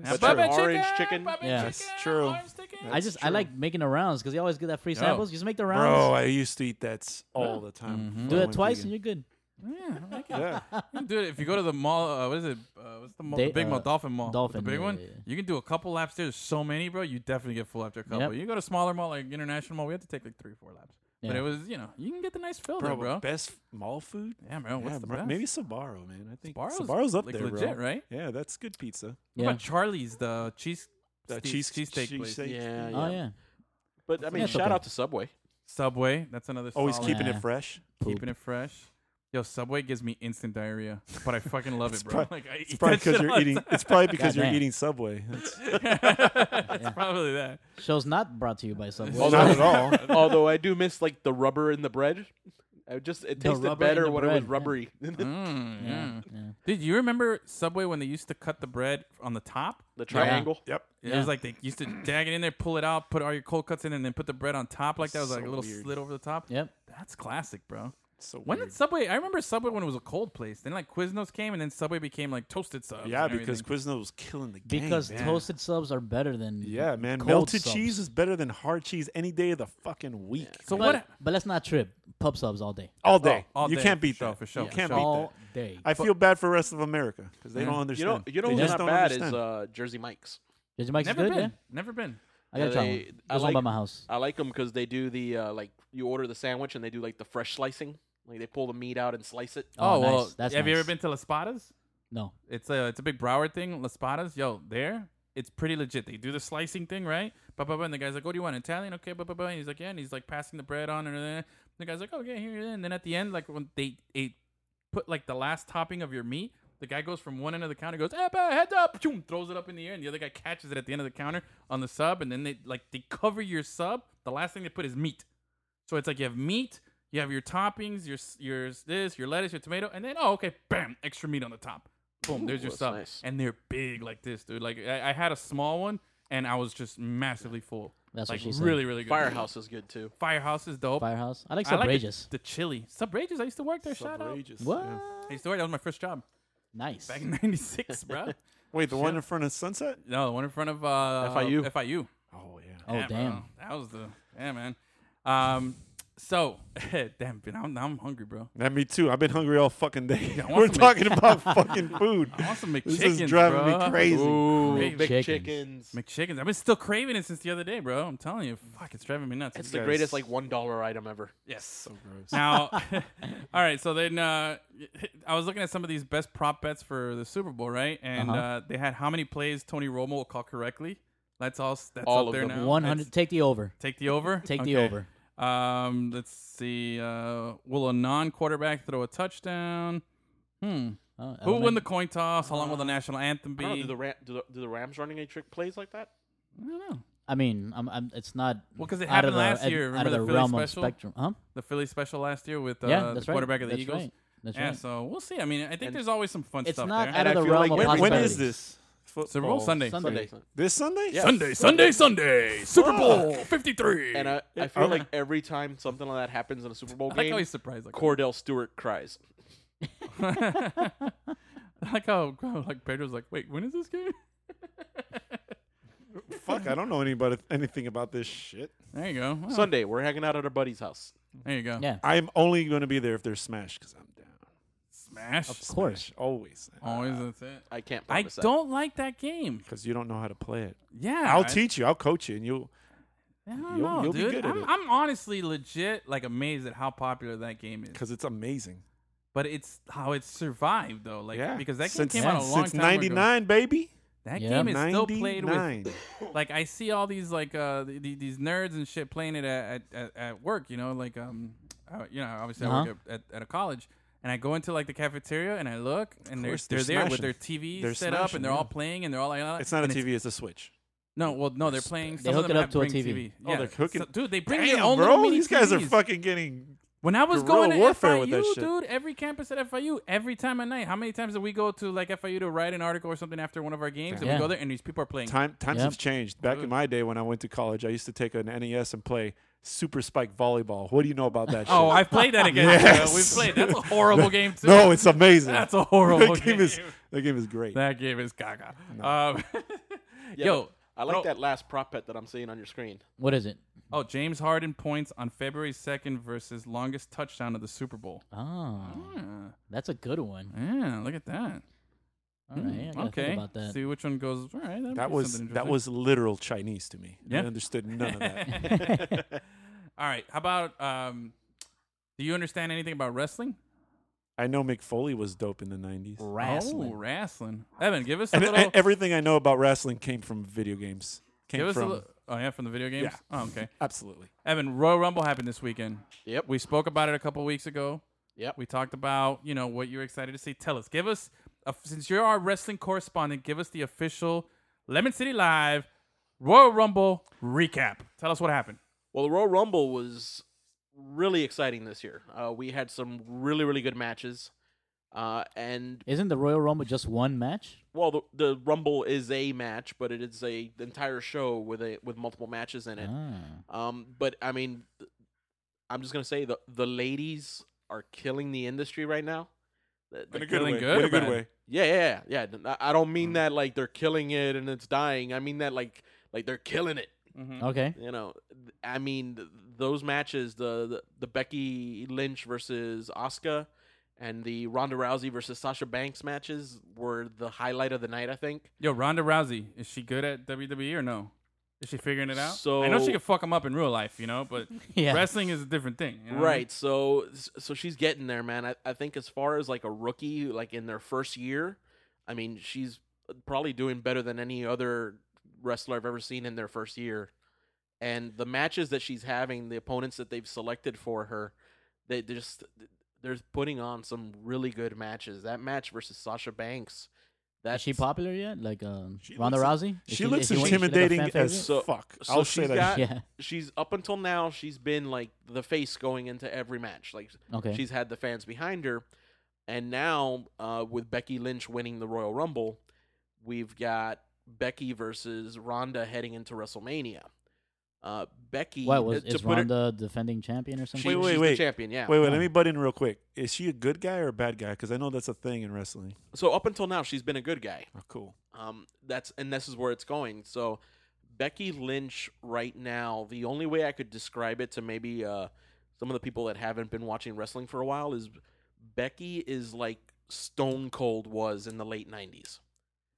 Speaker 2: Yeah,
Speaker 5: But
Speaker 2: Baba
Speaker 5: your orange chicken,
Speaker 2: Baba
Speaker 4: Yeah.
Speaker 2: chicken,
Speaker 6: That's true.
Speaker 2: orange chicken.
Speaker 4: I just I like making the rounds because you always get that free
Speaker 2: Yo.
Speaker 4: samples. You just make the rounds,
Speaker 6: Bro, I used to eat that s- all the time.
Speaker 2: Mhm.
Speaker 6: before
Speaker 4: do
Speaker 6: I
Speaker 4: that
Speaker 6: went
Speaker 4: twice, and
Speaker 6: vegan.
Speaker 4: you're good.
Speaker 2: Yeah, I like it.
Speaker 6: Yeah.
Speaker 2: You can do it if you go to the mall. Uh, what is it? Uh, what's the, mall,
Speaker 4: They-
Speaker 2: the big mall?
Speaker 4: uh,
Speaker 2: Dolphin Mall. What's
Speaker 4: Dolphin,
Speaker 2: The big
Speaker 4: yeah,
Speaker 2: one.
Speaker 4: yeah, yeah.
Speaker 2: You can do a couple laps there. There's so many, bro. You definitely get full after a couple.
Speaker 4: Yep.
Speaker 2: You go to a smaller mall like International Mall. We have to take like three or four laps. But
Speaker 4: Yeah.
Speaker 2: it was, you know, you can get the nice fill
Speaker 6: Bro,
Speaker 2: there,
Speaker 6: but
Speaker 2: bro.
Speaker 6: best mall food?
Speaker 2: Yeah, bro. What's
Speaker 6: Yeah,
Speaker 2: the
Speaker 6: bro,
Speaker 2: best?
Speaker 6: Maybe Sabaro, man. I think
Speaker 2: Sbarro's,
Speaker 6: Sabaro's, up
Speaker 2: like,
Speaker 6: there,
Speaker 2: legit,
Speaker 6: bro.
Speaker 2: right?
Speaker 6: Yeah, that's good pizza.
Speaker 2: What
Speaker 4: Yeah.
Speaker 2: about Charlie's, the cheese,
Speaker 6: The
Speaker 2: steak-
Speaker 6: cheese
Speaker 2: cheesesteak place?
Speaker 6: cheesesteak.
Speaker 5: Yeah,
Speaker 4: Oh yeah,
Speaker 5: But I mean,
Speaker 4: Yeah, it's
Speaker 5: shout
Speaker 4: okay.
Speaker 5: out to Subway.
Speaker 2: Subway. That's another.
Speaker 6: Always
Speaker 2: solid-
Speaker 6: keeping
Speaker 4: Yeah.
Speaker 6: it fresh.
Speaker 2: [LAUGHS] keeping it fresh. Yo, Subway gives me instant diarrhea, but I fucking love it, bro.
Speaker 6: prob-
Speaker 2: like I eat
Speaker 6: It's probably
Speaker 2: that shit
Speaker 6: because
Speaker 2: all
Speaker 6: you're
Speaker 2: the
Speaker 6: eating.
Speaker 2: time. [LAUGHS]
Speaker 6: It's probably because you're
Speaker 4: Goddamn.
Speaker 6: eating Subway. That's
Speaker 2: it's probably that.
Speaker 4: show's not brought to you by Subway.
Speaker 5: Although-
Speaker 6: not at all.
Speaker 5: [LAUGHS] Although I do miss like the rubber in the bread. I just it
Speaker 4: The
Speaker 5: tasted
Speaker 4: rubber in
Speaker 5: better
Speaker 4: the
Speaker 5: when it
Speaker 4: bread,
Speaker 5: was
Speaker 4: yeah. Mm-hmm.
Speaker 5: rubbery. [LAUGHS]
Speaker 2: Mm, yeah.
Speaker 4: yeah.
Speaker 2: Dude, you remember Subway when they used to cut the bread on the top?
Speaker 5: the triangle.
Speaker 6: Yep.
Speaker 2: It
Speaker 4: Yeah.
Speaker 2: was like they used to dag it in there, pull it out, put all your cold cuts in, and then put the bread on top like that. It was like a
Speaker 6: So
Speaker 2: little
Speaker 6: weird.
Speaker 2: slit over the top.
Speaker 4: Yep.
Speaker 2: That's classic, bro.
Speaker 6: So
Speaker 2: When
Speaker 6: weird.
Speaker 2: did Subway? I remember Subway when it was a cold place. Then like Quiznos came, and then Subway became like toasted subs.
Speaker 6: Yeah,
Speaker 2: and
Speaker 6: because
Speaker 2: everything.
Speaker 6: Quiznos was killing the
Speaker 4: [LAUGHS]
Speaker 6: game.
Speaker 4: Because
Speaker 6: man.
Speaker 4: toasted subs are better than
Speaker 6: Yeah, man.
Speaker 4: cold
Speaker 6: Melted
Speaker 4: subs.
Speaker 6: cheese is better than hard cheese any day of the fucking week.
Speaker 2: so
Speaker 4: But,
Speaker 2: what?
Speaker 4: but let's not trip. Pub subs all day.
Speaker 6: All day.
Speaker 2: Oh, all
Speaker 6: you
Speaker 2: day,
Speaker 6: can't beat
Speaker 2: for sure,
Speaker 6: that.
Speaker 2: for sure,
Speaker 6: You
Speaker 2: for
Speaker 6: can't
Speaker 2: sure.
Speaker 6: beat
Speaker 4: All
Speaker 6: that.
Speaker 4: day.
Speaker 6: I feel bad for the rest of America because they
Speaker 2: Yeah.
Speaker 6: don't
Speaker 5: You
Speaker 6: understand.
Speaker 5: know, you know
Speaker 6: They
Speaker 5: who's
Speaker 6: just
Speaker 5: not
Speaker 6: don't
Speaker 5: bad
Speaker 6: understand.
Speaker 5: is uh, Jersey Mike's.
Speaker 4: Did you make
Speaker 2: Never
Speaker 4: good?
Speaker 2: been.
Speaker 4: Yeah?
Speaker 2: Never been.
Speaker 4: I gotta
Speaker 5: Yeah,
Speaker 4: try
Speaker 5: they-
Speaker 4: one.
Speaker 5: I
Speaker 4: There's one by
Speaker 5: like-
Speaker 4: my house.
Speaker 5: I like them because they do the uh, like you order the sandwich and they do like the fresh slicing. Like they pull the meat out and slice it.
Speaker 4: Oh, nice.
Speaker 2: well,
Speaker 4: That's
Speaker 2: have you
Speaker 4: nice.
Speaker 2: ever been to Las Patas?
Speaker 4: No.
Speaker 2: It's a it's a big Broward thing. Las Patas, yo, there it's pretty legit. They do the slicing thing, right? Ba ba ba. And the guy's like, "What do you want? Italian? Okay." Ba ba ba. And he's like, "Yeah." And he's like passing the bread on, and then the guy's like, "Oh yeah, here." And then at the end, like when they they put like the last topping of your meat, the guy goes from one end of the counter, goes, "Hey, ba, heads up!" Choom, throws it up in the air, and the other guy catches it at the end of the counter on the sub, and then they like they cover your sub. The last thing they put is meat. So it's like you have meat, you have your toppings, your s- your s- this, your lettuce, your tomato, and then oh okay, bam, extra meat on the top. Boom, there's your
Speaker 5: that's
Speaker 2: sub,
Speaker 5: nice.
Speaker 2: and they're big like this, dude. Like I, I had a small one, and I was just massively full.
Speaker 4: That's
Speaker 2: like
Speaker 4: what she said.
Speaker 2: really really good.
Speaker 5: Firehouse is good too.
Speaker 2: Firehouse is dope.
Speaker 4: Firehouse. I like
Speaker 2: I like the-
Speaker 4: Subrageous.
Speaker 2: the, chili. Subrages, I used to work there. Shout out.
Speaker 6: Outrageous.
Speaker 4: what?
Speaker 6: Yeah.
Speaker 2: I used to work. That was my first job
Speaker 4: Nice.
Speaker 2: back in '96, bro.
Speaker 6: Wait, the one in front of Sunset?
Speaker 2: No, the one in front of uh,
Speaker 5: FIU.
Speaker 2: FIU.
Speaker 6: Oh yeah.
Speaker 4: Oh
Speaker 2: Yeah, bro.
Speaker 4: damn.
Speaker 2: that was the yeah, man. Um, so [LAUGHS] damn, dude, I'm, I'm hungry, bro.
Speaker 6: Yeah, me too. I've been hungry all fucking day.
Speaker 2: want
Speaker 6: We're
Speaker 2: some
Speaker 6: talking about fucking food.
Speaker 2: [LAUGHS] I want some McChickens,
Speaker 6: This is driving
Speaker 2: bro.
Speaker 6: me crazy.
Speaker 5: Ooh,
Speaker 2: Great
Speaker 5: big
Speaker 4: chickens.
Speaker 5: chickens.
Speaker 2: McChickens. I've been still craving it since the other day, bro. I'm telling you, fuck, it's driving me nuts.
Speaker 5: It's
Speaker 6: You
Speaker 5: the
Speaker 6: guys-
Speaker 5: greatest like one dollar item ever.
Speaker 2: yes.
Speaker 6: gross.
Speaker 2: now, [LAUGHS] all right. So then, uh, I was looking at some of these best prop bets for the Super Bowl, right? And uh
Speaker 4: Uh-huh.
Speaker 2: they had how many plays Tony Romo will call correctly. That's all. s- That's
Speaker 5: All
Speaker 2: up
Speaker 5: of
Speaker 2: there
Speaker 5: them.
Speaker 2: now.
Speaker 4: One hundred.
Speaker 2: That's-
Speaker 4: Take the over.
Speaker 2: Take the over.
Speaker 4: Take the
Speaker 2: Okay.
Speaker 4: over.
Speaker 2: Um, let's see. Uh, will a non-quarterback throw a touchdown? Hmm.
Speaker 4: Oh,
Speaker 2: Who will win
Speaker 4: Edelman.
Speaker 2: the coin toss? How long
Speaker 4: Uh,
Speaker 2: will the national anthem be?
Speaker 5: I don't know, do the Ram, do, the, do the Rams running any trick plays like that?
Speaker 2: I don't know.
Speaker 4: I mean, I'm, I'm, it's not.
Speaker 2: Well, 'cause it
Speaker 4: out
Speaker 2: happened
Speaker 4: of the-
Speaker 2: last
Speaker 4: ed-
Speaker 2: year.
Speaker 4: Out
Speaker 2: Remember
Speaker 4: of
Speaker 2: the
Speaker 4: the
Speaker 2: Philly
Speaker 4: realm
Speaker 2: special?
Speaker 4: of spectrum, huh?
Speaker 2: The Philly special last year with uh,
Speaker 4: yeah,
Speaker 2: the
Speaker 4: that's right.
Speaker 2: quarterback of the
Speaker 4: That's
Speaker 2: Eagles.
Speaker 4: right. That's
Speaker 2: yeah,
Speaker 4: right.
Speaker 2: so we'll see. I mean, I think
Speaker 5: And-
Speaker 2: there's always some fun
Speaker 4: It's
Speaker 2: stuff
Speaker 4: not
Speaker 2: there.
Speaker 4: out of
Speaker 5: And I
Speaker 4: the
Speaker 5: feel
Speaker 4: realm
Speaker 5: like
Speaker 4: of
Speaker 5: when-
Speaker 6: When,
Speaker 5: Hot
Speaker 6: when
Speaker 5: Sunday.
Speaker 6: is
Speaker 4: possibilities.
Speaker 6: this? Football.
Speaker 2: Super Bowl Sunday.
Speaker 4: Sunday.
Speaker 5: Sunday.
Speaker 6: This Sunday?
Speaker 5: Yeah.
Speaker 2: Sunday, Sunday, Sunday. Super Bowl 53.
Speaker 5: And I, I feel like every time something like that happens in a Super Bowl
Speaker 2: I [LAUGHS] like
Speaker 5: game,
Speaker 2: how he's surprised. Like,
Speaker 5: Cordell Stewart cries.
Speaker 2: I [LAUGHS] like how like Pedro's like, wait, when is this game?
Speaker 6: Fuck, I don't know anybody anything about this shit.
Speaker 2: There you go. Well,
Speaker 5: Sunday, we're hanging out at our buddy's house.
Speaker 2: There you go.
Speaker 4: Yeah.
Speaker 6: I'm only going to be there if they're smashed because I'm down.
Speaker 2: Smash.
Speaker 4: Of course.
Speaker 6: Smash, always.
Speaker 2: Always that's it.
Speaker 5: I can't.
Speaker 2: I
Speaker 5: promise that.
Speaker 2: don't like that game.
Speaker 6: Because you don't know how to play it.
Speaker 2: Yeah.
Speaker 6: I'll
Speaker 2: I-
Speaker 6: teach you. I'll coach you, and you.
Speaker 2: I don't
Speaker 6: You'll-
Speaker 2: know,
Speaker 6: you'll be
Speaker 2: dude.
Speaker 6: good at
Speaker 2: I'm,
Speaker 6: it.
Speaker 2: I'm honestly legit like amazed at how popular that game is.
Speaker 6: Because it's amazing.
Speaker 2: But it's how it's survived though, like
Speaker 6: yeah.
Speaker 2: because that game
Speaker 6: since,
Speaker 2: came out a long
Speaker 6: since
Speaker 2: time ago.
Speaker 6: '99, baby.
Speaker 2: That
Speaker 4: Yeah.
Speaker 2: game is still played with.
Speaker 6: 99.
Speaker 2: Like I see all these like uh the, the- these nerds and shit playing it at at, at, at work. You know, like um, I, you know, obviously I work at, at, at a college. And I go into like the cafeteria and I look and they're,
Speaker 6: course,
Speaker 2: they're
Speaker 6: they're
Speaker 2: there with
Speaker 6: smashing.
Speaker 2: their TV
Speaker 6: They're
Speaker 2: set up
Speaker 6: smashing,
Speaker 2: and they're all
Speaker 6: yeah.
Speaker 2: playing and they're all like uh,
Speaker 6: It's not a
Speaker 2: and
Speaker 6: TV. It's a Switch.
Speaker 2: no, well, no, they're playing. Some
Speaker 4: hook
Speaker 2: of
Speaker 4: it
Speaker 2: them
Speaker 4: up
Speaker 2: have-
Speaker 4: to a
Speaker 2: bring
Speaker 4: TV.
Speaker 6: Oh,
Speaker 2: Yeah.
Speaker 6: they're hooking-
Speaker 2: So, dude, they bring
Speaker 6: Damn,
Speaker 2: their own little
Speaker 6: bro.
Speaker 2: mini
Speaker 6: These guys are
Speaker 2: TVs.
Speaker 6: fucking getting.
Speaker 2: When I was
Speaker 6: guerrilla
Speaker 2: going to
Speaker 6: warfare
Speaker 2: FIU,
Speaker 6: with that shit.
Speaker 2: dude, every campus at FIU, every time at night, how many times did we go to like FIU to write an article or something after one of our games? And
Speaker 4: Yeah.
Speaker 2: we go there, and these people are playing.
Speaker 6: Time times
Speaker 4: Yep.
Speaker 6: have changed. Back in my day when I went to college, I used to take an NES and play Super Spike Volleyball. What do you know about
Speaker 2: [LAUGHS]
Speaker 6: that?
Speaker 2: [LAUGHS] Oh,
Speaker 6: shit?
Speaker 2: I've played that again.
Speaker 6: Yes.
Speaker 2: Uh, we've played.
Speaker 6: [LAUGHS]
Speaker 2: That's a horrible game too.
Speaker 6: no, it's [LAUGHS] amazing.
Speaker 2: that's a horrible
Speaker 6: that game, is that game is
Speaker 2: [LAUGHS]
Speaker 6: great.
Speaker 2: that game is gaga. Um, [LAUGHS]
Speaker 5: Yeah,
Speaker 2: yo,
Speaker 5: but I like
Speaker 2: bro-
Speaker 5: that last prop bet that I'm seeing on your screen.
Speaker 4: What is it?
Speaker 2: Oh, James Harden points on February second versus longest touchdown of the Super Bowl.
Speaker 4: Oh,
Speaker 2: Yeah,
Speaker 4: that's a good one.
Speaker 2: yeah look at that.
Speaker 4: All right, I gotta
Speaker 2: okay,
Speaker 4: think about that.
Speaker 2: see which one goes. All right, that'd
Speaker 6: that
Speaker 2: be
Speaker 6: was
Speaker 2: something
Speaker 6: that
Speaker 2: interesting.
Speaker 6: was literal Chinese to me.
Speaker 2: Yeah.
Speaker 6: I understood none of that.
Speaker 2: [LAUGHS] All right. How about um do you understand anything about wrestling?
Speaker 6: I know McFoley was dope in the nineties.
Speaker 2: Oh, wrestling. Evan, give us a
Speaker 6: And,
Speaker 2: little
Speaker 6: and everything I know about wrestling came from video games. Came
Speaker 2: give us
Speaker 6: from
Speaker 2: a little Oh yeah, from the video games.
Speaker 6: Yeah.
Speaker 2: Oh, okay.
Speaker 6: absolutely.
Speaker 2: Evan, Royal Rumble happened this weekend.
Speaker 5: Yep.
Speaker 2: We spoke about it a couple weeks ago.
Speaker 5: Yep.
Speaker 2: We talked about, you know, what you're excited to see. Tell us. Give us a, since you're our wrestling correspondent, give us the official Lemon City Live Royal Rumble recap. Tell us what happened.
Speaker 5: Well, the Royal Rumble was really exciting this year. Uh, we had some really, really good matches. Uh, and
Speaker 4: Isn't the Royal Rumble just one match?
Speaker 5: well, the, the Rumble is a match, but it is a the entire show with a with multiple matches in it.
Speaker 4: Ah.
Speaker 5: Um, but I mean, th- I'm just gonna say the the ladies are killing the industry right now. The- the-
Speaker 6: In a good
Speaker 2: Feeling
Speaker 6: way.
Speaker 2: good
Speaker 6: in
Speaker 2: or
Speaker 6: a good
Speaker 2: bad?
Speaker 6: way.
Speaker 5: yeah, yeah, yeah. yeah. I I don't mean that like they're killing it and it's dying. I mean that like like they're killing it.
Speaker 2: Mm-hmm. [LAUGHS]
Speaker 4: Okay.
Speaker 5: You know, th- I mean, th- those matches the, the the Becky Lynch versus Asuka and the Ronda Rousey versus Sasha Banks matches were the highlight of the night, I think.
Speaker 2: Yo, Ronda Rousey, is she good at WWE or no? Is she figuring it out?
Speaker 5: So-
Speaker 2: I know she could fuck them up in real life, you know, but
Speaker 4: [LAUGHS] Yeah.
Speaker 2: wrestling is a different thing. you know what I mean?
Speaker 5: Right. So so she's getting there, man. I, I think as far as like a rookie, like in their first year, I mean, she's uh, probably doing better than any other wrestler I've ever seen in their first year. And the matches that she's having, the opponents that they've selected for her, they they're just they're putting on some really good matches. That match versus Sasha Banks, that
Speaker 4: Is she popular yet? Like um,
Speaker 6: She
Speaker 4: Ronda
Speaker 6: looks-
Speaker 4: Rousey? Is
Speaker 6: She,
Speaker 4: is is
Speaker 6: looks
Speaker 4: like a fan
Speaker 6: intimidating
Speaker 4: favorite? [LAUGHS]
Speaker 6: as
Speaker 5: So-
Speaker 6: fuck.
Speaker 5: so
Speaker 6: I'll say
Speaker 5: she's
Speaker 6: that.
Speaker 5: got-
Speaker 4: yeah.
Speaker 5: she's up until now she's been like the face going into every match. Like
Speaker 4: Okay.
Speaker 5: she's had the fans behind her and now uh, with becky lynch winning the royal rumble we've got becky versus ronda heading into wrestlemania uh, becky
Speaker 4: what was
Speaker 5: uh, to
Speaker 4: is
Speaker 5: put her-
Speaker 4: Ronda defending champion or
Speaker 5: she-
Speaker 4: something?
Speaker 6: Wait, wait,
Speaker 5: she's the
Speaker 6: wait.
Speaker 5: champion yeah
Speaker 6: Wait, wait.
Speaker 4: Yeah.
Speaker 6: Let me butt in real quick. Is she a good guy or a bad guy? Because I know that's a thing in wrestling.
Speaker 5: so up until now she's been a good guy
Speaker 6: Oh, cool.
Speaker 5: um, that's and this is where it's going so becky lynch right now the only way i could describe it to maybe uh, some of the people that haven't been watching wrestling for a while is becky is like stone cold was in the late 90s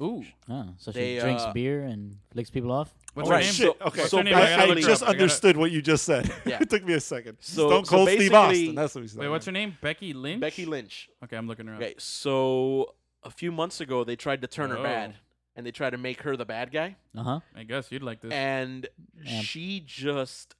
Speaker 2: Ooh.
Speaker 4: Oh, so she
Speaker 5: They,
Speaker 4: drinks
Speaker 5: uh,
Speaker 4: beer and flicks people off.
Speaker 2: What's her
Speaker 5: Right.
Speaker 2: name?
Speaker 6: Shit.
Speaker 2: What's
Speaker 6: Okay.
Speaker 2: her
Speaker 5: So
Speaker 2: name?
Speaker 5: I- I
Speaker 2: gotta look her
Speaker 6: just
Speaker 2: up. gotta-
Speaker 6: understood what you just said.
Speaker 5: Yeah.
Speaker 6: it took me a second.
Speaker 5: So-
Speaker 6: Stone
Speaker 5: so
Speaker 6: Cold Steve Austin.
Speaker 5: basically-
Speaker 6: That's what he said.
Speaker 2: Wait, what's her name? Becky Lynch?
Speaker 5: becky lynch
Speaker 2: Okay, I'm looking her up.
Speaker 5: Okay, so a few months ago they tried to turn her
Speaker 2: Oh.
Speaker 5: bad and they tried to make her the bad guy
Speaker 4: Uh huh.
Speaker 2: I guess you'd like this.
Speaker 5: and
Speaker 4: Yeah.
Speaker 5: she just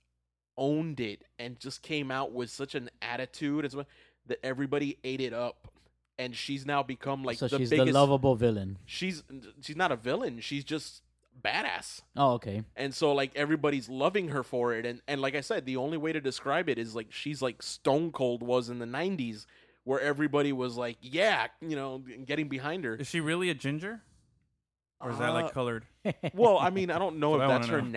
Speaker 5: owned it and just came out with such an attitude as well that everybody ate it up and she's now become like
Speaker 4: so
Speaker 5: the
Speaker 4: she's
Speaker 5: biggest
Speaker 4: the lovable villain.
Speaker 5: she's she's not a villain she's just badass
Speaker 4: Oh, okay.
Speaker 5: and so like everybody's loving her for it and and like i said the only way to describe it is like she's like stone cold was in the 90s where everybody was like yeah you know getting
Speaker 2: [LAUGHS]
Speaker 5: behind her
Speaker 2: is she really a ginger? Or is that
Speaker 5: Uh,
Speaker 2: like colored?
Speaker 5: Well, I mean, I don't know
Speaker 2: That's
Speaker 5: if
Speaker 2: what I
Speaker 5: that's her
Speaker 2: wanna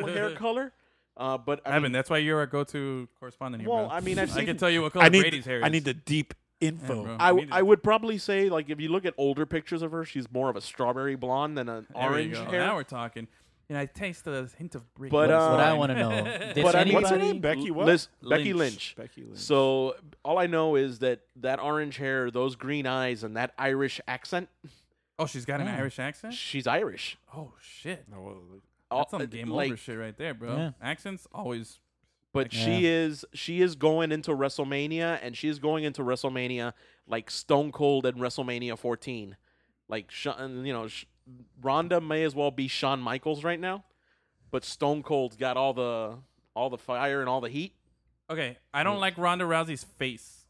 Speaker 2: know.
Speaker 5: natural hair color, uh, but I
Speaker 2: Evan,
Speaker 5: mean,
Speaker 2: that's why you're our go to correspondent here.
Speaker 5: Well,
Speaker 2: bro.
Speaker 5: I mean, I've
Speaker 2: I
Speaker 5: seen-
Speaker 2: can tell you what color
Speaker 6: I need.
Speaker 2: Brady's hair is.
Speaker 6: I need the deep
Speaker 2: Yeah,
Speaker 6: info.
Speaker 2: bro.
Speaker 5: I,
Speaker 2: need
Speaker 5: I
Speaker 2: it.
Speaker 5: would probably say like if you look at older pictures of her, she's more of a strawberry blonde than an
Speaker 2: There we
Speaker 5: orange
Speaker 2: go.
Speaker 5: hair.
Speaker 2: Now we're talking. and I taste a hint of brick.
Speaker 5: But,
Speaker 2: That's
Speaker 5: uh,
Speaker 4: what I
Speaker 5: Fine.
Speaker 4: want to know.
Speaker 5: [LAUGHS]
Speaker 4: Did
Speaker 5: But I
Speaker 4: anybody?
Speaker 5: mean-
Speaker 6: What's her name? Becky what?
Speaker 5: Liz- Becky
Speaker 2: Lynch.
Speaker 5: Lynch.
Speaker 6: Becky Lynch.
Speaker 5: So all I know is that that orange hair, those green eyes, and that Irish accent.
Speaker 2: [LAUGHS] Oh, she's got an
Speaker 4: Yeah.
Speaker 2: Irish accent.
Speaker 5: She's Irish.
Speaker 2: Oh shit.
Speaker 6: No, well,
Speaker 5: All-
Speaker 2: That's some game
Speaker 5: Uh, like,
Speaker 2: over shit right there, bro.
Speaker 4: Yeah.
Speaker 2: Accents always.
Speaker 5: But she is she is going into WrestleMania, and she is going into WrestleMania like Stone Cold and WrestleMania 14. Like Sha- uh, you know, Sh- Ronda may as well be Shawn Michaels right now, but Stone Cold's got all the all the fire and all the heat.
Speaker 2: Okay, I don't like Ronda Rousey's face.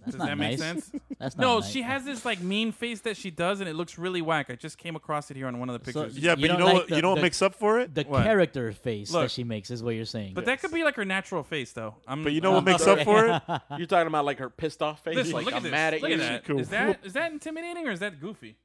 Speaker 4: That's
Speaker 2: Does
Speaker 4: not
Speaker 2: that make
Speaker 4: nice.
Speaker 2: sense?
Speaker 4: That's [LAUGHS] not
Speaker 2: no,
Speaker 4: nice.
Speaker 2: she has this like mean face that she does, and it looks really whack. I just came across it here on one of the
Speaker 4: So-
Speaker 2: pictures.
Speaker 6: yeah, but you
Speaker 4: don't
Speaker 6: know
Speaker 4: like
Speaker 6: what?
Speaker 4: the-
Speaker 6: you know what
Speaker 4: the-
Speaker 6: makes up for it.
Speaker 4: the
Speaker 2: What?
Speaker 4: character face
Speaker 2: Look.
Speaker 4: that she makes is what you're saying.
Speaker 2: But
Speaker 5: [LAUGHS]
Speaker 2: that could be like her natural face, though. I'm,
Speaker 6: But you know what makes up
Speaker 4: [LAUGHS]
Speaker 6: for it?
Speaker 5: You're talking about like her pissed off
Speaker 2: [LAUGHS]
Speaker 5: face,
Speaker 2: Listen,
Speaker 5: like
Speaker 2: look
Speaker 5: I'm
Speaker 2: at this.
Speaker 5: mad at
Speaker 2: look
Speaker 5: you.
Speaker 2: at that.
Speaker 6: Cool.
Speaker 2: Is that is that intimidating or is that goofy?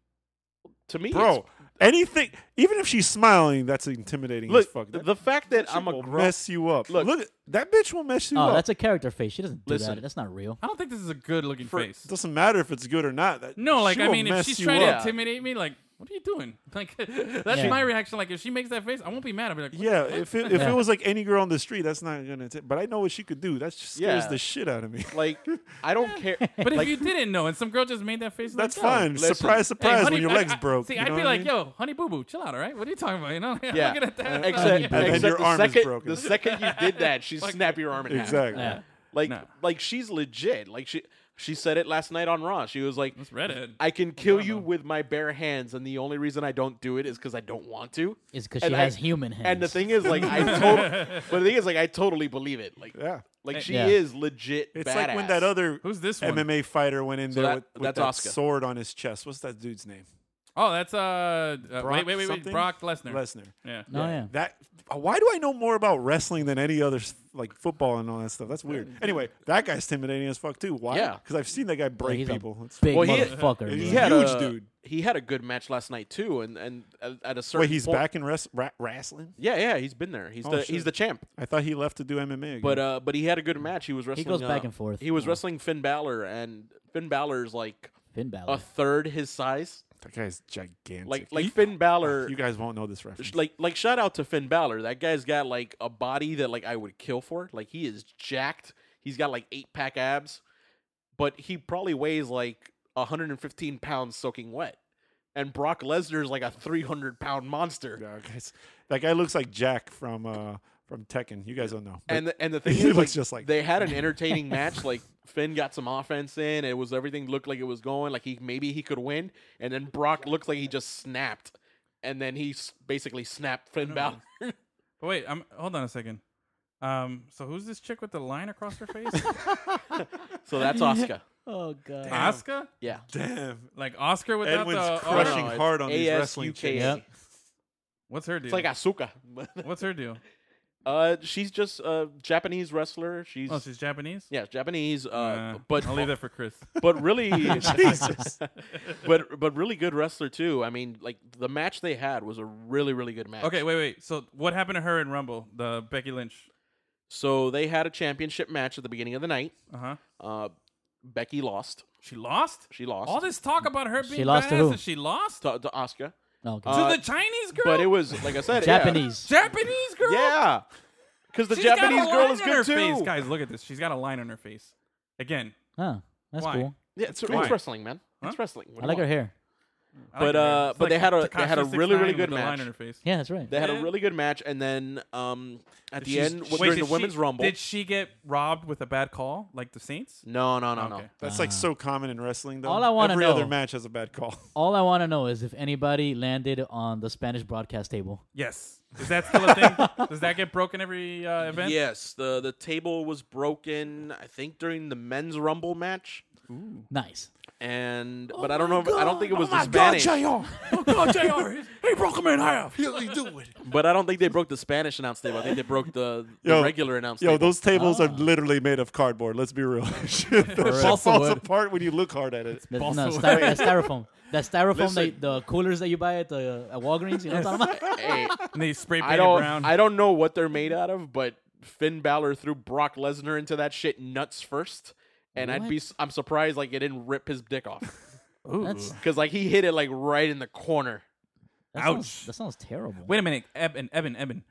Speaker 5: To me,
Speaker 6: bro.
Speaker 5: it's-
Speaker 6: Anything, even if she's smiling, that's intimidating as
Speaker 5: Look,
Speaker 6: fuck. That
Speaker 5: the fact that
Speaker 6: shit
Speaker 5: I'm a
Speaker 6: will
Speaker 5: grown
Speaker 6: mess you up.
Speaker 5: Look.
Speaker 6: Look, that bitch will mess you
Speaker 4: Oh,
Speaker 6: up.
Speaker 4: that's a character face. She doesn't do
Speaker 5: Listen.
Speaker 4: that. That's not real.
Speaker 2: I don't think this is a good looking
Speaker 5: For-
Speaker 2: face.
Speaker 6: it doesn't matter if it's good or not. That,
Speaker 2: No, like
Speaker 6: she
Speaker 2: I
Speaker 6: will
Speaker 2: mean, if
Speaker 6: mess
Speaker 2: she's
Speaker 6: you
Speaker 2: trying to
Speaker 6: up.
Speaker 2: intimidate me, like, what are you doing? [LAUGHS] Like, that's
Speaker 4: Yeah.
Speaker 2: my reaction. Like, if she makes that face, I won't be mad. I'll be like,
Speaker 6: Yeah, if it, if
Speaker 4: Yeah.
Speaker 6: it was like any girl on the street, that's not gonna. T- but I know what she could do. That just scares
Speaker 5: Yeah.
Speaker 6: the shit out of me.
Speaker 5: like I don't care.
Speaker 2: [LAUGHS] But if
Speaker 5: like,
Speaker 2: you didn't know, and some girl just made that face, I'm
Speaker 6: [LAUGHS] That's
Speaker 2: like, yo,
Speaker 6: fine.
Speaker 5: listen.
Speaker 6: surprise,
Speaker 2: hey,
Speaker 6: surprise.
Speaker 2: honey,
Speaker 6: when your
Speaker 2: I-
Speaker 6: legs
Speaker 2: I-
Speaker 6: broke,
Speaker 2: See,
Speaker 6: you
Speaker 2: I'd
Speaker 6: know
Speaker 2: be
Speaker 6: what I
Speaker 2: like,
Speaker 6: mean?
Speaker 2: yo, honey boo boo, chill out, all right? What are you talking about? You know, [LAUGHS]
Speaker 5: [LAUGHS] yeah,
Speaker 2: look at that. [LAUGHS]
Speaker 5: except,
Speaker 4: And then
Speaker 5: except
Speaker 6: your
Speaker 5: the
Speaker 6: arm is
Speaker 5: second,
Speaker 6: broken.
Speaker 5: The second you did that, she snap your arm in half.
Speaker 6: exactly.
Speaker 4: Yeah.
Speaker 5: Like
Speaker 2: No.
Speaker 5: like she's legit. Like she she said it last night on Raw. She was like,
Speaker 2: That's redhead.
Speaker 5: I can kill
Speaker 2: Bravo.
Speaker 5: you with my bare hands, and the only reason I don't do it is because I don't want to.
Speaker 4: Is because
Speaker 5: And
Speaker 4: she
Speaker 5: I-
Speaker 4: has human hands.
Speaker 5: And the thing is,
Speaker 2: [LAUGHS]
Speaker 5: like I tot- but the thing is, like I totally believe it. Like
Speaker 6: Yeah.
Speaker 5: like she
Speaker 4: Yeah.
Speaker 5: is legit.
Speaker 6: It's
Speaker 5: badass.
Speaker 6: like when that other
Speaker 2: Who's this one?
Speaker 6: MMA fighter went in
Speaker 5: So
Speaker 6: there
Speaker 5: that-
Speaker 6: with, with
Speaker 5: that's
Speaker 6: that
Speaker 5: Asuka.
Speaker 6: sword on his chest. What's that dude's name?
Speaker 2: Oh, that's uh, uh wait, wait, wait, wait,
Speaker 6: something?
Speaker 2: Brock Lesnar.
Speaker 6: Lesnar.
Speaker 2: yeah.
Speaker 4: No, Oh, yeah.
Speaker 6: That uh, why do I know more about wrestling than any other s- like football and all that stuff? That's weird. Anyway, that guy's intimidating as fuck too. Why?
Speaker 5: Yeah.
Speaker 6: because I've seen that guy break
Speaker 4: he's a
Speaker 6: people. It's-
Speaker 4: Big
Speaker 5: Well, he- [LAUGHS]
Speaker 4: motherfucker. bro.
Speaker 6: he
Speaker 5: he had
Speaker 6: Huge
Speaker 5: a,
Speaker 6: dude.
Speaker 5: He had a good match last night too, and and at- at a certain
Speaker 6: Wait, he's
Speaker 5: point-
Speaker 6: back in res- ra- wrestling.
Speaker 5: Yeah, yeah, he's been there. He's
Speaker 6: Oh,
Speaker 5: the
Speaker 6: shit.
Speaker 5: he's the champ.
Speaker 6: I thought he left to do MMA. Again.
Speaker 5: But uh, but he had a good match. He was wrestling.
Speaker 4: goes back
Speaker 5: uh,
Speaker 4: and forth.
Speaker 5: He was
Speaker 4: Yeah.
Speaker 5: wrestling Finn Balor, and Finn Balor's like
Speaker 4: Finn
Speaker 5: a
Speaker 4: Balor.
Speaker 5: third his size.
Speaker 6: that guy's gigantic.
Speaker 5: Like like
Speaker 6: You-
Speaker 5: Finn Balor.
Speaker 6: you guys won't know this reference.
Speaker 5: sh- like like shout out to Finn Balor. That guy's got like a body that like I would kill for. Like he is jacked. He's got like eight pack abs, but he probably weighs like 115 pounds soaking wet. And Brock Lesnar's like a 300 pound monster.
Speaker 6: Yeah, guys, that guy looks like Jack from uh from Tekken. You guys don't know.
Speaker 5: And
Speaker 6: [LAUGHS]
Speaker 5: the, and the thing
Speaker 6: He
Speaker 5: is,
Speaker 6: looks
Speaker 5: like,
Speaker 6: just like
Speaker 5: they had
Speaker 6: [LAUGHS]
Speaker 5: an entertaining match. Like Finn got some offense in. It was everything looked like it was going. Like he maybe he could win. And then Brock looked like he just snapped. And then he s- basically snapped Finn Balor.
Speaker 2: But wait, I'm hold on a second. Um, so who's this chick with the line across her [LAUGHS] face?
Speaker 5: so that's Oscar.
Speaker 4: Oh god.
Speaker 2: Oscar,
Speaker 5: Yeah.
Speaker 6: damn.
Speaker 2: like Oscar without
Speaker 6: Edwin's
Speaker 2: the. oh, R?
Speaker 6: crushing
Speaker 5: it's
Speaker 6: hard on these wrestling
Speaker 5: ASUKA.
Speaker 6: chicks.
Speaker 4: Yep.
Speaker 2: What's her deal?
Speaker 5: It's like Asuka. [LAUGHS]
Speaker 2: What's her deal?
Speaker 5: uh, she's just a Japanese wrestler. She's,
Speaker 2: Oh, she's Japanese.
Speaker 5: yeah, Japanese. Uh,
Speaker 2: Nah,
Speaker 5: but
Speaker 2: I'll leave that for Chris.
Speaker 5: [LAUGHS]
Speaker 2: [LAUGHS]
Speaker 5: but really, but but really good wrestler too. I mean, like the match they had was a really really good match.
Speaker 2: Okay, wait, wait. So what happened to her in Rumble? The Becky Lynch.
Speaker 5: So they had a championship match at the beginning of the night.
Speaker 2: Uh huh.
Speaker 5: Uh, Becky lost.
Speaker 2: She lost.
Speaker 5: She lost
Speaker 2: All this talk about her being
Speaker 4: lost to
Speaker 2: badass
Speaker 4: who?
Speaker 2: and she lost
Speaker 5: to, to Asuka.
Speaker 4: No, Oh, okay.
Speaker 5: Uh,
Speaker 2: to the Chinese girl.
Speaker 5: But it was like I said, yeah.
Speaker 4: Japanese.
Speaker 2: Japanese girl.
Speaker 5: Yeah, because the
Speaker 2: She's got a
Speaker 5: Japanese girl
Speaker 2: line
Speaker 5: is
Speaker 2: on her
Speaker 5: good too.
Speaker 2: Face. Guys, look at this. She's got a line on her face. Again,
Speaker 4: Huh. That's
Speaker 2: Why?
Speaker 4: cool.
Speaker 5: Yeah, it's, it's
Speaker 2: Why?
Speaker 5: wrestling, man.
Speaker 2: Huh?
Speaker 5: It's wrestling. What
Speaker 4: I
Speaker 5: do you
Speaker 4: like her
Speaker 5: want?
Speaker 4: hair.
Speaker 2: I like
Speaker 5: But,
Speaker 2: her.
Speaker 5: uh,
Speaker 2: It's
Speaker 5: but they had a- they had a
Speaker 2: Tekashi
Speaker 5: really, really
Speaker 2: 6ix9ine
Speaker 5: good
Speaker 2: with a Line
Speaker 5: match.
Speaker 2: on her face.
Speaker 4: Yeah, that's right.
Speaker 5: They had
Speaker 2: Yeah.
Speaker 5: a really good match, and then um, at the
Speaker 6: She's-
Speaker 5: end
Speaker 6: Wait,
Speaker 5: during the
Speaker 2: did
Speaker 5: women's
Speaker 2: she,
Speaker 5: rumble.
Speaker 2: Did she get robbed with a bad call, like the Saints?
Speaker 5: No, no, no,
Speaker 2: Okay.
Speaker 6: That's like so common in wrestling. Though
Speaker 4: Ah. All I wanna
Speaker 6: every other
Speaker 4: know-
Speaker 6: match has a bad call.
Speaker 4: All I want to know is if anybody landed on the Spanish broadcast table.
Speaker 2: Yes. Is that still a
Speaker 5: [LAUGHS]
Speaker 2: thing? Does that get broken every uh,
Speaker 5: no.
Speaker 2: event?
Speaker 5: Yes, the the table was broken. I think during the men's rumble match,
Speaker 4: Nice.
Speaker 5: and
Speaker 4: Oh
Speaker 5: but I don't know. If, I don't think it was the Spanish. [LAUGHS]
Speaker 2: he broke him in half.
Speaker 5: But I don't think they broke the Spanish announce table. I think they broke the, the
Speaker 6: Yo,
Speaker 5: regular announce
Speaker 6: Yo,
Speaker 5: table.
Speaker 6: those tables
Speaker 4: Ah.
Speaker 6: are literally made of cardboard. Let's be real. [LAUGHS] Shit, that shit
Speaker 4: Balsa
Speaker 6: falls
Speaker 4: wood.
Speaker 6: apart when you look hard at it.
Speaker 4: That, no, styro- that styrofoam. That styrofoam, that, the coolers that you buy at the at Walgreens. You know what I'm talking about?
Speaker 5: Hey,
Speaker 2: And they spray
Speaker 5: I
Speaker 2: painted
Speaker 5: don't
Speaker 2: brown.
Speaker 5: I don't know what they're made out of, but Finn Balor threw Brock Lesnar into that shit nuts first, and I'd be s- I'm surprised like it didn't rip his dick off
Speaker 2: [LAUGHS] Ooh.
Speaker 4: That's
Speaker 5: because like he hit it like right in the corner.
Speaker 4: That sounds-
Speaker 2: Ouch.
Speaker 4: that sounds terrible.
Speaker 2: Wait a minute, Eben, Eben, Eben.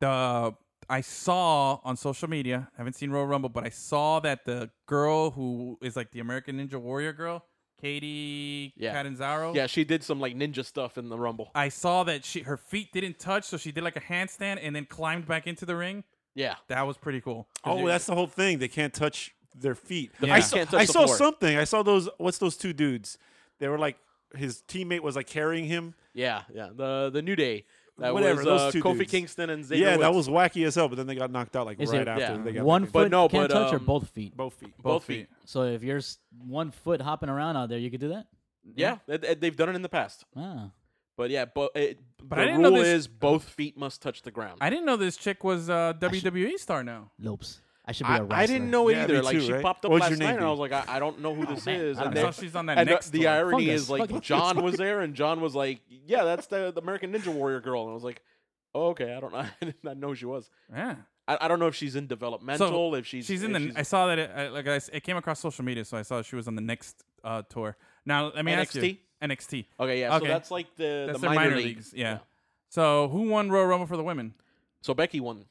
Speaker 2: The I saw on social media. I haven't seen Royal Rumble, but I saw that the girl who is like the American Ninja Warrior girl, Katie
Speaker 5: Yeah.
Speaker 6: Oh.
Speaker 2: Catanzaro.
Speaker 5: Yeah, she did some like ninja stuff in the Rumble.
Speaker 2: I saw that she her feet didn't touch, so she did like a handstand and then climbed back into the ring.
Speaker 5: Yeah.
Speaker 2: That was pretty cool.
Speaker 6: Oh, that's the whole thing. They can't touch their feet.
Speaker 2: The
Speaker 6: I
Speaker 2: feet
Speaker 6: saw,
Speaker 5: can't touch
Speaker 6: I
Speaker 5: the
Speaker 6: saw
Speaker 5: floor.
Speaker 6: something. I saw those. What's those two dudes? They were like his teammate was like carrying him.
Speaker 5: Yeah, yeah. The the New Day. That
Speaker 6: Whatever,
Speaker 5: was
Speaker 6: those
Speaker 5: uh,
Speaker 6: two
Speaker 5: Kofi
Speaker 6: dudes.
Speaker 5: Kingston and Xavier
Speaker 6: yeah, that
Speaker 5: Woods.
Speaker 6: was wacky as hell. But then they got knocked out like
Speaker 4: Is
Speaker 6: right
Speaker 4: it-
Speaker 6: after
Speaker 5: Yeah.
Speaker 6: they got
Speaker 4: One
Speaker 6: back in.
Speaker 4: foot
Speaker 5: But no,
Speaker 4: can't
Speaker 5: but,
Speaker 4: touch or
Speaker 5: um,
Speaker 4: both feet.
Speaker 6: both feet.
Speaker 5: both feet.
Speaker 4: So if you're s- one foot hopping around out there, you could do that.
Speaker 5: Yeah,
Speaker 6: Mm-hmm.
Speaker 5: they- they- they've done it in the past.
Speaker 4: Ah.
Speaker 5: But yeah, but it,
Speaker 2: But I
Speaker 5: the
Speaker 2: didn't know
Speaker 5: rule
Speaker 2: this-
Speaker 5: is both feet must touch the ground.
Speaker 2: I didn't know this chick was uh, a WWE E star now.
Speaker 4: Lopes. I should be
Speaker 5: I,
Speaker 4: a wrestler.
Speaker 5: I didn't know
Speaker 6: Yeah,
Speaker 5: either.
Speaker 6: me
Speaker 5: like
Speaker 6: too,
Speaker 5: she
Speaker 6: right?
Speaker 5: popped up
Speaker 6: What's
Speaker 5: last
Speaker 6: your name,
Speaker 5: night, and I
Speaker 6: dude?
Speaker 5: was like, I, I don't know who this
Speaker 4: man,
Speaker 5: is.
Speaker 4: I don't
Speaker 5: And
Speaker 2: I
Speaker 5: they-
Speaker 2: saw she's on that
Speaker 5: and, uh,
Speaker 2: next.
Speaker 5: the irony
Speaker 4: Fungus,
Speaker 5: is like
Speaker 4: fungus.
Speaker 5: John was there, and John was like, "Yeah, that's the, the American Ninja Warrior girl," and I was like, oh, "Okay, I don't know. [LAUGHS] I did not know who she was.
Speaker 2: yeah.
Speaker 5: I, I don't know if she's in developmental, if she's
Speaker 2: she's in
Speaker 5: if
Speaker 2: the. I saw that it, I, like I, s- it came across social media, so I saw she was on the next uh, tour. Now let me ask you.
Speaker 5: NXT?
Speaker 2: NXT.
Speaker 5: okay, yeah.
Speaker 2: Okay.
Speaker 5: So that's like the
Speaker 2: That's
Speaker 5: the
Speaker 2: their
Speaker 5: minor,
Speaker 2: minor
Speaker 5: league.
Speaker 2: leagues. Yeah. So who won Royal Rumble for the women?
Speaker 5: So Becky won.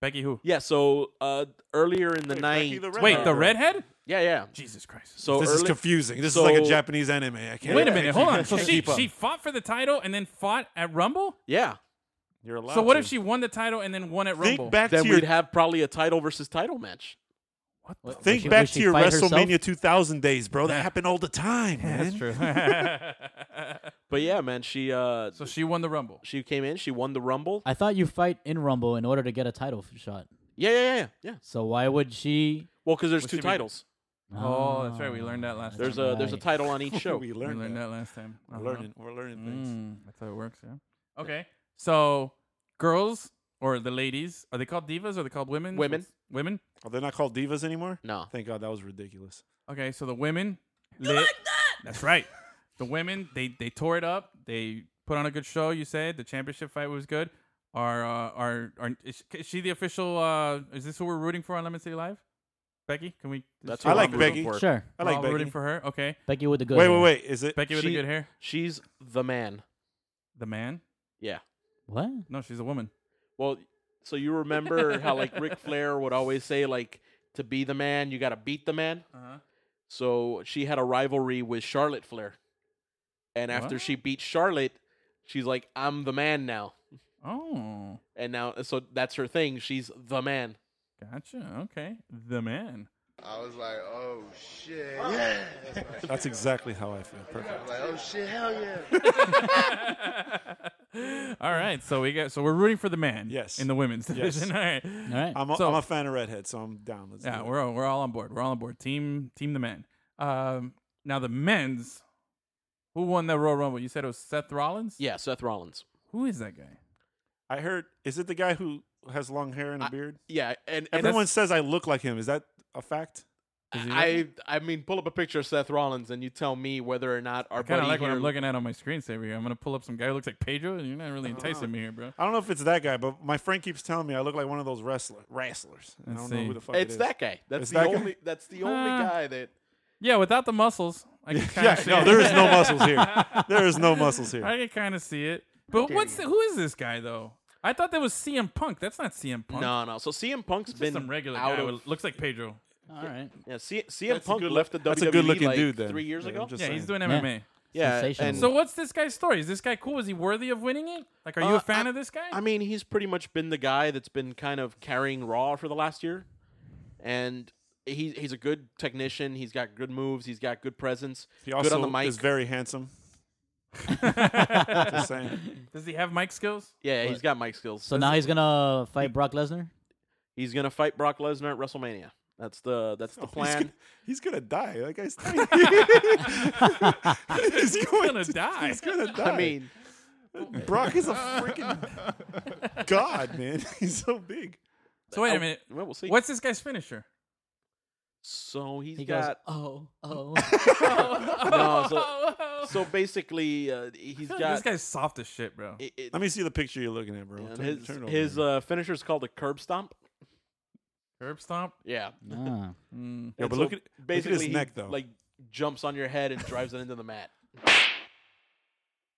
Speaker 2: Becky who?
Speaker 5: Yeah. So uh, earlier in the night,
Speaker 6: Becky the
Speaker 2: Wait,
Speaker 6: Red-
Speaker 2: the redhead?
Speaker 5: yeah, yeah.
Speaker 2: Jesus Christ.
Speaker 5: So
Speaker 6: This is
Speaker 5: early,
Speaker 6: confusing. This is like a
Speaker 5: so-
Speaker 6: Japanese anime. I can't.
Speaker 2: Wait a minute, hold on. So
Speaker 6: Can't
Speaker 2: she
Speaker 6: keep up.
Speaker 2: she fought for the title and then fought at Rumble.
Speaker 5: yeah.
Speaker 6: You're allowed
Speaker 2: So what
Speaker 6: to.
Speaker 2: if she won the title and then won at
Speaker 6: think
Speaker 2: Rumble? [LAUGHS]
Speaker 6: back
Speaker 5: Then
Speaker 6: to your
Speaker 5: we'd have probably a title versus title match.
Speaker 2: what the
Speaker 4: What-
Speaker 2: f-
Speaker 4: would
Speaker 6: think
Speaker 4: she-
Speaker 6: back
Speaker 4: would she
Speaker 6: to your
Speaker 4: fight herself?
Speaker 6: WrestleMania 2000 days, bro? That happened all the time, man.
Speaker 2: That's true.
Speaker 5: But yeah, man, she uh,
Speaker 2: [LAUGHS] so she won the Rumble.
Speaker 6: [LAUGHS]
Speaker 5: she came in, she won the Rumble.
Speaker 4: I thought you fight in Rumble in order to get a title f- shot.
Speaker 5: Yeah, yeah, yeah, yeah.
Speaker 4: So why would she?
Speaker 5: Well, because there's
Speaker 2: Well,
Speaker 5: two
Speaker 2: she be-
Speaker 5: titles.
Speaker 2: Oh, that's right. We learned that last
Speaker 5: There's
Speaker 2: time.
Speaker 5: a there's a
Speaker 4: Right.
Speaker 5: title on each show.
Speaker 6: we
Speaker 2: We
Speaker 6: learned,
Speaker 2: learned
Speaker 6: that.
Speaker 2: that last time.
Speaker 6: We're
Speaker 2: Uh-huh.
Speaker 6: learning. We're learning things.
Speaker 2: Mm, that's how it works. Yeah. Okay. So girls or the ladies are they called divas or are they called women?
Speaker 5: Women.
Speaker 2: What's- Women.
Speaker 6: Are they not called divas anymore?
Speaker 5: No.
Speaker 6: Thank God that was ridiculous.
Speaker 2: Okay, so the women lit. That's right. The women they they tore it up. They put on a good show. You said the championship fight was good. Are uh, are are is, is she the official? Uh, is this who we're rooting for on Lemon City Live? Becky, can we?
Speaker 5: That's
Speaker 6: I
Speaker 5: what
Speaker 6: like
Speaker 5: I'm rooting
Speaker 6: Becky.
Speaker 5: for.
Speaker 4: Sure,
Speaker 6: I like
Speaker 2: we're
Speaker 6: Becky.
Speaker 2: rooting for her. Okay,
Speaker 4: Becky with the good.
Speaker 6: wait, wait,
Speaker 4: hair.
Speaker 6: wait. Is it?
Speaker 2: Becky with the
Speaker 5: She-
Speaker 2: good hair.
Speaker 5: She's the man.
Speaker 2: The man?
Speaker 5: Yeah.
Speaker 4: What?
Speaker 2: No, she's a woman.
Speaker 5: Well, so you remember how like Ric Flair would always say like to be the man, you got to beat the man.
Speaker 2: Uh-huh.
Speaker 5: So she had a rivalry with Charlotte Flair, and after
Speaker 2: What?
Speaker 5: she beat Charlotte, she's like, "I'm the man now."
Speaker 2: Oh,
Speaker 5: And now, so that's her thing. She's the man.
Speaker 2: gotcha. Okay, the
Speaker 6: [LAUGHS]
Speaker 2: man. [LAUGHS]
Speaker 10: I was like, oh shit, yeah.
Speaker 6: That's exactly how I feel. Perfect.
Speaker 10: Like, oh shit, hell yeah.
Speaker 2: All right, so we got so we're rooting for the man.
Speaker 6: Yes.
Speaker 2: In the women's
Speaker 6: Yes.
Speaker 2: division. [LAUGHS] All right.
Speaker 4: All right.
Speaker 6: I'm a,
Speaker 2: So-
Speaker 6: am a fan of redhead, so I'm down. Let's
Speaker 2: Yeah,
Speaker 6: do it.
Speaker 2: we're all, we're all on board. We're all on board. Team team the men. Um, now the men's. Who won that Royal Rumble? You said it was Seth Rollins.
Speaker 5: Yeah, Seth Rollins.
Speaker 2: Who is that guy?
Speaker 6: I heard. Is it the guy who has long hair and a
Speaker 5: I-
Speaker 6: beard?
Speaker 5: Yeah, and, and
Speaker 6: Everyone says I look like him. Is that a fact?
Speaker 2: Is he
Speaker 5: I I mean, pull up a picture of Seth Rollins and you tell me whether or not our
Speaker 2: Kind
Speaker 5: buddy
Speaker 2: of like
Speaker 5: here,
Speaker 2: what I'm looking at on my screensaver here. I'm gonna pull up some guy who looks like Pedro. You're not really enticing me here, bro.
Speaker 6: I don't know if it's that guy, but my friend keeps telling me I look like one of those wrestler wrestlers. And I don't
Speaker 2: Let's
Speaker 6: know
Speaker 2: see.
Speaker 6: who the fuck it
Speaker 5: It's
Speaker 6: is.
Speaker 5: that guy. That's
Speaker 6: It's
Speaker 5: the
Speaker 6: that guy?
Speaker 5: only. That's the only
Speaker 2: Ah.
Speaker 5: guy that.
Speaker 2: Yeah, without the muscles, I can kind
Speaker 6: Yeah,
Speaker 2: of see
Speaker 6: no,
Speaker 2: it.
Speaker 6: there is [LAUGHS] no muscles here. There is no
Speaker 2: [LAUGHS]
Speaker 6: muscles
Speaker 2: I can
Speaker 6: here.
Speaker 2: kind of see it. But what's the, who is this guy though? I thought that was CM Punk. That's not CM Punk.
Speaker 5: No, no. So CM Punk's
Speaker 2: It's
Speaker 5: been
Speaker 2: just some regular
Speaker 5: out
Speaker 2: guy.
Speaker 5: of.
Speaker 2: with- looks like Pedro.
Speaker 4: All right.
Speaker 5: yeah, C- CM
Speaker 6: That's a
Speaker 5: Punk
Speaker 6: good look-
Speaker 5: left the WWE
Speaker 6: That's a good-looking
Speaker 5: like
Speaker 6: dude, then.
Speaker 5: three years
Speaker 6: Yeah,
Speaker 5: ago.
Speaker 6: I'm just
Speaker 2: Yeah,
Speaker 6: saying.
Speaker 2: he's doing
Speaker 4: Yeah.
Speaker 2: MMA.
Speaker 5: Yeah,
Speaker 4: Sensational.
Speaker 5: and
Speaker 2: So what's this guy's story? Is this guy cool? Is he worthy of winning it? Like, are you
Speaker 5: Uh,
Speaker 2: a fan
Speaker 5: I-
Speaker 2: of this guy?
Speaker 5: I mean, he's pretty much been the guy that's been kind of carrying Raw for the last year, and he he's a good technician. He's got good moves. He's got good presence.
Speaker 6: He also
Speaker 5: good on the mic.
Speaker 6: is very handsome. Just
Speaker 5: [LAUGHS]
Speaker 6: saying. [LAUGHS]
Speaker 2: Does he have mic skills?
Speaker 5: yeah, he's got mic skills.
Speaker 4: So now he's gonna fight Brock Lesnar.
Speaker 5: he's gonna fight Brock Lesnar at WrestleMania. That's the that's the
Speaker 6: Oh,
Speaker 5: plan.
Speaker 6: He's gonna, he's gonna die. That [LAUGHS] guy's dying. he's, going
Speaker 2: gonna
Speaker 6: to-
Speaker 2: die.
Speaker 6: He's gonna die.
Speaker 5: I mean,
Speaker 6: Brock is a freaking god, man. [LAUGHS] He's so big.
Speaker 2: So wait
Speaker 5: I-
Speaker 2: a minute.
Speaker 5: well, we'll see.
Speaker 2: What's this guy's
Speaker 6: [LAUGHS]
Speaker 2: finisher?
Speaker 5: So he's
Speaker 4: He goes,
Speaker 5: got
Speaker 4: oh,
Speaker 6: [LAUGHS]
Speaker 4: oh.
Speaker 5: no. So, so basically, uh, he's
Speaker 2: "Oh." [LAUGHS] this
Speaker 5: got.
Speaker 2: guy's soft as shit, bro.
Speaker 5: it- it-
Speaker 6: Let me see the picture you're looking at, bro.
Speaker 5: and
Speaker 6: Turn,
Speaker 5: his
Speaker 6: turn it over.
Speaker 5: his uh, finisher is called a curb stomp.
Speaker 2: Curb stomp.
Speaker 5: Yeah.
Speaker 4: Ah.
Speaker 2: Mm.
Speaker 6: Yeah,
Speaker 5: And
Speaker 6: but
Speaker 5: so
Speaker 6: look at- look at his
Speaker 5: basically he,
Speaker 6: neck, though. [LAUGHS]
Speaker 5: Like jumps on your head and drives it into the mat.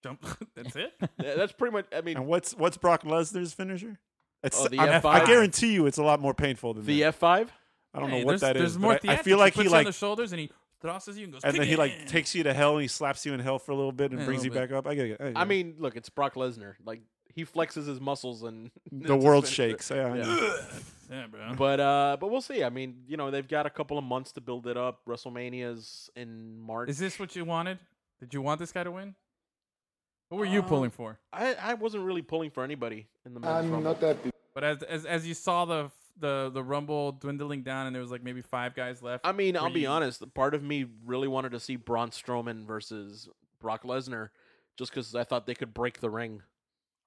Speaker 2: Jump. [LAUGHS] That's it.
Speaker 5: Th- That's pretty much. I mean,
Speaker 6: And what's what's Brock Lesnar's finisher? It's,
Speaker 5: Oh, the
Speaker 6: I,
Speaker 5: F5.
Speaker 6: I guarantee you, it's a lot more painful than
Speaker 5: the
Speaker 6: that.
Speaker 5: F five.
Speaker 6: I don't
Speaker 2: Hey,
Speaker 6: know what
Speaker 2: there's,
Speaker 6: that is.
Speaker 2: there's
Speaker 6: but
Speaker 2: more
Speaker 6: I- I
Speaker 2: theatrics.
Speaker 6: feel like
Speaker 2: puts you
Speaker 6: he
Speaker 2: on
Speaker 6: like
Speaker 2: the shoulders and he thrashes you and goes.
Speaker 6: and then
Speaker 2: "Kick
Speaker 6: he like
Speaker 2: it."
Speaker 6: takes you to hell and he slaps you in hell for a little bit and
Speaker 2: Yeah, a
Speaker 6: brings you
Speaker 2: little
Speaker 6: back up. I get it. get
Speaker 5: I
Speaker 6: it.
Speaker 5: mean, look, it's Brock Lesnar. Like he flexes his muscles and [LAUGHS]
Speaker 6: the world shakes. Yeah, I know.
Speaker 2: Yeah, bro.
Speaker 5: But uh, but we'll see. I mean, you know, they've got a couple of months to build it up. WrestleMania's in March.
Speaker 2: Is this what you wanted? Did you want this guy to win? What were you
Speaker 6: Uh,
Speaker 2: pulling for?
Speaker 5: I, I wasn't really pulling for anybody in the men's Rumble.
Speaker 10: that
Speaker 2: But as as as you saw the the the rumble dwindling down and there was like maybe five guys left.
Speaker 5: I mean,
Speaker 2: were
Speaker 5: I'll be
Speaker 2: you-
Speaker 5: honest. Part of me really wanted to see Braun Strowman versus Brock Lesnar, just because I thought they could break the ring.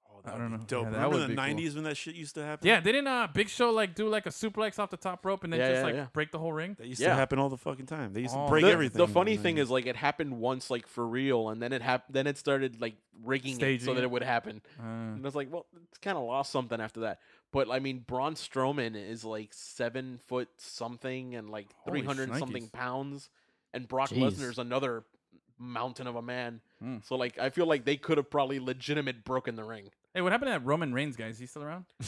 Speaker 6: Oh,
Speaker 2: I
Speaker 6: that'd
Speaker 2: don't
Speaker 6: be
Speaker 2: know.
Speaker 6: Dope.
Speaker 2: Yeah, that
Speaker 6: Remember
Speaker 2: would
Speaker 6: the
Speaker 2: be cool.
Speaker 6: '90s when that shit used to happen?
Speaker 2: Yeah, didn't uh Big Show like do like a suplex off the top rope and then
Speaker 5: Yeah,
Speaker 2: just
Speaker 5: yeah,
Speaker 2: like
Speaker 5: yeah.
Speaker 2: break the whole ring?
Speaker 6: that used
Speaker 5: Yeah.
Speaker 6: to happen all the fucking time. They used
Speaker 2: Oh.
Speaker 6: to break
Speaker 5: the,
Speaker 6: everything.
Speaker 5: the
Speaker 6: in
Speaker 5: funny thing
Speaker 2: Mm-hmm.
Speaker 6: 90s.
Speaker 5: is, like, it happened once, like for real, and then it hap- Then it started like rigging it so
Speaker 2: Staging
Speaker 5: that
Speaker 2: it.
Speaker 5: it would happen.
Speaker 2: Uh,
Speaker 5: And I was like, well, it's kind of lost something after that. But I mean, Braun Strowman is like seven foot something and like
Speaker 2: Holy
Speaker 5: three hundred something
Speaker 2: shnikes.
Speaker 5: pounds, and Brock
Speaker 4: Jeez.
Speaker 5: Lesnar's another mountain of a man.
Speaker 2: Mm.
Speaker 5: So like, I feel like they could have probably legitimate broken the ring.
Speaker 2: hey, what happened to that Roman Reigns guy? Is he still
Speaker 5: [LAUGHS]
Speaker 2: around? Oh,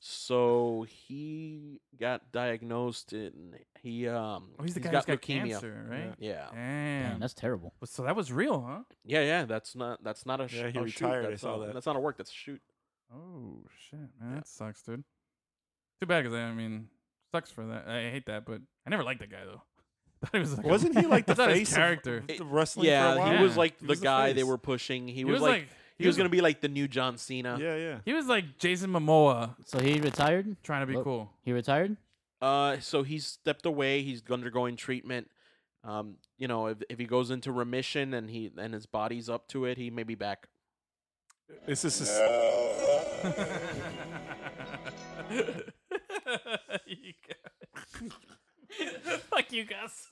Speaker 5: So he got diagnosed and he um
Speaker 2: Oh, he's the guy
Speaker 5: got
Speaker 2: who's got
Speaker 5: leukemia.
Speaker 2: cancer, right?
Speaker 5: Yeah.
Speaker 2: Damn.
Speaker 4: Damn, that's terrible.
Speaker 2: Well, so that was real, huh?
Speaker 5: Yeah, yeah, that's not that's not a sh-
Speaker 6: Yeah, he
Speaker 5: a
Speaker 6: retired, I
Speaker 5: shoot. That's,
Speaker 6: saw
Speaker 5: a-
Speaker 6: that.
Speaker 5: that's not a work, that's a shoot.
Speaker 2: Oh shit, man, that sucks, dude. Too bad, cause I I mean, sucks for that. I hate that, but I never liked that guy though. [LAUGHS] Thought he was like a-
Speaker 6: wasn't he
Speaker 2: [LAUGHS]
Speaker 6: like
Speaker 2: I
Speaker 6: the
Speaker 2: thought his
Speaker 6: face of-
Speaker 2: character.
Speaker 6: of the wrestling? for a
Speaker 5: yeah,
Speaker 6: while?
Speaker 5: he was
Speaker 2: Yeah.
Speaker 5: like
Speaker 6: He
Speaker 5: the
Speaker 6: was the
Speaker 5: guy they
Speaker 6: face.
Speaker 5: were pushing. He, was, like, he was gonna be like the new John Cena.
Speaker 6: Yeah, yeah.
Speaker 2: he was like Jason Momoa
Speaker 4: So he retired.
Speaker 2: trying to be
Speaker 4: Look.
Speaker 2: cool.
Speaker 4: He retired.
Speaker 5: Uh, so he's stepped away. He's undergoing treatment. Um, you know, if, if he goes into remission and he and his body's up to it, he may be back.
Speaker 6: It's just a s-
Speaker 2: [LAUGHS] You got- [LAUGHS] Fuck you, Gus.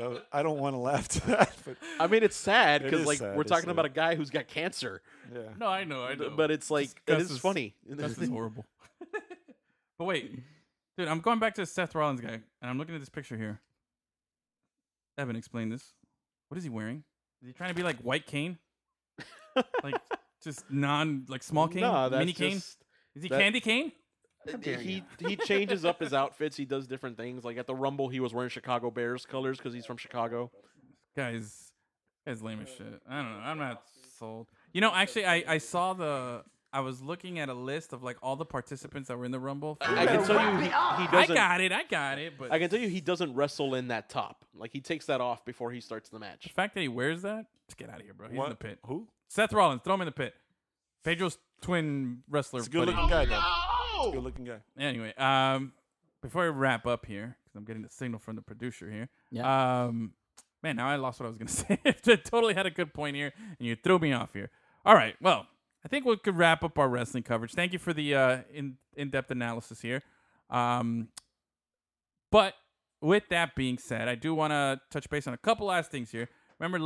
Speaker 6: uh, I don't want to laugh to that, but
Speaker 5: I mean, it's sad
Speaker 6: It
Speaker 5: because
Speaker 6: is
Speaker 5: like
Speaker 6: sad,
Speaker 5: we're
Speaker 6: it's
Speaker 5: talking
Speaker 6: sad.
Speaker 5: about a guy who's got cancer,
Speaker 6: yeah.
Speaker 2: No, I know, I know.
Speaker 5: but it's like it
Speaker 2: Gus
Speaker 5: is funny.
Speaker 2: Gus
Speaker 5: [LAUGHS]
Speaker 2: is horrible. but wait, dude, I'm going back to Seth Rollins guy, and I'm looking at this picture here. Evan, explain this. What is he wearing? Is he trying to be like White
Speaker 5: [LAUGHS]
Speaker 2: Cane? like just non, like small cane,
Speaker 5: Nah, that's
Speaker 2: mini cane?
Speaker 5: just-
Speaker 2: Is he
Speaker 5: that-
Speaker 2: Candy Cane?
Speaker 5: he he changes up his outfits. He does different things. Like at the Rumble, he was wearing Chicago Bears colors because he's from Chicago.
Speaker 2: guys guys lame as shit i don't know i'm not sold you know actually i i saw the i was looking at a list of like all the participants that were in the rumble
Speaker 5: I can tell you, he, he
Speaker 2: I
Speaker 5: doesn't.
Speaker 2: got it i got it but
Speaker 5: I can tell you, he doesn't wrestle in that top. Like he takes that off before he starts the match.
Speaker 2: the fact that he wears that just get out of here bro he's in the pit
Speaker 6: Who?
Speaker 2: seth rollins throw him in the pit pedro's twin wrestler
Speaker 6: It's a good
Speaker 2: buddy.
Speaker 6: looking guy, though. Good looking guy.
Speaker 2: anyway um before i wrap up here because i'm getting a signal from the producer here um man now i lost what i was gonna [LAUGHS] say i totally had a good point here and you threw me off here all right well i think we could wrap up our wrestling coverage thank you for the uh in in-depth analysis here um but with that being said i do want to touch base on a couple last things here remember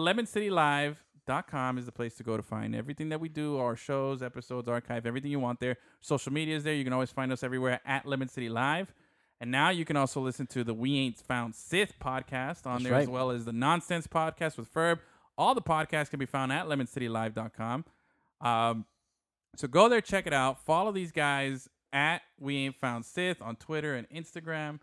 Speaker 2: lemoncitylive.com is the place to go to find everything that we do our shows episodes archive everything you want there social media is there you can always find us everywhere at lemon city live and now you can also listen to the We Ain't Found Sith podcast on
Speaker 4: That's
Speaker 2: there as
Speaker 4: right.
Speaker 2: well as the Nonsense podcast with Ferb. All the podcasts can be found at lemoncitylive.com. Um, so go there, check it out. Follow these guys at We Ain't Found Sith on Twitter and Instagram.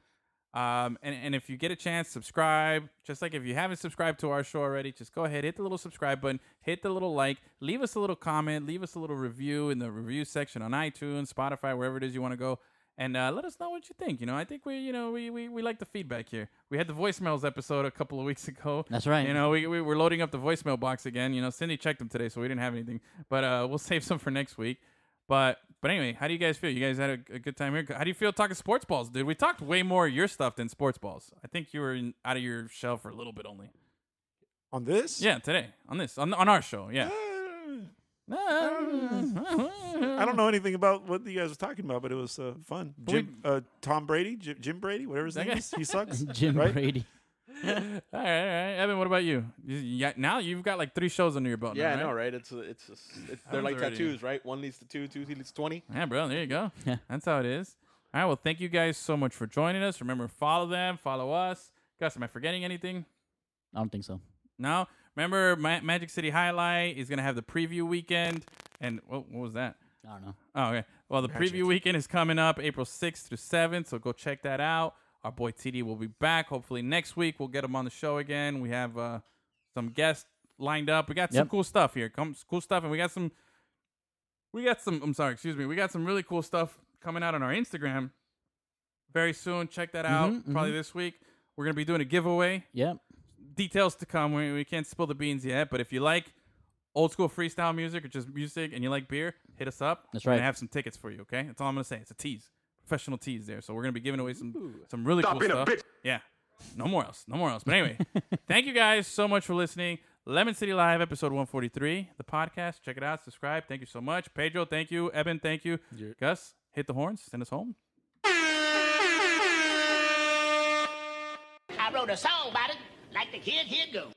Speaker 2: Um, and, and if you get a chance, subscribe. Just like if you haven't subscribed to our show already, just go ahead, hit the little subscribe button, hit the little like, leave us a little comment, leave us a little review in the review section on iTunes, Spotify, wherever it is you want to go. And uh, let us know what you think. You know, I think we, you know, we, we, we like the feedback here. We had the voicemails episode a couple of weeks ago.
Speaker 4: That's right.
Speaker 2: You know, we, we we're loading up the voicemail box again. You know, Cindy checked them today, so we didn't have anything. But uh, we'll [LAUGHS] save some for next week. But but anyway, how do you guys feel? You guys had a, a good time here. How do you feel talking sports balls, dude? We talked way more of your stuff than sports balls. I think you were in, out of your shell for a little bit only.
Speaker 6: On this?
Speaker 2: Yeah, today on this on on our show.
Speaker 5: [LAUGHS]
Speaker 2: Yeah.
Speaker 6: I
Speaker 2: I
Speaker 6: don't know anything about what you guys were talking about, but it was uh, fun. Jim, uh, Tom Brady, Jim, Jim Brady, whatever his
Speaker 2: That
Speaker 6: name
Speaker 2: guy?
Speaker 6: is, he
Speaker 2: [LAUGHS]
Speaker 4: [LAUGHS]
Speaker 6: sucks.
Speaker 4: Jim
Speaker 6: right?
Speaker 4: Brady.
Speaker 2: all right, all right, Evan. What about you? you? Yeah, now you've got like three shows under your belt.
Speaker 5: Yeah,
Speaker 2: now,
Speaker 5: I know,
Speaker 2: right?
Speaker 5: right? It's a- it's, a s- it's they're
Speaker 2: Happens
Speaker 5: like
Speaker 2: already.
Speaker 5: tattoos, right? One leads to two, two leads to twenty.
Speaker 2: Yeah, bro. There you go.
Speaker 4: Yeah.
Speaker 2: That's how it is. All right. Well, thank you guys so much for joining us. Remember, follow them, follow us. Gus, am I forgetting anything?
Speaker 4: I don't think so.
Speaker 2: No. Remember, Ma- Magic City Highlight is gonna have the preview weekend, and what, what was that?
Speaker 4: I don't know.
Speaker 2: Oh, okay. Well, the preview weekend is coming up April 6th through 7th, so go check that out. Our boy TD will be back hopefully next week. We'll get him on the show again. We have uh, some guests lined up. We got some
Speaker 4: Yep.
Speaker 2: cool stuff here. Come cool stuff, and we got some. We got some. I'm sorry, excuse me. We got some really cool stuff coming out on our Instagram very soon. Check that out.
Speaker 4: Mhm,
Speaker 2: Probably this week. We're gonna be doing a giveaway
Speaker 4: Yep.
Speaker 2: details to come. We, we can't spill the beans yet, but if you like old school freestyle music or just music and you like beer, hit us up.
Speaker 4: That's
Speaker 2: We're gonna
Speaker 4: right.
Speaker 2: have some tickets for you, okay? That's all I'm going to say. It's a tease. Professional tease there. So we're going to be giving away some some really cool stuff. Yeah. No more else. No more else. But
Speaker 4: [LAUGHS]
Speaker 2: anyway, thank you guys so much for listening. Lemon City Live, episode 143, the podcast. Check it out. Subscribe. Thank you so much. Pedro, thank you. Eben, thank you. Gus, hit the horns. Send us home.
Speaker 8: I wrote a song about it, like the kid here go.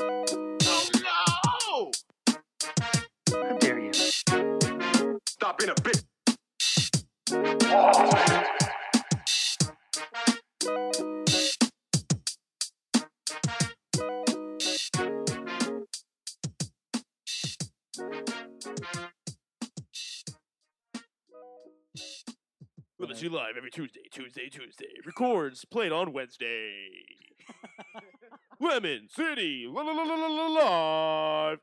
Speaker 10: Oh no! How dare you? Stop being a bitch.
Speaker 5: Limit City Live every Tuesday, Tuesday, Tuesday. Records played on Wednesday. Lemon City Live.